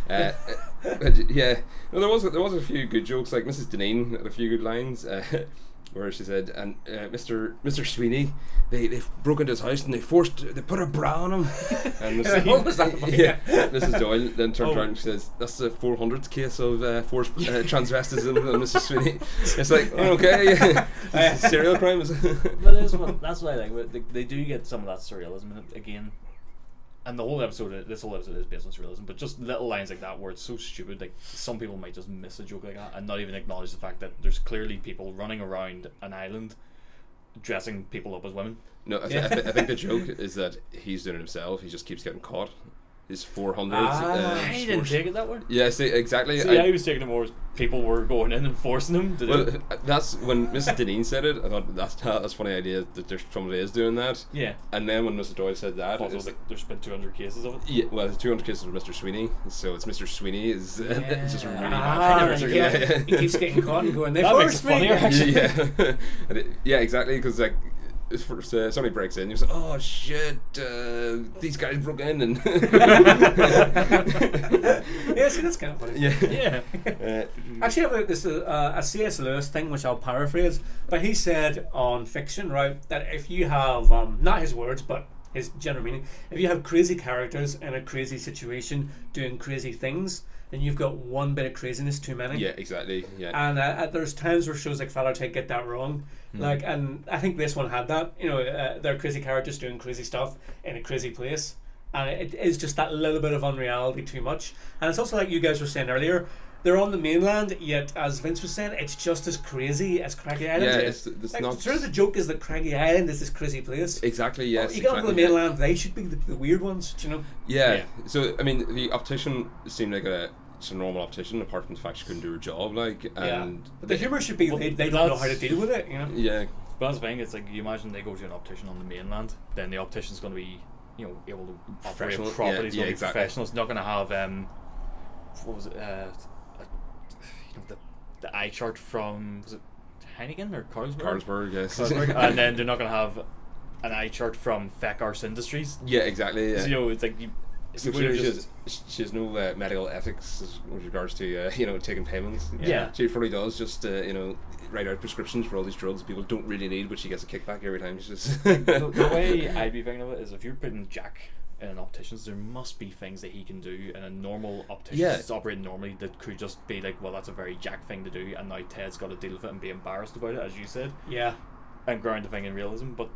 S3: Ted."
S1: Uh, uh, yeah, no, there was there was a few good jokes. Like Mrs. Deneen had a few good lines. Uh, Where she said, and uh, Mr. Mr. Sweeney, they they broke into his house and they forced they put a bra on him. And Mrs.
S3: What was that about?
S1: Yeah, Mrs. Doyle then turns around and says, "That's the 400th case of uh, forced uh, transvestism." and Mrs. Sweeney, it's like, oh, okay, This is serial crime is.
S2: But that's what, that's what I like. but They, they do get some of that surrealism in it again. And the whole episode, this whole episode is based on surrealism, but just little lines like that where it's so stupid. Like some people might just miss a joke like that and not even acknowledge the fact that there's clearly people running around an island, dressing people up as women.
S1: no, I, th- I, th- I think the joke is that he's doing it himself. He just keeps getting caught. He's 400.
S3: Ah.
S1: uh,
S2: I didn't take it that way.
S1: yeah, see, exactly.
S2: See, I, was taking it more as people were going in and forcing them to do
S1: Well,
S2: it.
S1: uh, that's when Mrs. Deneen said it. I thought that's that's a funny idea that there's somebody is doing that.
S2: Yeah.
S1: And then when Mr. Doyle said that,
S2: Also,
S1: it's
S2: like, there's been 200 cases of it.
S1: yeah, well, it's 200 cases of Mr. Sweeney, so it's Mr. Sweeney is uh, it's just a really
S3: Ah,
S1: bad.
S3: right,
S1: joke.
S3: yeah. He keeps getting caught and going, they
S2: That makes
S3: forced
S2: it
S3: me.
S2: funnier, actually.
S1: yeah, And it- yeah, exactly. Because like, it's first, uh, somebody breaks in, you're like, "Oh shit, uh, these guys broke in," and
S3: Yeah, see, that's kind of funny.
S1: yeah,
S2: Yeah.
S1: Uh,
S3: Actually, I've heard this uh, a C.S. Lewis thing, which I'll paraphrase, but he said on fiction, right, that if you have um, not his words, but his general meaning, if you have crazy characters in a crazy situation doing crazy things, then you've got one bit of craziness too many.
S1: yeah, exactly. Yeah,
S3: And uh, uh, there's times where shows like Fallout Take get that wrong.
S1: Hmm.
S3: Like, and I think this one had that. You know, uh, they're crazy characters doing crazy stuff in a crazy place. And it is just that little bit of unreality too much. And it's also like you guys were saying earlier, they're on the mainland, yet as Vince was saying, it's just as crazy as Craggy Island.
S1: Yeah,
S3: is.
S1: it's- it's
S3: like,
S1: not-
S3: Sort of the joke is that Craggy Island is this crazy place.
S1: exactly. Yes,
S3: oh, you go
S1: exactly.
S3: onto the mainland, they should be the, the weird ones, do you know?
S1: Yeah.
S2: Yeah.
S1: So I mean, the optician seemed like a, just a normal optician, apart from the fact she couldn't do her job. Like, and
S3: yeah. But the humour should be
S2: Well,
S3: they, they don't know
S2: that's-
S3: how to deal with it, you know?
S1: yeah,
S2: But that's the thing, it's like you imagine they go to an optician on the mainland, then the optician's going to be, you know, able to operate
S1: Professional,
S2: properly,
S1: yeah,
S2: it's
S1: yeah,
S2: going to be
S1: exactly.
S2: professional, it's not going to have, um, what was it, uh, a, you know, the, the eye chart from, was it Heineken or Carlsberg?
S1: Carlsberg. Yes.
S2: Carlsberg, and then they're not going to have an eye chart from Fecars Industries.
S1: yeah, exactly. Yeah.
S2: So, you know, it's like you,
S1: So
S2: you would've
S1: she,
S2: just-
S1: has, she has no uh, medical ethics as- with regards to uh, you know taking payments.
S2: Yeah.
S1: she probably does just uh, you know write out prescriptions for all these drugs people don't really need, but she gets a kickback every time. She's just
S2: the, the way I'd be thinking of it is if you're putting Jack in an optician's, there must be things that he can do in a normal optician's
S1: Yeah.
S2: that's operating normally that could just be like, well, that's a very Jack thing to do, and now Ted's got to deal with it and be embarrassed about it, as you said,
S3: Yeah.
S2: and ground the thing in realism. But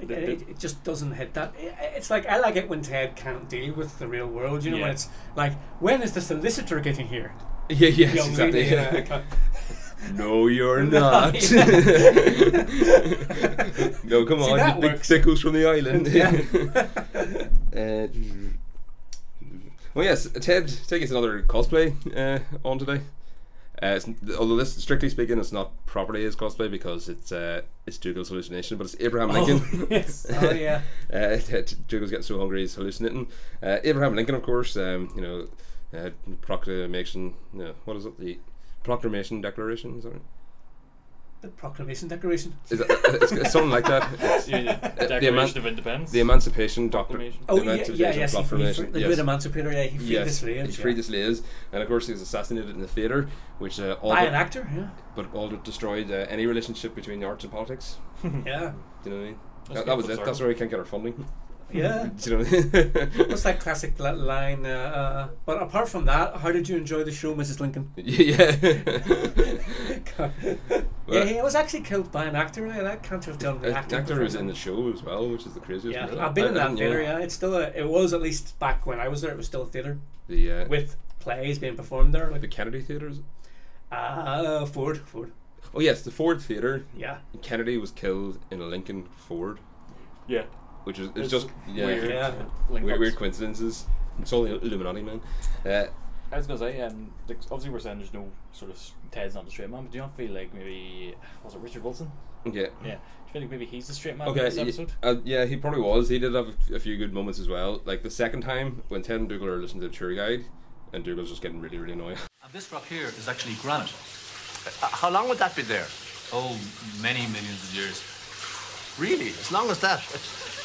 S3: It,
S2: the- the-
S3: it, it just doesn't hit that. I- I- It's like I like it when Ted can't deal with the real world. You know, when
S2: Yeah.
S3: it's like, when is the solicitor getting here?
S1: yeah, yes,
S3: Young
S1: exactly.
S3: lady, uh, co-
S1: no, you're not. no, come
S3: See,
S1: on,
S3: that
S1: you big
S3: works.
S1: sickles from the island.
S3: Yeah.
S1: uh, well, yes, Ted, take us another cosplay uh, on today. Uh, it's, although this, strictly speaking, it's not properly his cosplay because it's uh, it's Dougal's hallucination, but it's Abraham
S3: Oh.
S1: Lincoln.
S3: yes. Oh, yeah.
S1: uh, Dougal's getting so hungry he's hallucinating. Uh, Abraham Lincoln, of course, um, you know, uh, proclamation. You know, what is it? The Proclamation Declaration. Is that right?
S3: The Proclamation Declaration.
S1: Is it, it's, it's something like that. It's,
S2: Yeah, yeah.
S1: the
S2: Declaration
S1: eman-
S2: of Independence.
S1: The Emancipation Doctrine.
S2: Proclamation.
S3: Oh,
S1: the
S3: yeah, yeah,
S1: Emancipation
S3: yes, he- he
S1: Proclamation,
S3: fre- the
S1: yes.
S3: great emancipator, yeah, he freed
S1: yes.
S3: the slaves,
S1: He freed
S3: yeah.
S1: the slaves, and of course he was assassinated in the theater, which uh, all
S3: By
S1: but-
S3: an actor, yeah.
S1: but all that destroyed uh, any relationship between the arts and politics. Do
S3: Yeah.
S1: you know what I mean?
S2: That's
S1: That,
S2: good
S1: that was
S2: for
S1: it. That's
S2: Sarah.
S1: where we can't get our funding.
S3: Yeah.
S1: Do you know what I mean?
S3: What's that classic li- line? Uh, uh, but apart from that, how did you enjoy the show, Mrs. Lincoln?
S1: yeah.
S3: yeah, he was actually killed by an actor. and I can't have done the
S1: Uh,
S3: acting.
S1: actor was in
S3: profession.
S1: the show as well, which is the craziest.
S3: Yeah,
S1: really.
S3: I've been
S1: I-
S3: in
S1: I
S3: that
S1: didn't
S3: theatre.
S1: know
S3: Yeah, it's still a. It was at least back when I was there. It was still a theatre
S1: The uh,
S3: with plays being performed there.
S1: the
S3: Like
S1: Kennedy Theatre. is it?
S3: uh, Ford, Ford.
S1: Oh yes, the Ford Theatre.
S3: Yeah,
S1: Kennedy was killed in a Lincoln Ford,
S2: Yeah.
S1: which is it's just yeah,
S2: Weird.
S1: weird,
S3: yeah.
S2: Link
S1: weird,
S2: ups.
S1: coincidences. It's all the Illuminati, man. Uh,
S2: I was gonna say, um, like, obviously we're saying there's no sort of s- Ted's not the straight man, but do you not feel like maybe was it Richard Wilson?
S1: yeah.
S2: Yeah, do you feel like maybe he's the straight man in
S1: Okay.
S2: this
S1: y-
S2: episode?
S1: uh, yeah, he probably was. He did have a f- a few good moments as well. Like the second time when Ted and Dougal are listening to the tour guide, and Dougal's just getting really, really annoyed.
S5: And Uh, this rock here is actually granite.
S4: Uh, how long would that be there?
S5: Oh, many millions of years.
S4: Really? As long as that?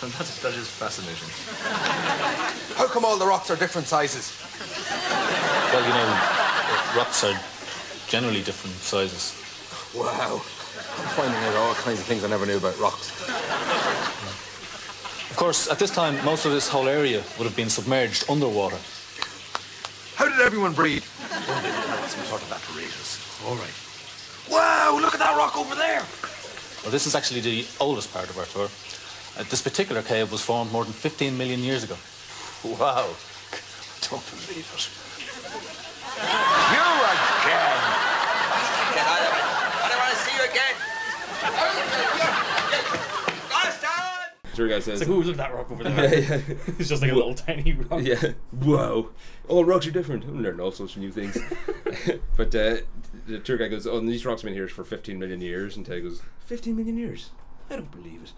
S4: That's, that is fascinating.
S9: How come all the rocks are different sizes?
S5: Well, you know, rocks are generally different sizes.
S9: Wow. I'm finding out all kinds of things I never knew about rocks.
S5: Of course, at this time, most of this whole area would have been submerged underwater.
S9: How did everyone breathe?
S5: Some sort of apparatus. All right.
S9: Wow, look at that rock over there.
S5: Well, this is actually the oldest part of our tour. Uh, this particular cave was formed more than 15 million years ago.
S4: Wow.
S5: Don't believe it.
S4: You again!
S8: I don't want to see you again.
S1: Tour guide says,
S2: It's like, ooh, look at that rock over
S1: yeah,
S2: there.
S1: yeah.
S2: it's just like a little tiny rock.
S1: Yeah. Whoa. All rocks are different. I'm learning all sorts of new things. but uh, the tour guy goes, "Oh, and these rocks have been here for 15 million years." And Ted goes, "15 million years? I don't believe it."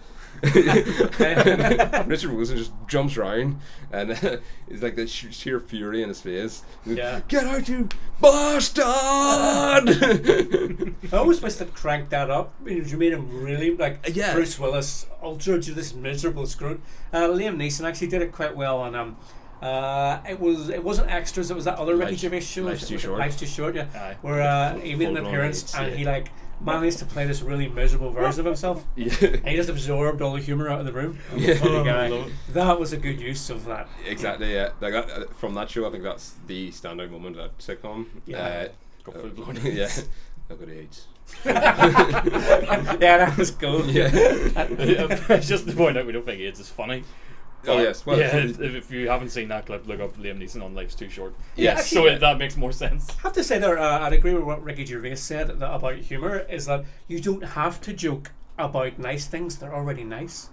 S1: Richard Wilson just jumps around, and uh, it's like this sh- sheer fury in his face. He goes,
S3: Yeah.
S1: Get out, you bastard!
S3: I always wish they'd cranked that up. I mean, You made him really like
S1: yeah.
S3: Bruce Willis, ultra to this miserable screw. Uh, Liam Neeson actually did it quite well on um. Uh, it was it wasn't extras. It was that other Ricky
S1: Life-
S3: Gervais show.
S1: Life's
S3: was
S1: Too
S3: it
S1: Short.
S3: Life's too short. Yeah,
S2: Aye.
S3: where uh, he made an
S1: full-blown
S3: appearance
S1: AIDS,
S3: and
S1: yeah.
S3: he like managed to play this really miserable version of himself.
S1: yeah.
S3: And he just absorbed all the humor out of the room.
S1: Yeah.
S3: Guy, that was a good use of that.
S1: Exactly. Yeah. Like that, uh, from that show, I think that's the standout moment of that sitcom.
S3: Yeah.
S1: Uh,
S2: Go for the blood.
S1: yeah. I've got AIDS.
S3: yeah, that was cool.
S1: Yeah.
S2: it's just the point out we don't think it's as funny.
S1: Oh yes. Well,
S2: yeah, if, if you haven't seen that clip, look up Liam Neeson on Life's Too Short.
S1: Yes.
S2: so it, that makes more sense.
S3: I have to say there, uh, I'd agree with what Ricky Gervais said that about humour is that you don't have to joke about nice things; they're already nice.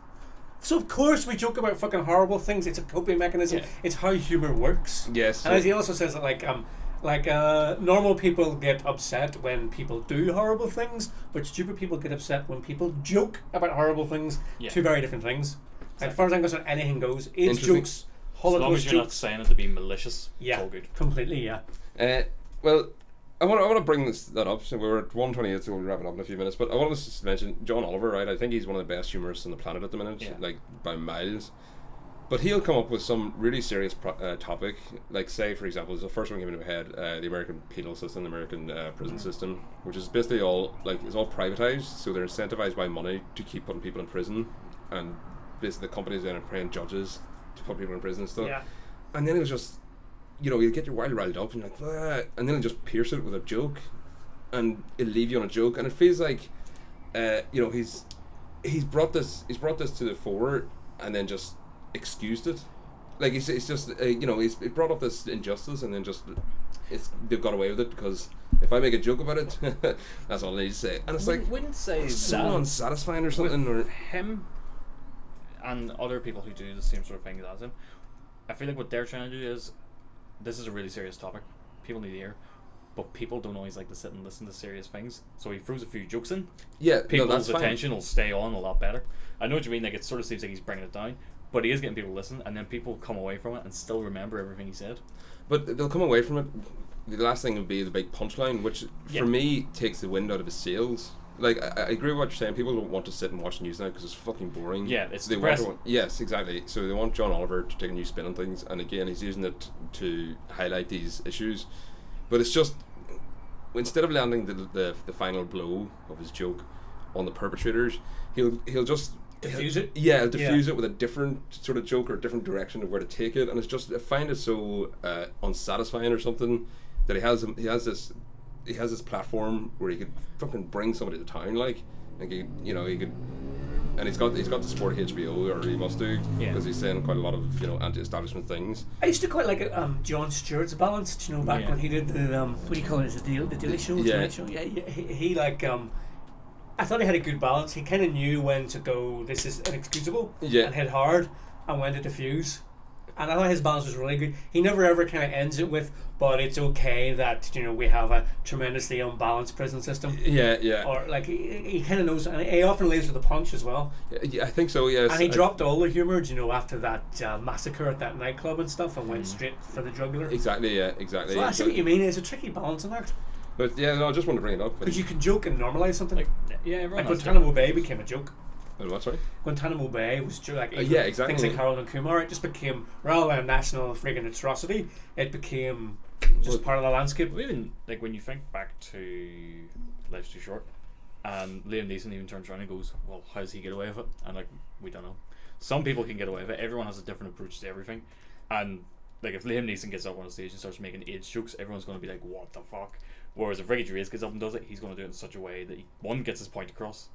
S3: So of course we joke about fucking horrible things. It's a coping mechanism.
S2: Yeah.
S3: It's how humour works.
S1: Yes.
S3: And as he also says that, like um, like uh, normal people get upset when people do horrible things, but stupid people get upset when people joke about horrible things.
S2: Yeah.
S3: Two very different things. As far as I'm concerned, anything goes. AIDS
S1: Interesting.
S2: As
S3: jokes,
S2: long as
S3: Holocaust
S2: you're not
S3: jokes.
S2: saying it to be malicious,
S3: Yeah,
S2: it's all good.
S3: completely. Yeah.
S1: Uh, well, I want, I want to bring this that up. So we're at one twenty eight, so we'll be wrapping up in a few minutes. But I want to just mention John Oliver, right? I think he's one of the best humorists on the planet at the minute,
S2: Yeah.
S1: like by miles. But he'll come up with some really serious pro- uh, topic, like say, for example, the first one came into my head, uh, the American penal system, the American uh, prison
S2: Mm-hmm.
S1: system, which is basically all like it's all privatized, so they're incentivized by money to keep putting people in prison, and basically the companies then are paying judges to put people in prison and stuff.
S3: Yeah.
S1: And then it was just you know, you get your wild riled up and you're like, "Ah," and then it just pierce it with a joke, and it'll leave you on a joke, and it feels like, uh, you know, he's he's brought this he's brought this to the fore, and then just excused it, like it's, it's just uh, you know he's he brought up this injustice, and then just it's they've got away with it because if I make a joke about it, that's all they say, and it's like
S2: wouldn't say
S1: so unsatisfying or something, or
S2: him and other people who do the same sort of thing as him, I feel like what they're trying to do is this is a really serious topic. People need to hear. but people don't always like to sit and listen to serious things. So he throws a few jokes in.
S1: Yeah, no,
S2: people's
S1: that's fine.
S2: attention will stay on a lot better. I know what you mean. Like it sort of seems like he's bringing it down, but he is getting people to listen, and then people come away from it and still remember everything he said.
S1: But they'll come away from it. The last thing would be the big punchline, which
S2: Yeah.
S1: for me takes the wind out of his sails. Like I, I agree with what you're saying. People don't want to sit and watch the news now because it's fucking boring.
S2: Yeah, it's
S1: they want to-
S2: depressing.
S1: yes, exactly. So they want John Oliver to take a new spin on things, and again, he's using it to highlight these issues. But it's just instead of landing the the, the final blow of his joke on the perpetrators, he'll he'll just
S3: Diffuse it?
S1: Yeah, he'll diffuse
S3: Yeah.
S1: it with a different sort of joke or a different direction of where to take it, and it's just I find it so uh, unsatisfying or something that he has he has this he has this platform where he could fucking bring somebody to town like and he, you know he could and he's got he's got the support of HBO or he must do
S2: Yeah.
S1: because he's saying quite a lot of you know anti-establishment things.
S3: I used to quite like it, um, John Stewart's balance. do You know, back
S2: Yeah.
S3: when he did the um, what do you call it? Is it the the Daily Show? The
S1: Yeah.
S3: Tonight Show? Yeah. yeah he, he like um, I thought he had a good balance. He kind of knew when to go. This is inexcusable.
S1: Yeah.
S3: And hit hard, and when to diffuse. And I thought his balance was really good. He never ever kind of ends it with, "But it's okay that you know we have a tremendously unbalanced prison system."
S1: Yeah, yeah,
S3: Or like he, he kind of knows, and he often leaves with a punch as well.
S1: yeah. I think so. Yes,
S3: And he
S1: I-
S3: dropped all the humour, do you know, after that uh, massacre at that nightclub and stuff, and
S1: Mm.
S3: went straight for the jugular.
S1: Exactly, yeah, exactly.
S3: So I see
S1: But-
S3: what you mean. It's a tricky balancing act
S1: But yeah, no, I just want to bring it up.
S3: because you can joke and normalize something. Like,
S2: Yeah, everyone. has
S3: Guantanamo Bay became a joke.
S1: Oh, what, sorry?
S3: Guantanamo Bay was ju- like
S1: Uh, yeah, exactly.
S3: things like Harold and Kumar. It just became rather than a national friggin' atrocity, it became just part of the landscape.
S2: Well, even like when you think back to Life's Too Short, and Liam Neeson even turns around and goes, "Well, how does he get away with it?" And like, we don't know. Some people can get away with it. Everyone has a different approach to everything, and like if Liam Neeson gets up on stage and starts making AIDS jokes, everyone's going to be like, "What the fuck?" Whereas if Ricky Gervais gets up and does it, he's going to do it in such a way that he, one gets his point across,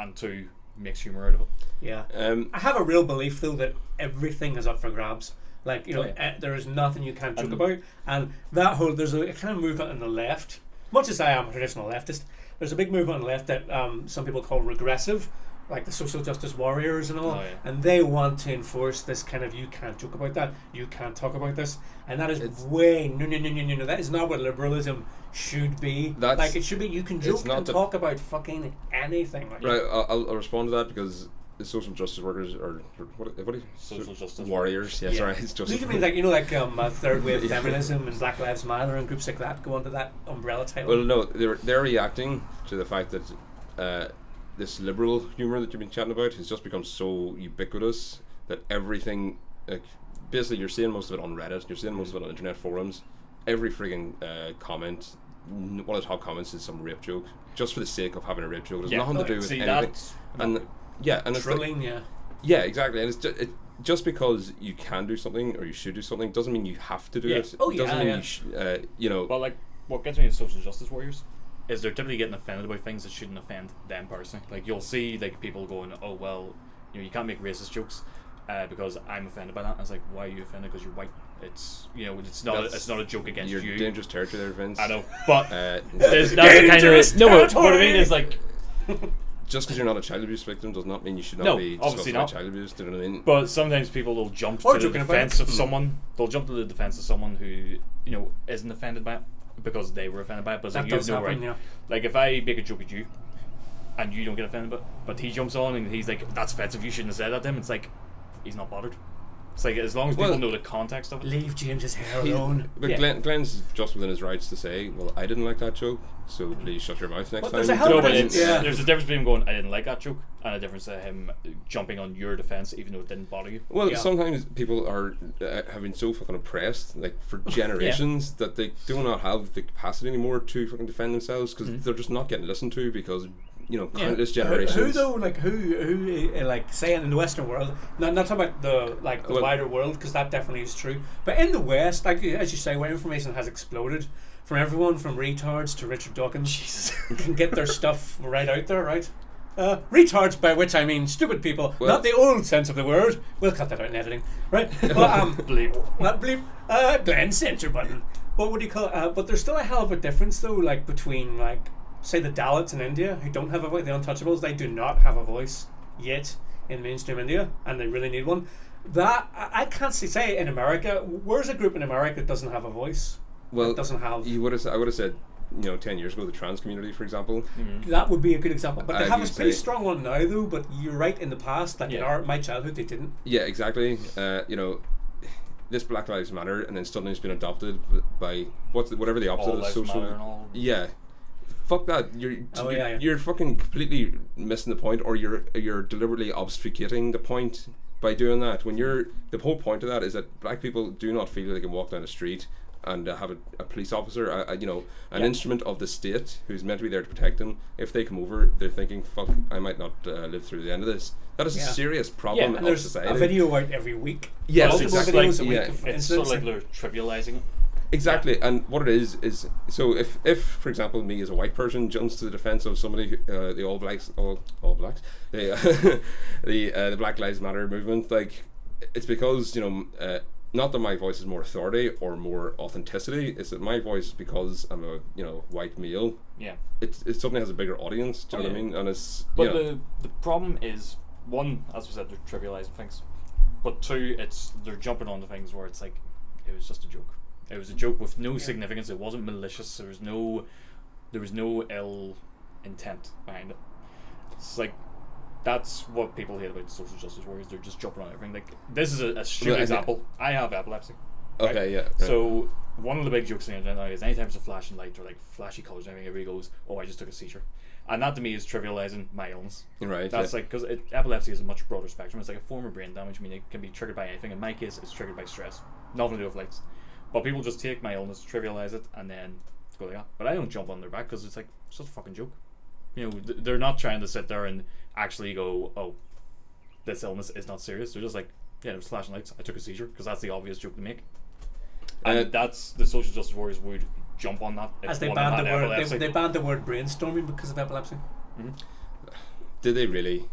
S2: and two makes humor out of it.
S3: Yeah.
S1: Um,
S3: I have a real belief though that everything is up for grabs. Like you know,
S2: Oh, yeah.
S3: eh, there is nothing you can't joke about, and that whole there's a kind of movement on the left. Much as I am a traditional leftist, there's a big movement on the left that um, some people call regressive, like the social justice warriors and all,
S2: Oh, yeah.
S3: and they want to enforce this kind of you can't joke about that, you can't talk about this, and that is way no no no no no no that is not what liberalism should be.
S1: That's-
S3: like it should be you can joke
S1: not
S3: and
S1: the-
S3: talk about fucking anything. Like,
S1: Right, I'll, I'll- I'll respond to that because the social justice workers are what, what are you?
S2: Social justice
S1: warriors. Yeah,
S3: Yeah.
S1: sorry, it's
S3: Do
S1: justice.
S3: you mean like you know like um, uh, third wave feminism and Black Lives Matter and groups like that go under that umbrella title?
S1: Well, no, they're they're reacting to the fact that uh, this liberal humor that you've been chatting about has just become so ubiquitous that everything, like, basically, you're seeing most of it on Reddit, you're seeing most of it on internet forums. Every frigging uh, comment, n- one of the top comments is some rape joke, just for the sake of having a rape joke. It has
S2: Yeah.
S1: nothing to
S2: Oh,
S1: do with
S2: see,
S1: anything.
S2: that's
S1: And yeah, and it's like-
S3: Trolling, yeah.
S1: yeah, exactly. And it's just, it, just because you can do something or you should do something doesn't mean you have to do
S2: Yeah.
S1: it.
S3: Oh,
S1: It doesn't
S3: yeah,
S1: mean
S3: yeah.
S1: you, sh- uh, you know.
S2: But like, what gets me with social justice warriors is they're typically getting offended by things that shouldn't offend them personally. Like you'll see like people going, "Oh well, you know, you can't make racist jokes uh, because I'm offended by that." I was like, "Why are you offended? Because you're white? It's you know, it's not a,
S1: That's-
S2: it's not a joke against
S1: you're
S2: you."
S1: dangerous territory there, Vince.
S2: I know, but
S1: Uh,
S2: there's, that's the kind
S3: Dangerous
S2: of no. But what I mean
S3: territory!
S2: is like,
S1: just because you're not a child abuse victim does not mean you should not
S2: No,
S1: be
S2: obviously
S1: discussing about
S2: not.
S1: child abuse. Do you know what I mean?
S2: but sometimes people will jump
S3: Or
S2: to the
S3: joking about
S2: defense
S3: it.
S2: of
S3: Hmm.
S2: someone. They'll jump to the defense of someone who you know isn't offended by it because they were offended by it. But it's
S3: That
S2: like, you have
S3: does
S2: no
S3: happen,
S2: right.
S3: yeah.
S2: Like if I make a joke at you, and you don't get offended, but but he jumps on and he's like, "That's offensive. You shouldn't have said that to him." It's like he's not bothered. It's like as long as people
S1: Well-
S2: know the context of it.
S3: Leave James's hair alone.
S1: But
S2: Yeah.
S1: Glenn, Glenn's just within his rights to say, "Well, I didn't like that joke, so please shut your mouth next
S3: But
S1: time."
S3: there's a hell of
S2: No,
S3: an
S2: but
S3: Evidence,
S2: it's,
S3: yeah.
S2: there's a difference between going, "I didn't like that joke," and a difference to him jumping on your defense, even though it didn't bother you.
S1: Well,
S3: Yeah.
S1: sometimes people are uh, have been so fucking oppressed, like for generations, that they do not have the capacity anymore to fucking defend themselves because they're just not getting listened to because you know countless
S3: Mm-hmm. Who,
S1: generations.
S3: who though? Like who? Who? uh, Like saying in the Western world, not not talking about the like the
S1: Well-
S3: wider world because that definitely is true. But in the West, like you- as you say, where information has exploded from everyone from retards to Richard Dawkins, can get their stuff right out there, right? Uh, retards, by which I mean stupid people,
S1: Well-
S3: not the old sense of the word. We'll cut that out in editing, right? But, um,
S2: Bleep.
S3: not bleep. Uh, Glenn censor button. But what do you call? Uh, but there's still a hell of a difference though, like between like say the Dalits in India who don't have a voice, the Untouchables, they do not have a voice yet in mainstream India, and they really need one. That I, I can't see, say in America. Where's a group in America that doesn't have a voice?
S1: well,
S3: that doesn't have.
S1: You would have. I would have said, you know, ten years ago, the trans community, for example.
S3: That would be a good example. But they
S1: I
S3: have a
S1: would
S3: pretty
S1: say-
S3: strong one now, though. But you're right, in the past, like in
S1: Yeah.
S3: our, my childhood, they didn't.
S1: Yeah, exactly. Uh, you know, this Black Lives Matter, and then suddenly it's been adopted by what's the, whatever the opposite
S2: All
S1: of
S2: Lives
S1: social.
S2: Matter and all.
S1: Yeah, fuck that. You're
S3: Oh,
S1: you're,
S3: yeah, yeah.
S1: you're fucking completely missing the point, or you're you're deliberately obfuscating the point by doing that. When you're the whole point of that is that black people do not feel they can walk down the street. And uh, have a, a police officer, a, a, you know, an
S3: Yeah.
S1: instrument of the state who's meant to be there to protect them. If they come over, they're thinking, "Fuck, I might not uh, live through the end of this." That is
S3: Yeah.
S1: a serious problem
S3: yeah, and
S1: of
S3: there's
S1: society.
S3: a video out every week.
S1: Yes,
S3: Multiple
S1: exactly.
S3: videos a
S1: Yeah.
S3: week
S1: It's
S3: of
S2: It's sort of
S3: incidents.
S2: like they're trivializing it.
S1: Exactly, and what it is is so if if for example me as a white person jumps to the defense of somebody who- uh, the All Blacks all All Blacks the uh, the uh, the Black Lives Matter movement like it's because you know uh, not that my voice is more authority or more authenticity it's that my voice is because I'm a you know white male
S2: Yeah.
S1: it's it suddenly has a bigger audience do you
S2: Oh,
S1: know what I
S2: yeah.
S1: mean and it's
S2: But
S1: you know,
S2: the the problem is one, as we said, they're trivializing things. But two, it's they're jumping onto things where it's like it was just a joke. It was a joke with no significance. It wasn't malicious. There was no there was no ill intent behind it. It's like that's what people hate about social justice warriors. They're just jumping on everything. Like this is a, a
S1: Well, I
S2: stupid
S1: think-
S2: example. I have epilepsy. right?
S1: okay yeah right.
S2: So one of the big jokes in the internet now is anytime there's a flashing light or like flashy colours and everything, everybody goes, "Oh, I just took a seizure," and that to me is trivializing my illness.
S1: Right,
S2: That's
S1: yeah.
S2: like because epilepsy is a much broader spectrum. It's like a form of brain damage. I mean, it can be triggered by anything. In my case, it's triggered by stress, nothing to do with lights. But people just take my illness, trivialize it, and then go like that. But I don't jump on their back because it's like it's just a fucking joke. You know, th- they're not trying to sit there and actually go, "Oh, this illness is not serious." They're just like, "Yeah, there was flashing lights. I took a seizure," because that's the obvious joke to make. And
S1: Uh,
S2: that's the social justice warriors would jump on that. If
S3: As they
S2: one of them
S3: banned the
S2: had
S3: word, they,
S2: epilepsy.
S3: they banned the word brainstorming because of epilepsy.
S1: did they really?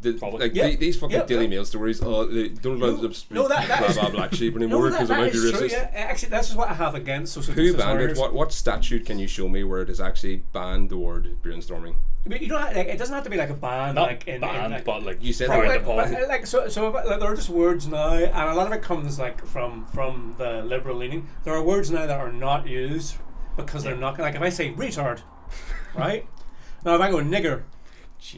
S1: Did,
S2: Probably.
S1: like
S3: Yeah.
S1: the- these fucking
S3: Yeah,
S1: Daily
S3: yeah.
S1: Mail stories, oh, they don't allow them to speak
S3: no, that- that
S1: blah
S3: is-
S1: blah black sheep anymore
S3: that-
S1: because
S3: that
S1: it might be
S3: is
S1: racist.
S3: true, yeah. Actually, this is what I have against social
S1: Who
S3: justice
S1: banned
S3: warriors.
S1: it? What what statute can you show me where it is actually banned the word brainstorming?
S3: But you don't. Have, like, it doesn't have to be like a ban.
S2: not
S3: like in,
S2: banned,
S3: in, like,
S2: but like
S1: You said
S2: frowned
S1: they were
S3: like,
S2: upon.
S3: but, uh, like so, so about- like, there are just words now, and a lot of it comes like from from the liberal leaning. There are words now that are not used because they're not like if I say retard, right? Now if I go nigger,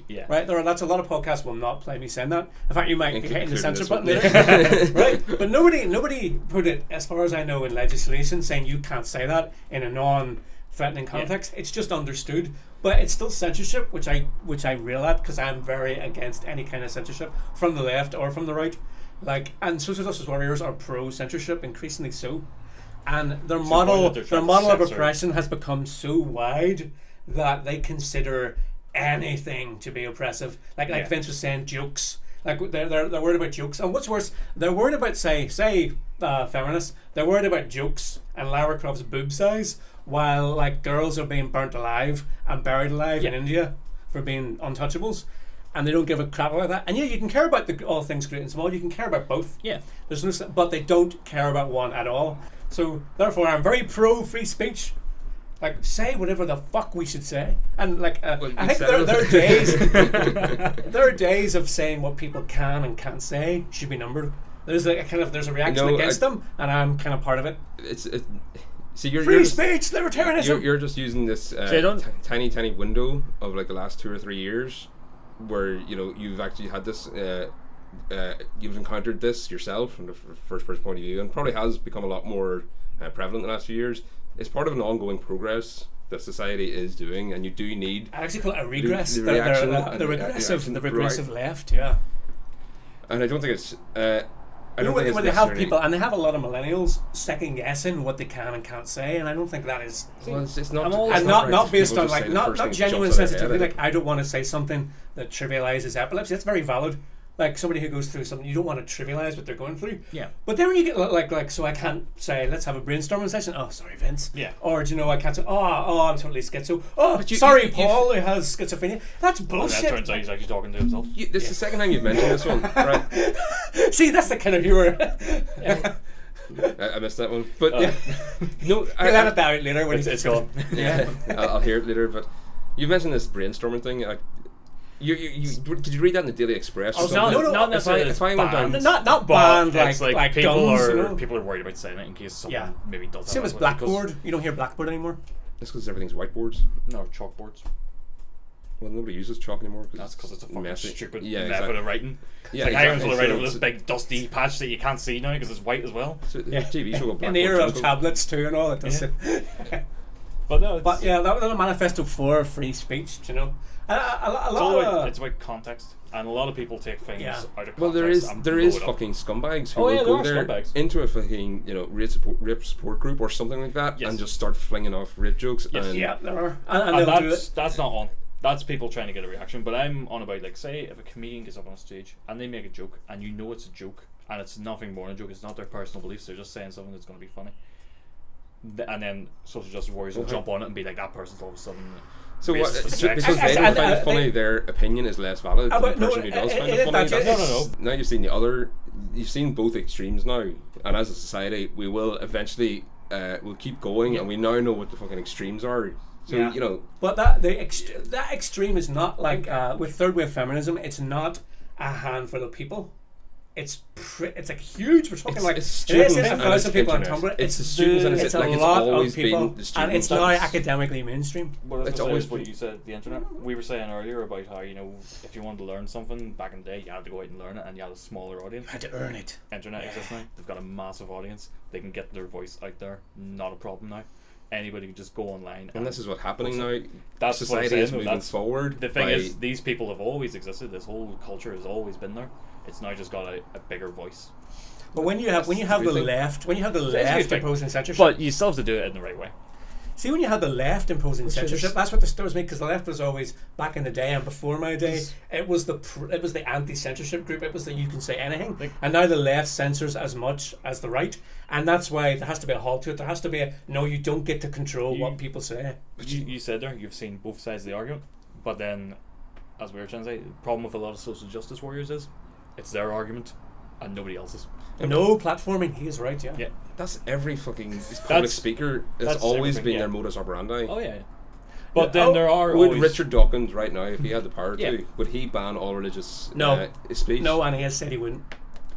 S2: yeah.
S3: right? There are that's a lot of podcasts will not play me saying that. In fact, you might be
S1: Inclu-
S3: hitting the
S1: including
S3: censor
S1: this one.
S3: button later, right? But nobody nobody put it as far as I know in legislation saying you can't say that in a non threatening context. It's just understood. But it's still censorship, which I which I rail at because I'm very against any kind of censorship from the left or from the right. Like and social justice warriors are pro censorship, increasingly so. And their model
S2: they're
S3: their
S2: trying to
S3: model of
S2: censor.
S3: oppression has become so wide that they consider anything to be oppressive. Like like
S2: Yeah.
S3: Vince was saying, jokes. Like they're, they're, they're worried about jokes. And what's worse, they're worried about say say uh, feminists. They're worried about jokes and Lara Croft's boob size, while like girls are being burnt alive and buried alive in
S2: Yeah.
S3: India for being untouchables. And they don't give a crap about that. And yeah, you can care about the, all things great and small. You can care about both.
S2: Yeah.
S3: There's no, s- but they don't care about one at all. So therefore, I'm very pro free speech. Like say whatever the fuck we should say, and like uh,
S1: Well,
S3: I
S1: you
S3: think
S1: said
S3: there,
S1: it.
S3: there are days, there are days of saying what people can and can't say should be numbered. There's a kind of there's a reaction
S1: know,
S3: against
S1: I-
S3: them, and I'm kind of part of it.
S1: It's it, see you're
S3: Free
S1: you're just,
S3: speech, libertarianism.
S1: you're, you're just using this uh,
S2: So I don't-
S1: t- tiny tiny window of like the last two or three years where you know you've actually had this. Uh, uh, you've encountered this yourself from the f- first person point of view, and probably has become a lot more uh, prevalent in the last few years. It's part of an ongoing progress that society is doing, and you do need
S3: I actually call it a regress.
S1: the
S3: They're- they're,
S1: reaction
S3: uh,
S1: and
S3: the
S1: the
S3: regressive,
S1: reaction,
S3: the
S1: right.
S3: regressive left. Yeah.
S1: And I don't think it's. Uh, I don't
S3: when,
S1: think it's
S3: when they have
S1: necessarily-
S3: people and they have a lot of millennials second guessing what they can and can't say, and I don't think that is
S1: Well, it's, it's not.
S2: all-
S1: it's
S3: and
S2: It's
S3: not
S1: right
S3: not
S1: to
S3: based
S1: people
S3: on
S1: just say
S3: like
S1: the
S3: not
S1: first
S3: not
S1: thing that jumps
S3: genuine
S1: out of their head,
S3: sensitivity.
S1: I think.
S3: Like I don't want to say something that trivializes epilepsy. That's very valid. Like somebody who goes through something, you don't want to trivialize what they're going through.
S2: Yeah.
S3: But then when you get li- like like so, I can't say let's have a brainstorming session. Oh, sorry, Vince.
S2: Yeah.
S3: Or do you know I can't say oh oh I'm totally schizo. Oh
S1: you-
S3: sorry,
S1: you- you've-
S3: Paul who has schizophrenia. That's
S2: And Oh, that
S3: bullshit.
S2: turns out he's actually talking to himself.
S1: You- this is the second time you've mentioned this one, right?
S3: See, that's the kind of humor.
S1: I, I missed that one, but yeah. no, I,
S3: We'll
S1: I,
S3: edit that Uh, out later when
S2: It's,
S3: you-
S2: it's gone.
S3: Yeah.
S1: I'll, I'll hear it later. But you mentioned this brainstorming thing. Like, You, you, you, did you read that in the Daily Express? Or
S2: Oh,
S1: something?
S2: no,
S1: If
S2: no,
S1: I-
S2: not necessarily.
S1: If I, went
S2: banned,
S1: on,
S3: Not- not
S2: but
S3: banned,
S2: it's
S3: like- like
S2: people
S3: guns,
S2: are
S3: you know?
S2: people are worried about saying it in case someone
S3: Yeah.
S2: maybe does.
S3: Same
S2: have
S3: as
S2: it, because-
S3: Blackboard. You don't hear Blackboard anymore.
S1: That's because everything's whiteboards.
S2: No chalkboards.
S1: Well, nobody uses chalk anymore. Cause
S2: That's because it's a fucking
S1: messy.
S2: stupid
S1: yeah,
S2: method
S1: exactly.
S2: of writing.
S1: Yeah,
S2: Yeah, like
S1: exactly.
S2: exactly. I write
S1: So
S2: over this
S1: it's-
S2: big dusty patch that you can't see now because it's white as well.
S1: So, the TV show.
S3: In the era of
S1: Blackboard.
S3: tablets too and all that. does it.
S2: But no, it's,
S3: but yeah, that was a manifesto for free speech. You know, and a, a, a
S2: it's, all
S3: lot
S2: about,
S3: of
S2: it's about context, and a lot of people take things
S3: Yeah.
S2: out of context.
S1: Well, there is
S2: and
S1: there
S2: blow
S1: is
S2: it up.
S1: fucking scumbags who
S2: Oh,
S1: will
S2: yeah,
S1: go
S2: there are
S1: there
S2: scumbags.
S1: into a fucking you know rape support rape support group or something like that
S2: Yes.
S1: and just start flinging off rape jokes.
S2: Yes.
S1: and
S3: yeah, there are, and, and
S2: And
S3: they'll do
S2: that's
S3: it.
S2: that's not on. That's people trying to get a reaction. But I'm on about like say if a comedian gets up on stage and they make a joke and you know it's a joke and it's nothing more than a joke. It's not their personal beliefs. They're just saying something that's going to be funny. Th- And then social justice warriors will jump on it and be like, "That person's all of a sudden."
S1: So what?
S2: racist and
S1: so
S2: sexist."
S1: because
S3: I-
S1: they
S3: I-
S1: don't
S3: I-
S1: find
S3: I-
S1: it funny,
S3: I-
S1: their opinion is less valid
S2: Uh,
S1: than the
S3: but
S1: person
S3: no,
S1: who does
S3: it-
S1: find
S3: it-
S1: it,
S3: it-
S1: funny.
S3: that's
S1: does.
S3: it.
S2: No, no,
S1: Now you've seen the other. You've seen both extremes now, and as a society, we will eventually uh, we'll keep going, and we now know what the fucking extremes are. So
S3: Yeah.
S1: you know,
S3: But that the ext- that extreme is not like uh, with third wave feminism. It's not a handful of people. It's pre- it's like huge. We're talking
S1: It's-
S3: like
S1: it's
S3: it is,
S1: students
S3: it's a
S1: and
S3: thousand
S1: it's
S3: people on
S1: internet.
S3: Tumblr.
S1: It's the students and it's-
S3: it's a
S1: like, it's
S3: lot
S1: always
S3: of
S1: been
S3: people,
S1: the
S3: and
S1: students.
S3: it's now
S1: That's-
S3: academically mainstream.
S2: What I was
S1: It's
S2: gonna say
S1: always
S2: is what
S1: been-
S2: you said at the internet. We were saying earlier about how you know if you wanted to learn something back in the day, you had to go out and learn it, and you had a smaller audience.
S3: had to earn it.
S2: Internet exists now. They've got a massive audience. They can get their voice out there. Not a problem now. Anybody can just go online.
S1: and this is what's happening now.
S2: That's what I'm
S1: society
S2: saying,
S1: is
S2: though,
S1: moving
S2: that's-
S1: forward.
S2: The thing
S1: by-
S2: is, these people have always existed. This whole culture has always been there. It's now just got a, a bigger voice.
S3: But when you have when you have the
S1: Really?
S3: left, when you have the
S2: a good
S3: left
S2: thing.
S3: imposing censorship,
S2: But you still have to do it in the right way.
S3: See, when you had the left imposing censorship, that's what disturbs me because the left was always back in the day and before my day. It was the pr- it was the anti-censorship group. It was the you can say anything, and now the left censors as much as the right, and that's why there has to be a halt to it. There has to be a no. You don't get to control what people say.
S2: You, you said there, you've seen both sides of the argument. But then, as we were trying to say, the problem with a lot of social justice warriors is it's their argument and nobody else's.
S3: No platforming. He is right. Yeah.
S2: Yeah.
S1: That's every fucking public
S2: That's-
S1: speaker. It's
S2: that's
S1: always
S2: everything,
S1: been
S2: yeah.
S1: their modus operandi.
S2: Oh, yeah. But
S3: oh,
S2: then there are
S1: Would
S2: always-
S1: Richard Dawkins right now, if he had the power
S2: Yeah.
S1: to, would he ban all religious
S3: No.
S1: uh, speech?
S3: No, and he has said he wouldn't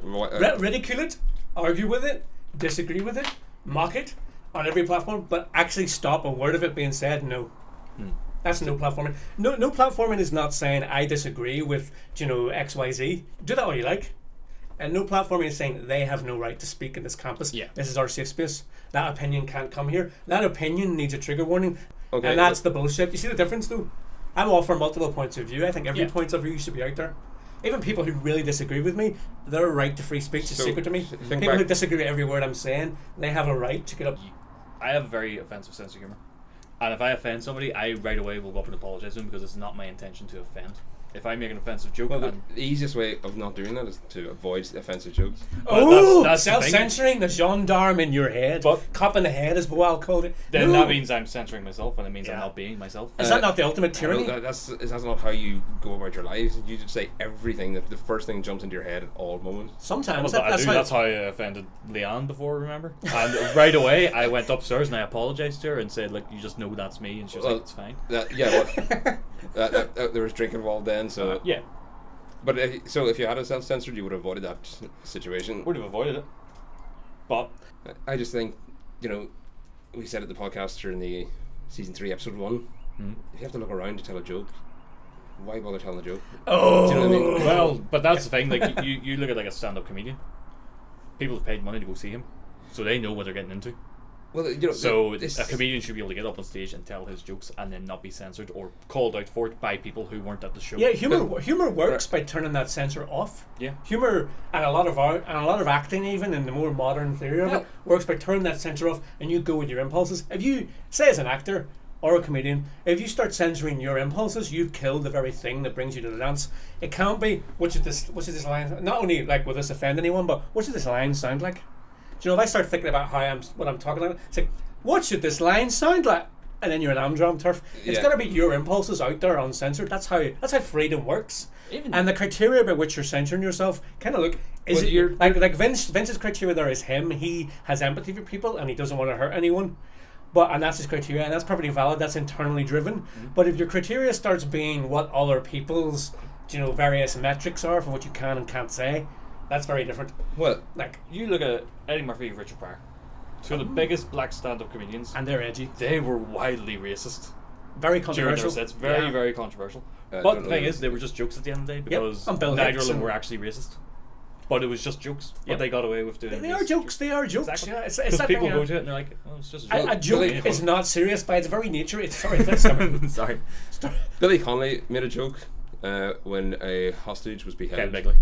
S1: Right, uh,
S3: Ri- ridicule it, argue with it, disagree with it, mock it on every platform, but actually stop a word of it being said. No. That's no platforming. No, no platforming is not saying I disagree with you know X Y Z. Do that all you like, and no platforming is saying they have no right to speak in this campus.
S2: Yeah.
S3: this is our safe space. That opinion can't come here. That opinion needs a trigger warning,
S1: Okay,
S3: and that's
S1: but-
S3: the bullshit. You see the difference though. I'm all for multiple points of view. I think every
S2: Yeah.
S3: point of view should be out there. Even people who really disagree with me, their right to free speech is
S1: So,
S3: secret to me.
S1: th-
S3: People
S1: think
S3: who
S1: back-
S3: disagree with every word I'm saying, they have a right to get up.
S2: I have a very offensive sense of humor, and if I offend somebody, I right away will go up and apologize to them because it's not my intention to offend. If I make an offensive joke,
S1: Well, the,
S2: and
S1: the easiest way of not doing that is to avoid offensive jokes.
S3: Oh,
S2: that's- that's the thing.
S3: self-censoring the gendarme in your head,
S2: But-
S3: cop in the head, as Boal called it.
S2: then
S3: No.
S2: that means I'm censoring myself, and it means I'm
S3: Yeah.
S2: not being myself.
S3: is that not the ultimate tyranny?
S1: That, that's that's not how you go about your lives. You just say everything. The, the first thing jumps into your head at all moments.
S2: Well,
S3: Sometimes that,
S2: Uh, I
S3: that's
S2: do.
S3: how.
S2: That's how I offended Leanne before, remember? And right away, I went upstairs and I apologized to her and said, "Look, you just know that's me," and she was
S1: Well,
S2: like, "It's fine."
S1: That, yeah, well, that, that, that- there was drink involved then. So
S2: Uh, Yeah,
S1: but if, so if you had a self censored, you would have avoided that s- situation.
S2: would have avoided it, but
S1: I just think, you know, we said at the podcast during the season three, episode one,
S2: Hmm.
S1: if you have to look around to tell a joke, why bother telling a joke?
S3: oh,
S1: Do you know what I mean?
S2: well, but that's the thing. Like you, you look at like a stand-up comedian. People have paid money to go see him, so they know what they're getting into.
S1: Well, you know,
S2: So
S1: this-
S2: a comedian should be able to get up on stage and tell his jokes and then not be censored or called out for it by people who weren't at the show.
S3: yeah, humor wo- humor works by turning that censor off.
S2: Yeah.
S3: humor and a lot of art and a lot of acting, even in the more modern theory of it, works by turning that censor off, and you go with your impulses. If you say as an actor or a comedian, if you start censoring your impulses, you've killed the very thing that brings you to the dance. It can't be. What should this? What should this line? Not only like will this offend anyone, but what should this line sound like? Do you know if I start thinking about how I'm what I'm talking about? It's like, what should this line sound like? And then you're an Amdram turf. It's
S1: Yeah.
S3: got to be your impulses out there uncensored. That's how that's how freedom works. and the criteria by which you're censoring yourself kind of look is
S1: Well,
S3: it
S1: you're-
S3: like like Vince Vince's criteria there is him. He has empathy for people and he doesn't want to hurt anyone. But and that's his criteria, and that's perfectly valid. That's internally driven.
S1: Mm-hmm.
S3: But if your criteria starts being what other people's, you know, various metrics are for what you can and can't say, that's very different.
S1: Well,
S3: Like,
S2: You look at Eddie Murphy, Richard Pryor, two of the biggest black stand-up comedians,
S3: and they're edgy,
S2: they were widely racist.
S3: very
S2: during
S3: controversial.
S2: their sets. Very,
S3: Yeah.
S2: very controversial.
S1: Uh,
S2: but
S1: don't
S2: the thing
S1: know.
S2: is, they were just jokes at the end of the day because
S3: and Bill
S2: neither of
S3: Hicks
S2: them
S3: and-
S2: were actually racist. But it was just jokes.
S3: Yep.
S2: But they got away with doing.
S3: They are
S2: racist
S3: jokes. They are jokes.
S2: Exactly.
S3: Yeah, it's, it's
S2: Because
S3: that
S2: people
S3: thing,
S2: go
S3: uh,
S2: to it and they're like, "Oh, it's just a
S3: A,
S2: joke."
S3: a joke
S1: Billy-
S3: is not serious by its very nature. It's sorry, that's sorry.
S2: Sorry,
S1: Billy Connolly made a joke uh, when a hostage was
S2: Ken
S1: beheaded.
S2: Bigley.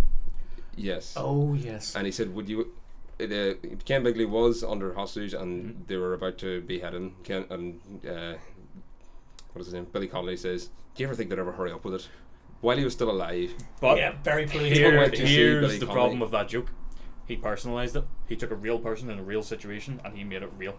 S1: Yes.
S3: Oh
S2: Uh,
S3: yes.
S1: And he said, "Would you?" It, uh, Ken Bigley was under hostage, and
S2: Mm-hmm.
S1: they were about to behead him. Ken and uh, what is his name? Billy Connolly says, "Do you ever think they'd ever hurry up with it?" While he was still alive,
S2: But
S3: Yeah, very political.
S2: here,
S1: went to see Billy
S2: here's the
S1: Connolly.
S2: problem with that joke. He personalized it. He took a real person in a real situation and he made it real.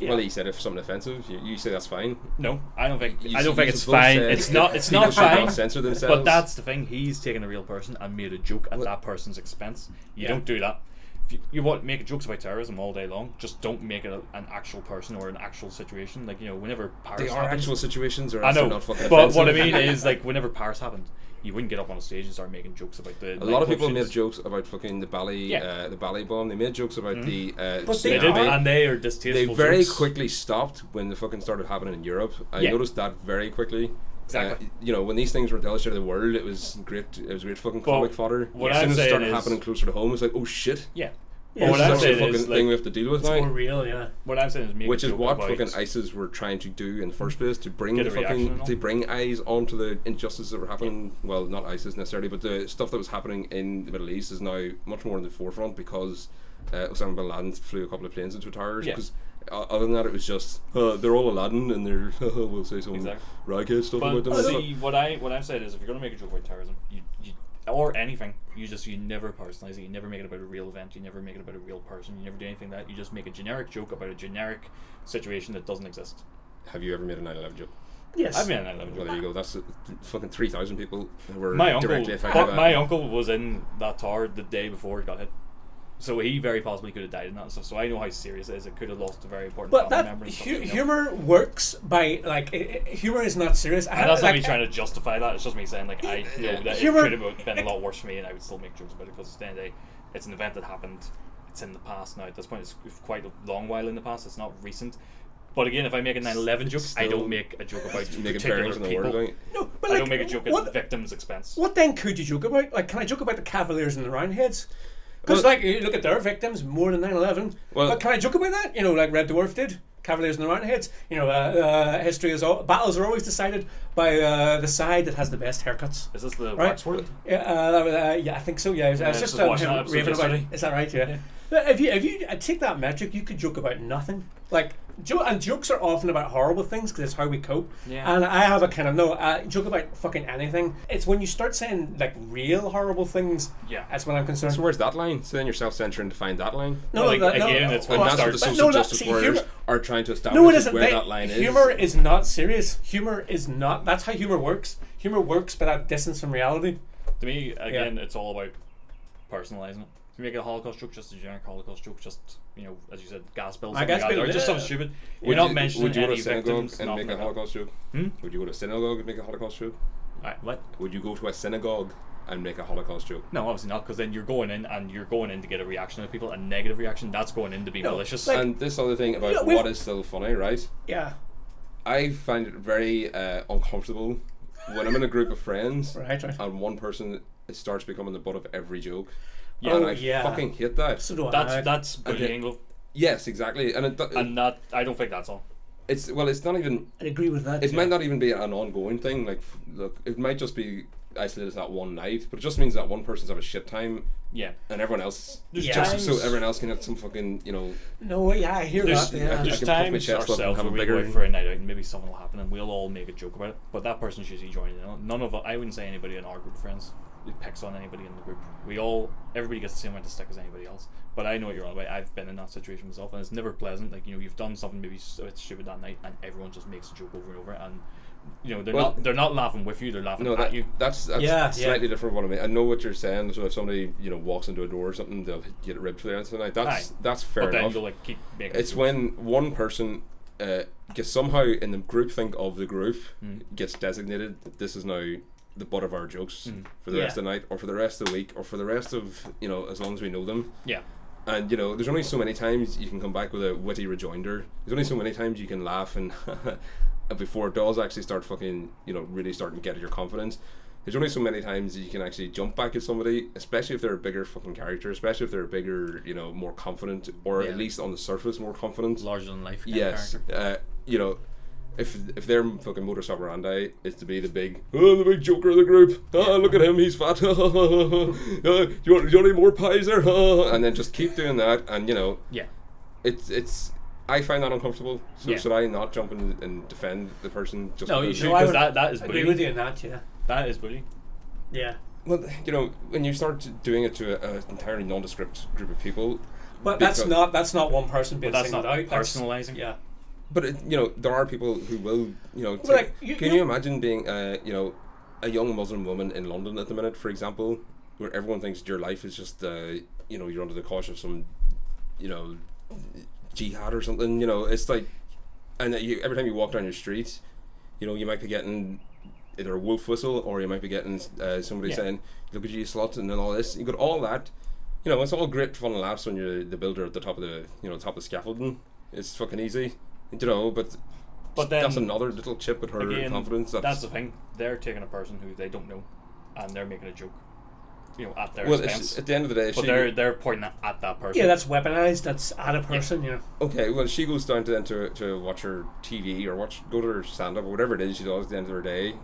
S1: well, he said if something offensive, you, you say that's fine.
S2: No, I don't think.
S1: You
S2: I
S1: s-
S2: don't think
S1: you
S2: it's
S1: both
S2: fine.
S1: said
S2: It's
S1: that
S2: not. It's
S1: people
S2: not
S1: should not
S2: fine.
S1: censor
S2: But
S1: themselves.
S2: that's the thing. He's taken a real person and made a joke at that person's expense. You don't do that. If you, you want make jokes about terrorism all day long, just don't make it a, an actual person or an actual situation. Like you know, whenever Paris
S1: They are
S2: happened-
S1: actual situations, or
S2: I
S1: else
S2: know,
S1: they're not fucking
S2: but what I
S1: offensive.
S2: mean is like whenever Paris happened, you wouldn't get up on a stage and start making jokes about the.
S1: A lot of people made jokes about fucking the ballet,
S2: Yeah. Mm-hmm.
S1: uh, the ballet bomb. They made jokes about the. Uh,
S3: But they
S2: They
S1: tsunami.
S2: did,
S3: are-
S2: and they are
S1: They
S2: distasteful.
S1: very
S2: jokes.
S1: quickly stopped when the fucking started happening in Europe. I
S2: Yeah.
S1: noticed that very quickly.
S2: Exactly.
S1: Uh, you know, when these things were to illustrate the world, it was great. It was great fucking
S2: But
S1: comic fodder.
S2: what
S1: as soon
S2: I'm
S1: as it
S2: saying
S1: started
S2: is-
S1: happening closer to home, it's like, oh shit,
S2: Yeah.
S3: Yeah,
S2: But what
S1: this
S2: I'm
S1: is actually a
S2: saying
S1: fucking
S2: is,
S1: thing
S2: like,
S1: we have to deal with
S3: More
S1: now.
S3: real, yeah.
S2: what I'm saying is, make
S1: Which
S2: a
S1: is
S2: joke
S1: what
S2: about-
S1: fucking ISIS were trying to do in the first place to bring
S2: Hmm. Get
S1: the
S2: a reaction
S1: fucking
S2: and all.
S1: to bring eyes onto the injustices that were happening. Well, not ISIS necessarily, but the stuff that was happening in the Middle East is now much more in the forefront because uh, Osama bin Laden flew a couple of planes into towers.
S2: Yeah.
S1: Because other than that, it was just uh, they're all Aladdin and they're we'll say some
S2: Exactly.
S1: raghead stuff
S2: But
S1: about them. and stuff.
S2: see, what I what I'm saying is, if you're gonna make a joke about terrorism, you, you or anything, you just you never personalize it. You never make it about a real event. You never make it about a real person. You never do anything like that. You just make a generic joke about a generic situation that doesn't exist.
S1: Have you ever made a 9/11 joke?
S3: Yes.
S2: I mean, I love
S1: Well,
S2: joke.
S1: there you go. That's uh, fucking three thousand people who were
S2: My uncle,
S1: directly affected. by
S2: but my
S1: it.
S2: uncle was in that tower the day before it got hit. So he very possibly could have died in that and stuff. So I know how serious it is. It could have lost a very important
S3: But
S2: family
S3: that
S2: member and stuff,
S3: hu-
S2: you know.
S3: humor works by like i i- humor is not serious. I
S2: And that's
S3: like,
S2: not me trying to justify that. It's just me saying, like, I know that
S3: Humor-
S2: it could have been a lot worse for me, and I would still make jokes about it because at the end of the day, it's an event that happened. It's in the past now. At this point, it's quite a long while in the past. It's not recent. But again, if I make a 9/11 joke, I
S1: Still
S2: don't make a joke about
S1: making
S2: particular
S1: parents in the
S2: people.
S1: world. Like,
S3: No, but
S2: I
S3: like,
S2: don't make a joke at
S3: what,
S2: the victim's expense.
S3: what then could you joke about? Like, can I joke about the Cavaliers and the Roundheads? Because
S1: Well-
S3: like you look at their victims more than 9/11.
S1: Well-
S3: but can I joke about that? You know, like Red Dwarf did. Cavaliers and the Roundheads. You know, uh, uh, history is all battles are always decided by uh, the side that has the best haircuts.
S2: Is this the
S3: Right.
S2: Waxworth?
S3: Yeah, uh, that was, uh, yeah, I think so. Yeah, I was, I was
S2: Yeah,
S3: just
S2: just
S3: um,
S2: watching
S3: him
S2: that episode
S3: raving about.
S2: yesterday.
S3: Is that right? Yeah. But If you if you uh, take that metric, you could joke about nothing. Like jo- and jokes are often about horrible things because it's how we cope.
S2: Yeah.
S3: And I have a kind of no uh, joke about fucking anything. It's when you start saying like real horrible things.
S2: Yeah.
S3: That's when I'm concerned.
S1: so where's that line? So then you're self-censoring to find that line.
S3: no,
S2: Like,
S3: that- no,
S2: again, it's when
S1: And that's
S2: Well,
S1: what the
S2: start-
S3: but
S1: social
S3: no, that-
S1: justice
S3: see,
S1: warriors
S3: humor-
S1: are trying to establish
S3: no, it isn't.
S1: where
S3: They-
S1: that line is.
S3: humor is not serious. Humor is not. That's how humor works. Humor works by that distance from reality.
S2: To me, again, it's all about personalizing it. If you make a Holocaust joke, just a generic Holocaust joke, just you know, as you said, gas bills,
S3: Ah,
S2: something
S3: gas
S2: like that,
S3: bill,
S2: or just
S3: yeah.
S2: something stupid. We're
S1: Would
S2: not
S1: you-
S2: mentioning
S1: Would you go
S2: any
S1: to a synagogue
S2: victims.
S1: and make
S2: nothing
S1: a
S2: like that.
S1: Holocaust joke?
S3: Hmm?
S1: Would you go to a synagogue and make a Holocaust joke?
S2: Alright, what?
S1: Would you go to a synagogue and make a Holocaust joke?
S2: No, obviously not, because then you're going in and you're going in to get a reaction out of people, a negative reaction. That's going in to be malicious.
S3: like-
S1: And this other thing about
S3: Yeah, we've-
S1: what is still funny, right?
S3: Yeah.
S1: I find it very uh, uncomfortable when I'm in a group of friends
S3: Right. Right.
S1: and one person starts becoming the butt of every joke.
S2: Yeah.
S1: and
S3: Oh,
S1: I
S3: yeah.
S1: fucking hate that.
S3: So do
S2: that's
S3: I.
S2: that's bullying, though,
S1: yes, exactly. And it, do-
S2: and that I don't think that's all.
S1: it's well, it's not even
S3: I agree with that.
S1: It might not even be an ongoing thing. Like, f- look, it might just be isolated to that one night, but it just means that one person's having a shit time,
S2: Yeah.
S1: and everyone else,
S3: Yeah.
S1: just so
S2: times-
S1: everyone else can have some fucking, you know,
S3: No, yeah, I hear
S2: There's,
S3: that. Yeah.
S1: I
S2: there's
S1: can puff my
S2: times
S1: chest up and
S2: ourselves
S1: have a
S2: where we
S1: bigger-
S2: go out for a night out and maybe something will happen and we'll all make a joke about it. But that person's usually joining in. None of I wouldn't say anybody in our group of friends picks on anybody in the group. We all everybody gets the same amount of stick as anybody else. But I know what you're on about. I've been in that situation myself and it's never pleasant. Like you know you've done something maybe s- a bit stupid that night and everyone just makes a joke over and over and you know they're
S1: Well-
S2: not they're not laughing with you. They're laughing
S1: no,
S2: at
S1: that
S2: you.
S1: that's that's
S3: Yeah,
S1: slightly different. What I mean, I know what you're saying. So if somebody, you know, walks into a door or something, they'll get ribbed for their answer. Like that's
S2: Aye.
S1: that's fair
S2: but then
S1: enough.
S2: you'll like keep making.
S1: It's
S2: jokes.
S1: when one person uh, gets somehow in the group think of the group
S2: Hmm.
S1: gets designated that this is now the butt of our jokes for the
S2: Hmm. Yeah.
S1: rest of the night or for the rest of the week or for the rest of you know as long as we know them
S2: Yeah.
S1: and you know there's only so many times you can come back with a witty rejoinder there's only so many times you can laugh and before it does actually start fucking you know really starting to get at your confidence there's only so many times you can actually jump back at somebody especially if they're a bigger fucking character especially if they're a bigger you know more confident or
S2: Yeah.
S1: at least on the surface more confident
S2: Larger than life. kind of
S1: yes
S2: character.
S1: uh, you know if if their fucking modus operandi is to be the big oh the big joker of the group ah look at him he's fat Ah, do, you want, do you want any more pies there Ah," and then just keep doing that and you know
S2: Yeah.
S1: it's it's I find that uncomfortable so
S2: Yeah.
S1: should I not jump in and defend the person just
S2: No, you
S1: because-
S2: should
S3: No, I
S2: because
S3: would
S2: that, that is
S3: agree with
S2: bullying.
S3: you on that, yeah.
S2: That is bullying.
S3: Yeah.
S1: well you know when you start doing it to an entirely nondescript group of people
S3: But that's
S1: because-
S3: not that's not one person being
S2: that's
S3: singled
S2: not
S3: out. that's-
S2: personalising.
S3: Yeah.
S1: But it, you know, there are people who will, you know.
S3: Well,
S1: take-
S3: like, you-
S1: can
S3: you-
S1: you imagine being, uh, you know, a young Muslim woman in London at the minute, for example, where everyone thinks your life is just, uh, you know, you're under the caution of some, you know, jihad or something. You know, it's like, and that you every time you walk down your street, you know, you might be getting either a wolf whistle or you might be getting uh, somebody
S2: Yeah.
S1: saying, "Look at you, slut," and then all this. You got all that. You know, it's all great fun and laughs when you're the builder at the top of the, you know, top of the scaffolding. It's fucking easy, you know. But
S2: But
S1: that's
S2: then-
S1: another little chip at her
S2: Again,
S1: confidence. That's,
S2: the thing. They're taking a person who they don't know, and they're making a joke. You know, at their
S1: well.
S2: expense.
S1: It's, at the end of the day, if
S2: but
S1: she,
S2: they're they're pointing that at that person.
S3: Yeah, that's weaponized, that's at a person, you know.
S1: Okay, well, she goes down to then to, to watch her TV or watch go to her stand up or whatever it is she does at the end of her day,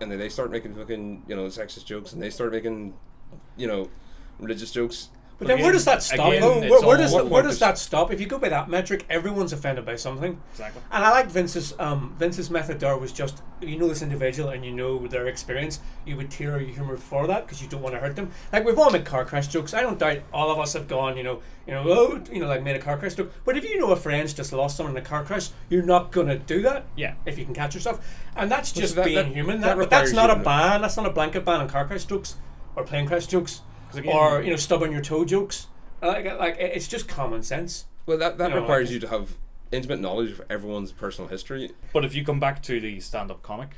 S1: and then they start making fucking you know sexist jokes and they start making you know religious jokes.
S3: But then where does that stop?
S2: again,
S3: though?
S2: it's
S3: where, where
S2: all-
S3: does
S1: what
S3: where
S1: point
S3: does
S1: is-
S3: that stop? If you go by that metric, everyone's offended by something.
S2: Exactly.
S3: And I like Vince's um, Vince's method there was just you know this individual and you know their experience, you would tear your humor for that because you don't want to hurt them. Like we've all made car crash jokes. I don't doubt all of us have gone, you know, you know, oh, you know, like made a car crash joke. But if you know a friend's just lost someone in a car crash, you're not gonna do that.
S2: Yeah.
S3: If you can catch yourself, and that's just
S1: that-
S3: being
S1: that-
S3: human.
S1: that
S3: That, but that's
S1: requires
S3: not a
S1: you to-
S3: ban. That's not a blanket ban on car crash jokes or plane crash jokes
S2: again-
S3: or you know stub on your toe jokes. Uh, Like, like it- it's just common sense.
S1: Well, that, that
S3: You know,
S1: requires
S3: like-
S1: you to have intimate knowledge of everyone's personal history.
S2: But if you come back to the stand-up comic,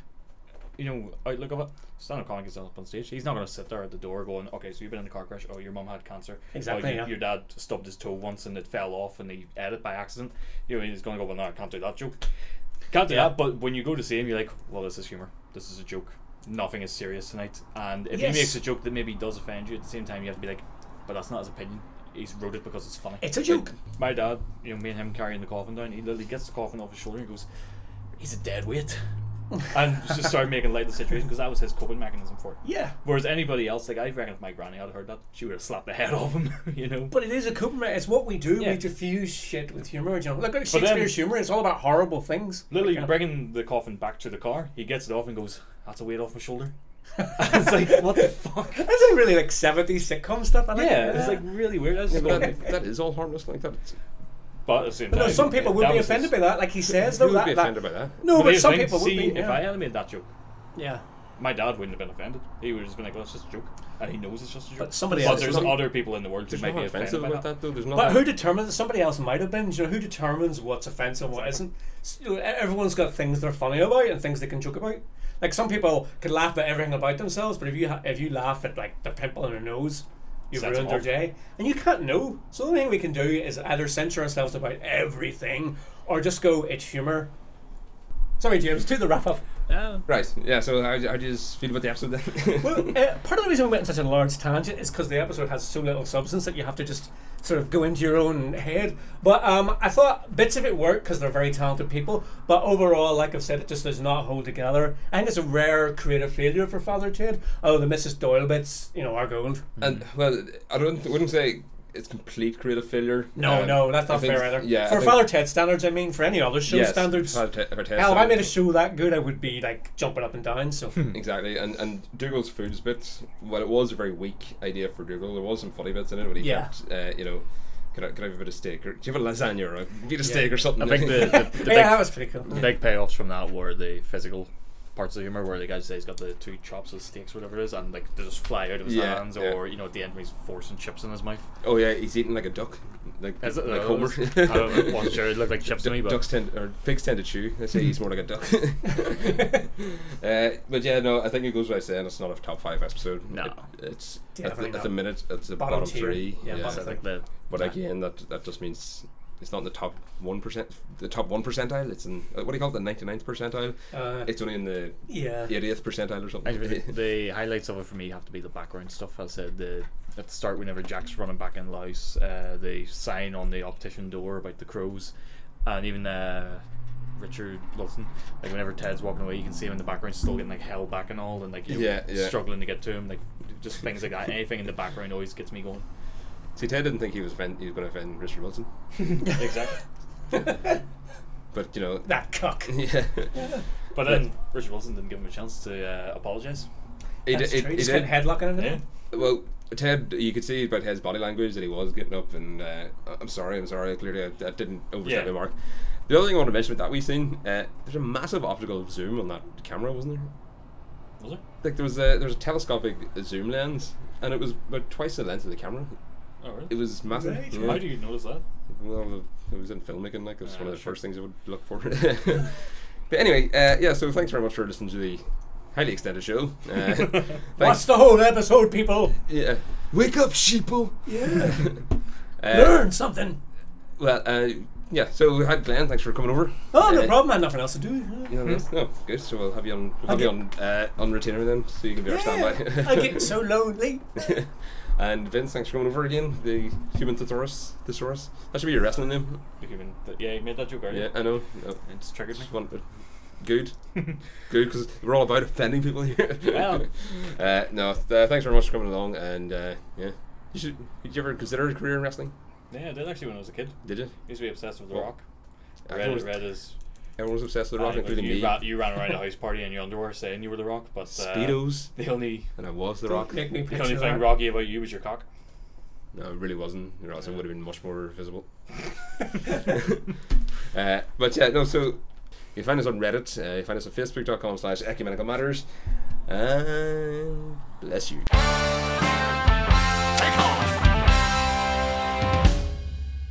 S2: you know outlook of it. Stand-up comic is up on stage. He's not going to sit there at the door going, "Okay, so you've been in a car crash. Oh, your mum had cancer.
S3: Exactly,
S2: Oh, you-
S3: yeah.
S2: Your dad stubbed his toe once and it fell off, and he ate it by accident. You know, he's going to go, "Well, no, I can't do that joke. Can't do that." But when you go to see him, you're like, "Well, this is humor. This is a joke. Nothing is serious tonight." And if
S3: Yes.
S2: he makes a joke that maybe does offend you, at the same time, you have to be like, "But that's not his opinion. He's wrote it because it's funny."
S3: It's a joke.
S2: my dad, you know, me and him carrying the coffin down, he literally gets the coffin off his shoulder and goes, "He's a dead weight," and just started making light of the situation because that was his coping mechanism for it.
S3: Yeah.
S2: Whereas anybody else, like I reckon, if my granny had heard that, she would have slapped the head off him, you know.
S3: But it is a coping mechanism. It's what we do.
S2: Yeah.
S3: We diffuse shit with humor. You know, look at
S2: then-
S3: Shakespeare's humor. It's all about horrible things.
S2: literally
S3: Like, uh,
S2: bringing the coffin back to the car, he gets it off and goes, "That's a weight off my shoulder." it's like what the fuck?
S3: that's like really like seventies sitcom stuff. I like
S2: Yeah,
S3: that.
S2: it's like really weird. That's just
S1: But
S2: going,
S1: that, that is all harmless like that. It's-
S2: but at the same
S3: But no,
S2: time,
S3: some people would
S2: that
S3: be
S2: was his-
S3: offended by that. Like he
S1: Who
S3: says, though.
S1: would
S3: that,
S1: be offended
S3: that,
S1: by that?
S3: No, but,
S2: here's the
S3: some
S2: thing,
S3: people
S2: see,
S3: would be.
S2: if
S3: Yeah.
S2: I had made that joke,
S3: yeah.
S2: My dad wouldn't have been offended. He would have just been like, "Well, it's just a joke," and he knows it's just a joke.
S3: But somebody else
S2: there's
S1: would be.
S2: other people in the world who
S1: There's
S2: might be
S1: nothing
S2: offended
S1: offensive
S2: by
S1: about
S2: that.
S1: that though. There's
S3: But who
S1: nothing.
S3: determines? Somebody else might have been. You know, who determines what's offensive and what isn't? S- you know, e, Everyone's got things they're funny about and things they can joke about. Like some people could laugh at everything about themselves, but if you ha- if you laugh at like the pimple in their nose, you've
S2: Sets
S3: ruined
S2: them
S3: their
S2: off.
S3: day. And you can't know. So the only thing we can do is either censor ourselves about everything, or just go it's humor. Sorry, James. Do the wrap up.
S1: Right. Yeah. So how, how do you feel about the episode then?
S3: Well, uh, part of the reason we went on such a large tangent is because the episode has so little substance that you have to just sort of go into your own head. But um, I thought bits of it worked because they're very talented people. But overall, like I've said, it just does not hold together. I think it's a rare creative failure for Father Ted. Oh, the Mrs. Doyle bits, you know, are gold.
S1: and well, I don't wouldn't say it's complete creative failure.
S3: No,
S1: Um,
S3: no, that's
S1: I
S3: not
S1: think-
S3: fair either.
S1: Yeah. I
S3: for
S1: think-
S3: Father Ted standards, I mean, for any other show
S1: yes,
S3: standards.
S1: Father Ted- Father Ted
S3: Hell, if I made a
S1: standards.
S3: show that good, I would be like jumping up and down. So
S1: Exactly, and and Dougal's foods bits. Well, it was a very weak idea for Dougal. There was some funny bits in it when he
S3: Yeah.
S1: kept, uh, you know, could I, could I have a bit of steak or do you have a lasagna or a bit of steak or something?
S2: I think the, the, the
S3: yeah, that
S2: big,
S3: was pretty cool.
S2: the big payoffs from that were the physical parts of the humor where the guy says he's got the two chops of steaks, whatever it is, and like they just fly out of his
S1: Yeah,
S2: hands,
S1: yeah.
S2: or you know at the end when he's forcing chips in his mouth.
S1: Oh yeah, he's eating like a duck, like
S2: Is it?
S1: like
S2: Uh,
S1: Homer.
S2: I don't know. Well, sure, it looked like chips to me, but-
S1: ducks tend or pigs tend to chew. They say he's more like a duck. uh, but yeah, no, I think it goes without saying it's not a top five episode.
S2: No.
S1: It- it's at
S3: Definitely
S1: the, at the
S3: not.
S1: minute it's the
S3: Bottom
S1: bottom,
S3: tier.
S1: three.
S3: Yeah, bottom
S2: It's like the
S1: But again, that that just means it's not in the top one percent, the top one percentile. It's in uh, what do you call it, the 99th percentile?
S3: Uh,
S1: it's only in the
S3: yeah.
S1: 80th percentile or
S2: I suppose
S1: something.
S2: the, the highlights of it for me have to be the background stuff. As I said the at the start whenever Jack's running back in the house, uh, the sign on the optician door about the crows, and even uh, Richard Wilson. Like whenever Ted's walking away, you can see him in the background still getting like held back and all, and like you know,
S1: Yeah, yeah.
S2: struggling to get to him. Like just things like that. Anything in the background always gets me going.
S1: See, Ted didn't think he was offend, he was going to offend Richard Wilson,
S2: exactly.
S1: but you know,
S3: That cock.
S1: yeah.
S2: But then Richard Wilson didn't give him a chance to uh, apologize.
S1: He
S3: That's
S1: did- he-
S3: true.
S1: he
S3: Just
S1: did-
S3: kind of headlocking him.
S2: Yeah.
S3: Yeah.
S1: Well, Ted, you could see about his body language that he was getting up, and uh, I'm sorry, I'm sorry. Clearly, I, I didn't overstep
S2: Yeah.
S1: my mark. The other thing I want to mention about that we've seen, uh, there's a massive optical zoom on that camera, wasn't there?
S2: Was it?
S1: Like there was a there was a telescopic zoom lens, and it was about twice the length of the camera.
S2: Oh
S1: It
S2: really?
S1: was massive.
S3: Right.
S1: yeah.
S2: How do you notice that?
S1: Well, it was in filmmaking, like, it's
S2: Ah,
S1: one of the
S2: sure.
S1: first things I would look for. but anyway, uh, yeah, so thanks very much for listening to the highly extended show. Uh,
S3: Watch
S1: thanks.
S3: the whole episode, people.
S1: Yeah. Wake up, sheeple!
S3: Yeah.
S1: Uh,
S3: Learn something.
S1: well, uh, yeah, so we had Glenn, thanks for coming over.
S3: Oh, no
S1: Uh,
S3: problem. Mm-hmm. I had nothing else to do.
S1: you know, that's- Oh, good, so we'll have you on, we'll have you on, uh, on retainer then, so you can be our
S3: Yeah.
S1: standby.
S3: I get so lonely.
S1: and Vince, thanks for coming over again, the human thesaurus. thesaurus. That should be your wrestling name.
S2: The human. yeah, you made that joke
S1: Yeah,
S2: earlier.
S1: I know. No.
S2: It's triggered me.
S1: Just want good, good, because we're all about offending people here.
S2: Well.
S1: uh, no, th- thanks very much for coming along, and uh, yeah, you should. Did you ever consider a career in wrestling?
S2: Yeah, I did actually when I was a kid.
S1: Did you?
S2: used to be obsessed with The
S1: Well,
S2: Rock.
S1: Everyone
S2: Red,
S1: was-
S2: red is.
S1: Everyone was obsessed with the
S2: I
S1: rock,
S2: think
S1: including
S2: you,
S1: me.
S2: Ran, you ran around a house party in your underwear saying you were the Rock, but uh,
S1: Speedos,
S2: The only
S1: and I was the rock.
S3: Make me
S2: the only
S3: picture
S2: thing
S3: that.
S2: rocky about you was your cock.
S1: No, it really wasn't. Or else it would have been much more visible. uh, but yeah, no, so you find us on Reddit, uh, you find us on facebook.com slash ecumenical matters, and bless you.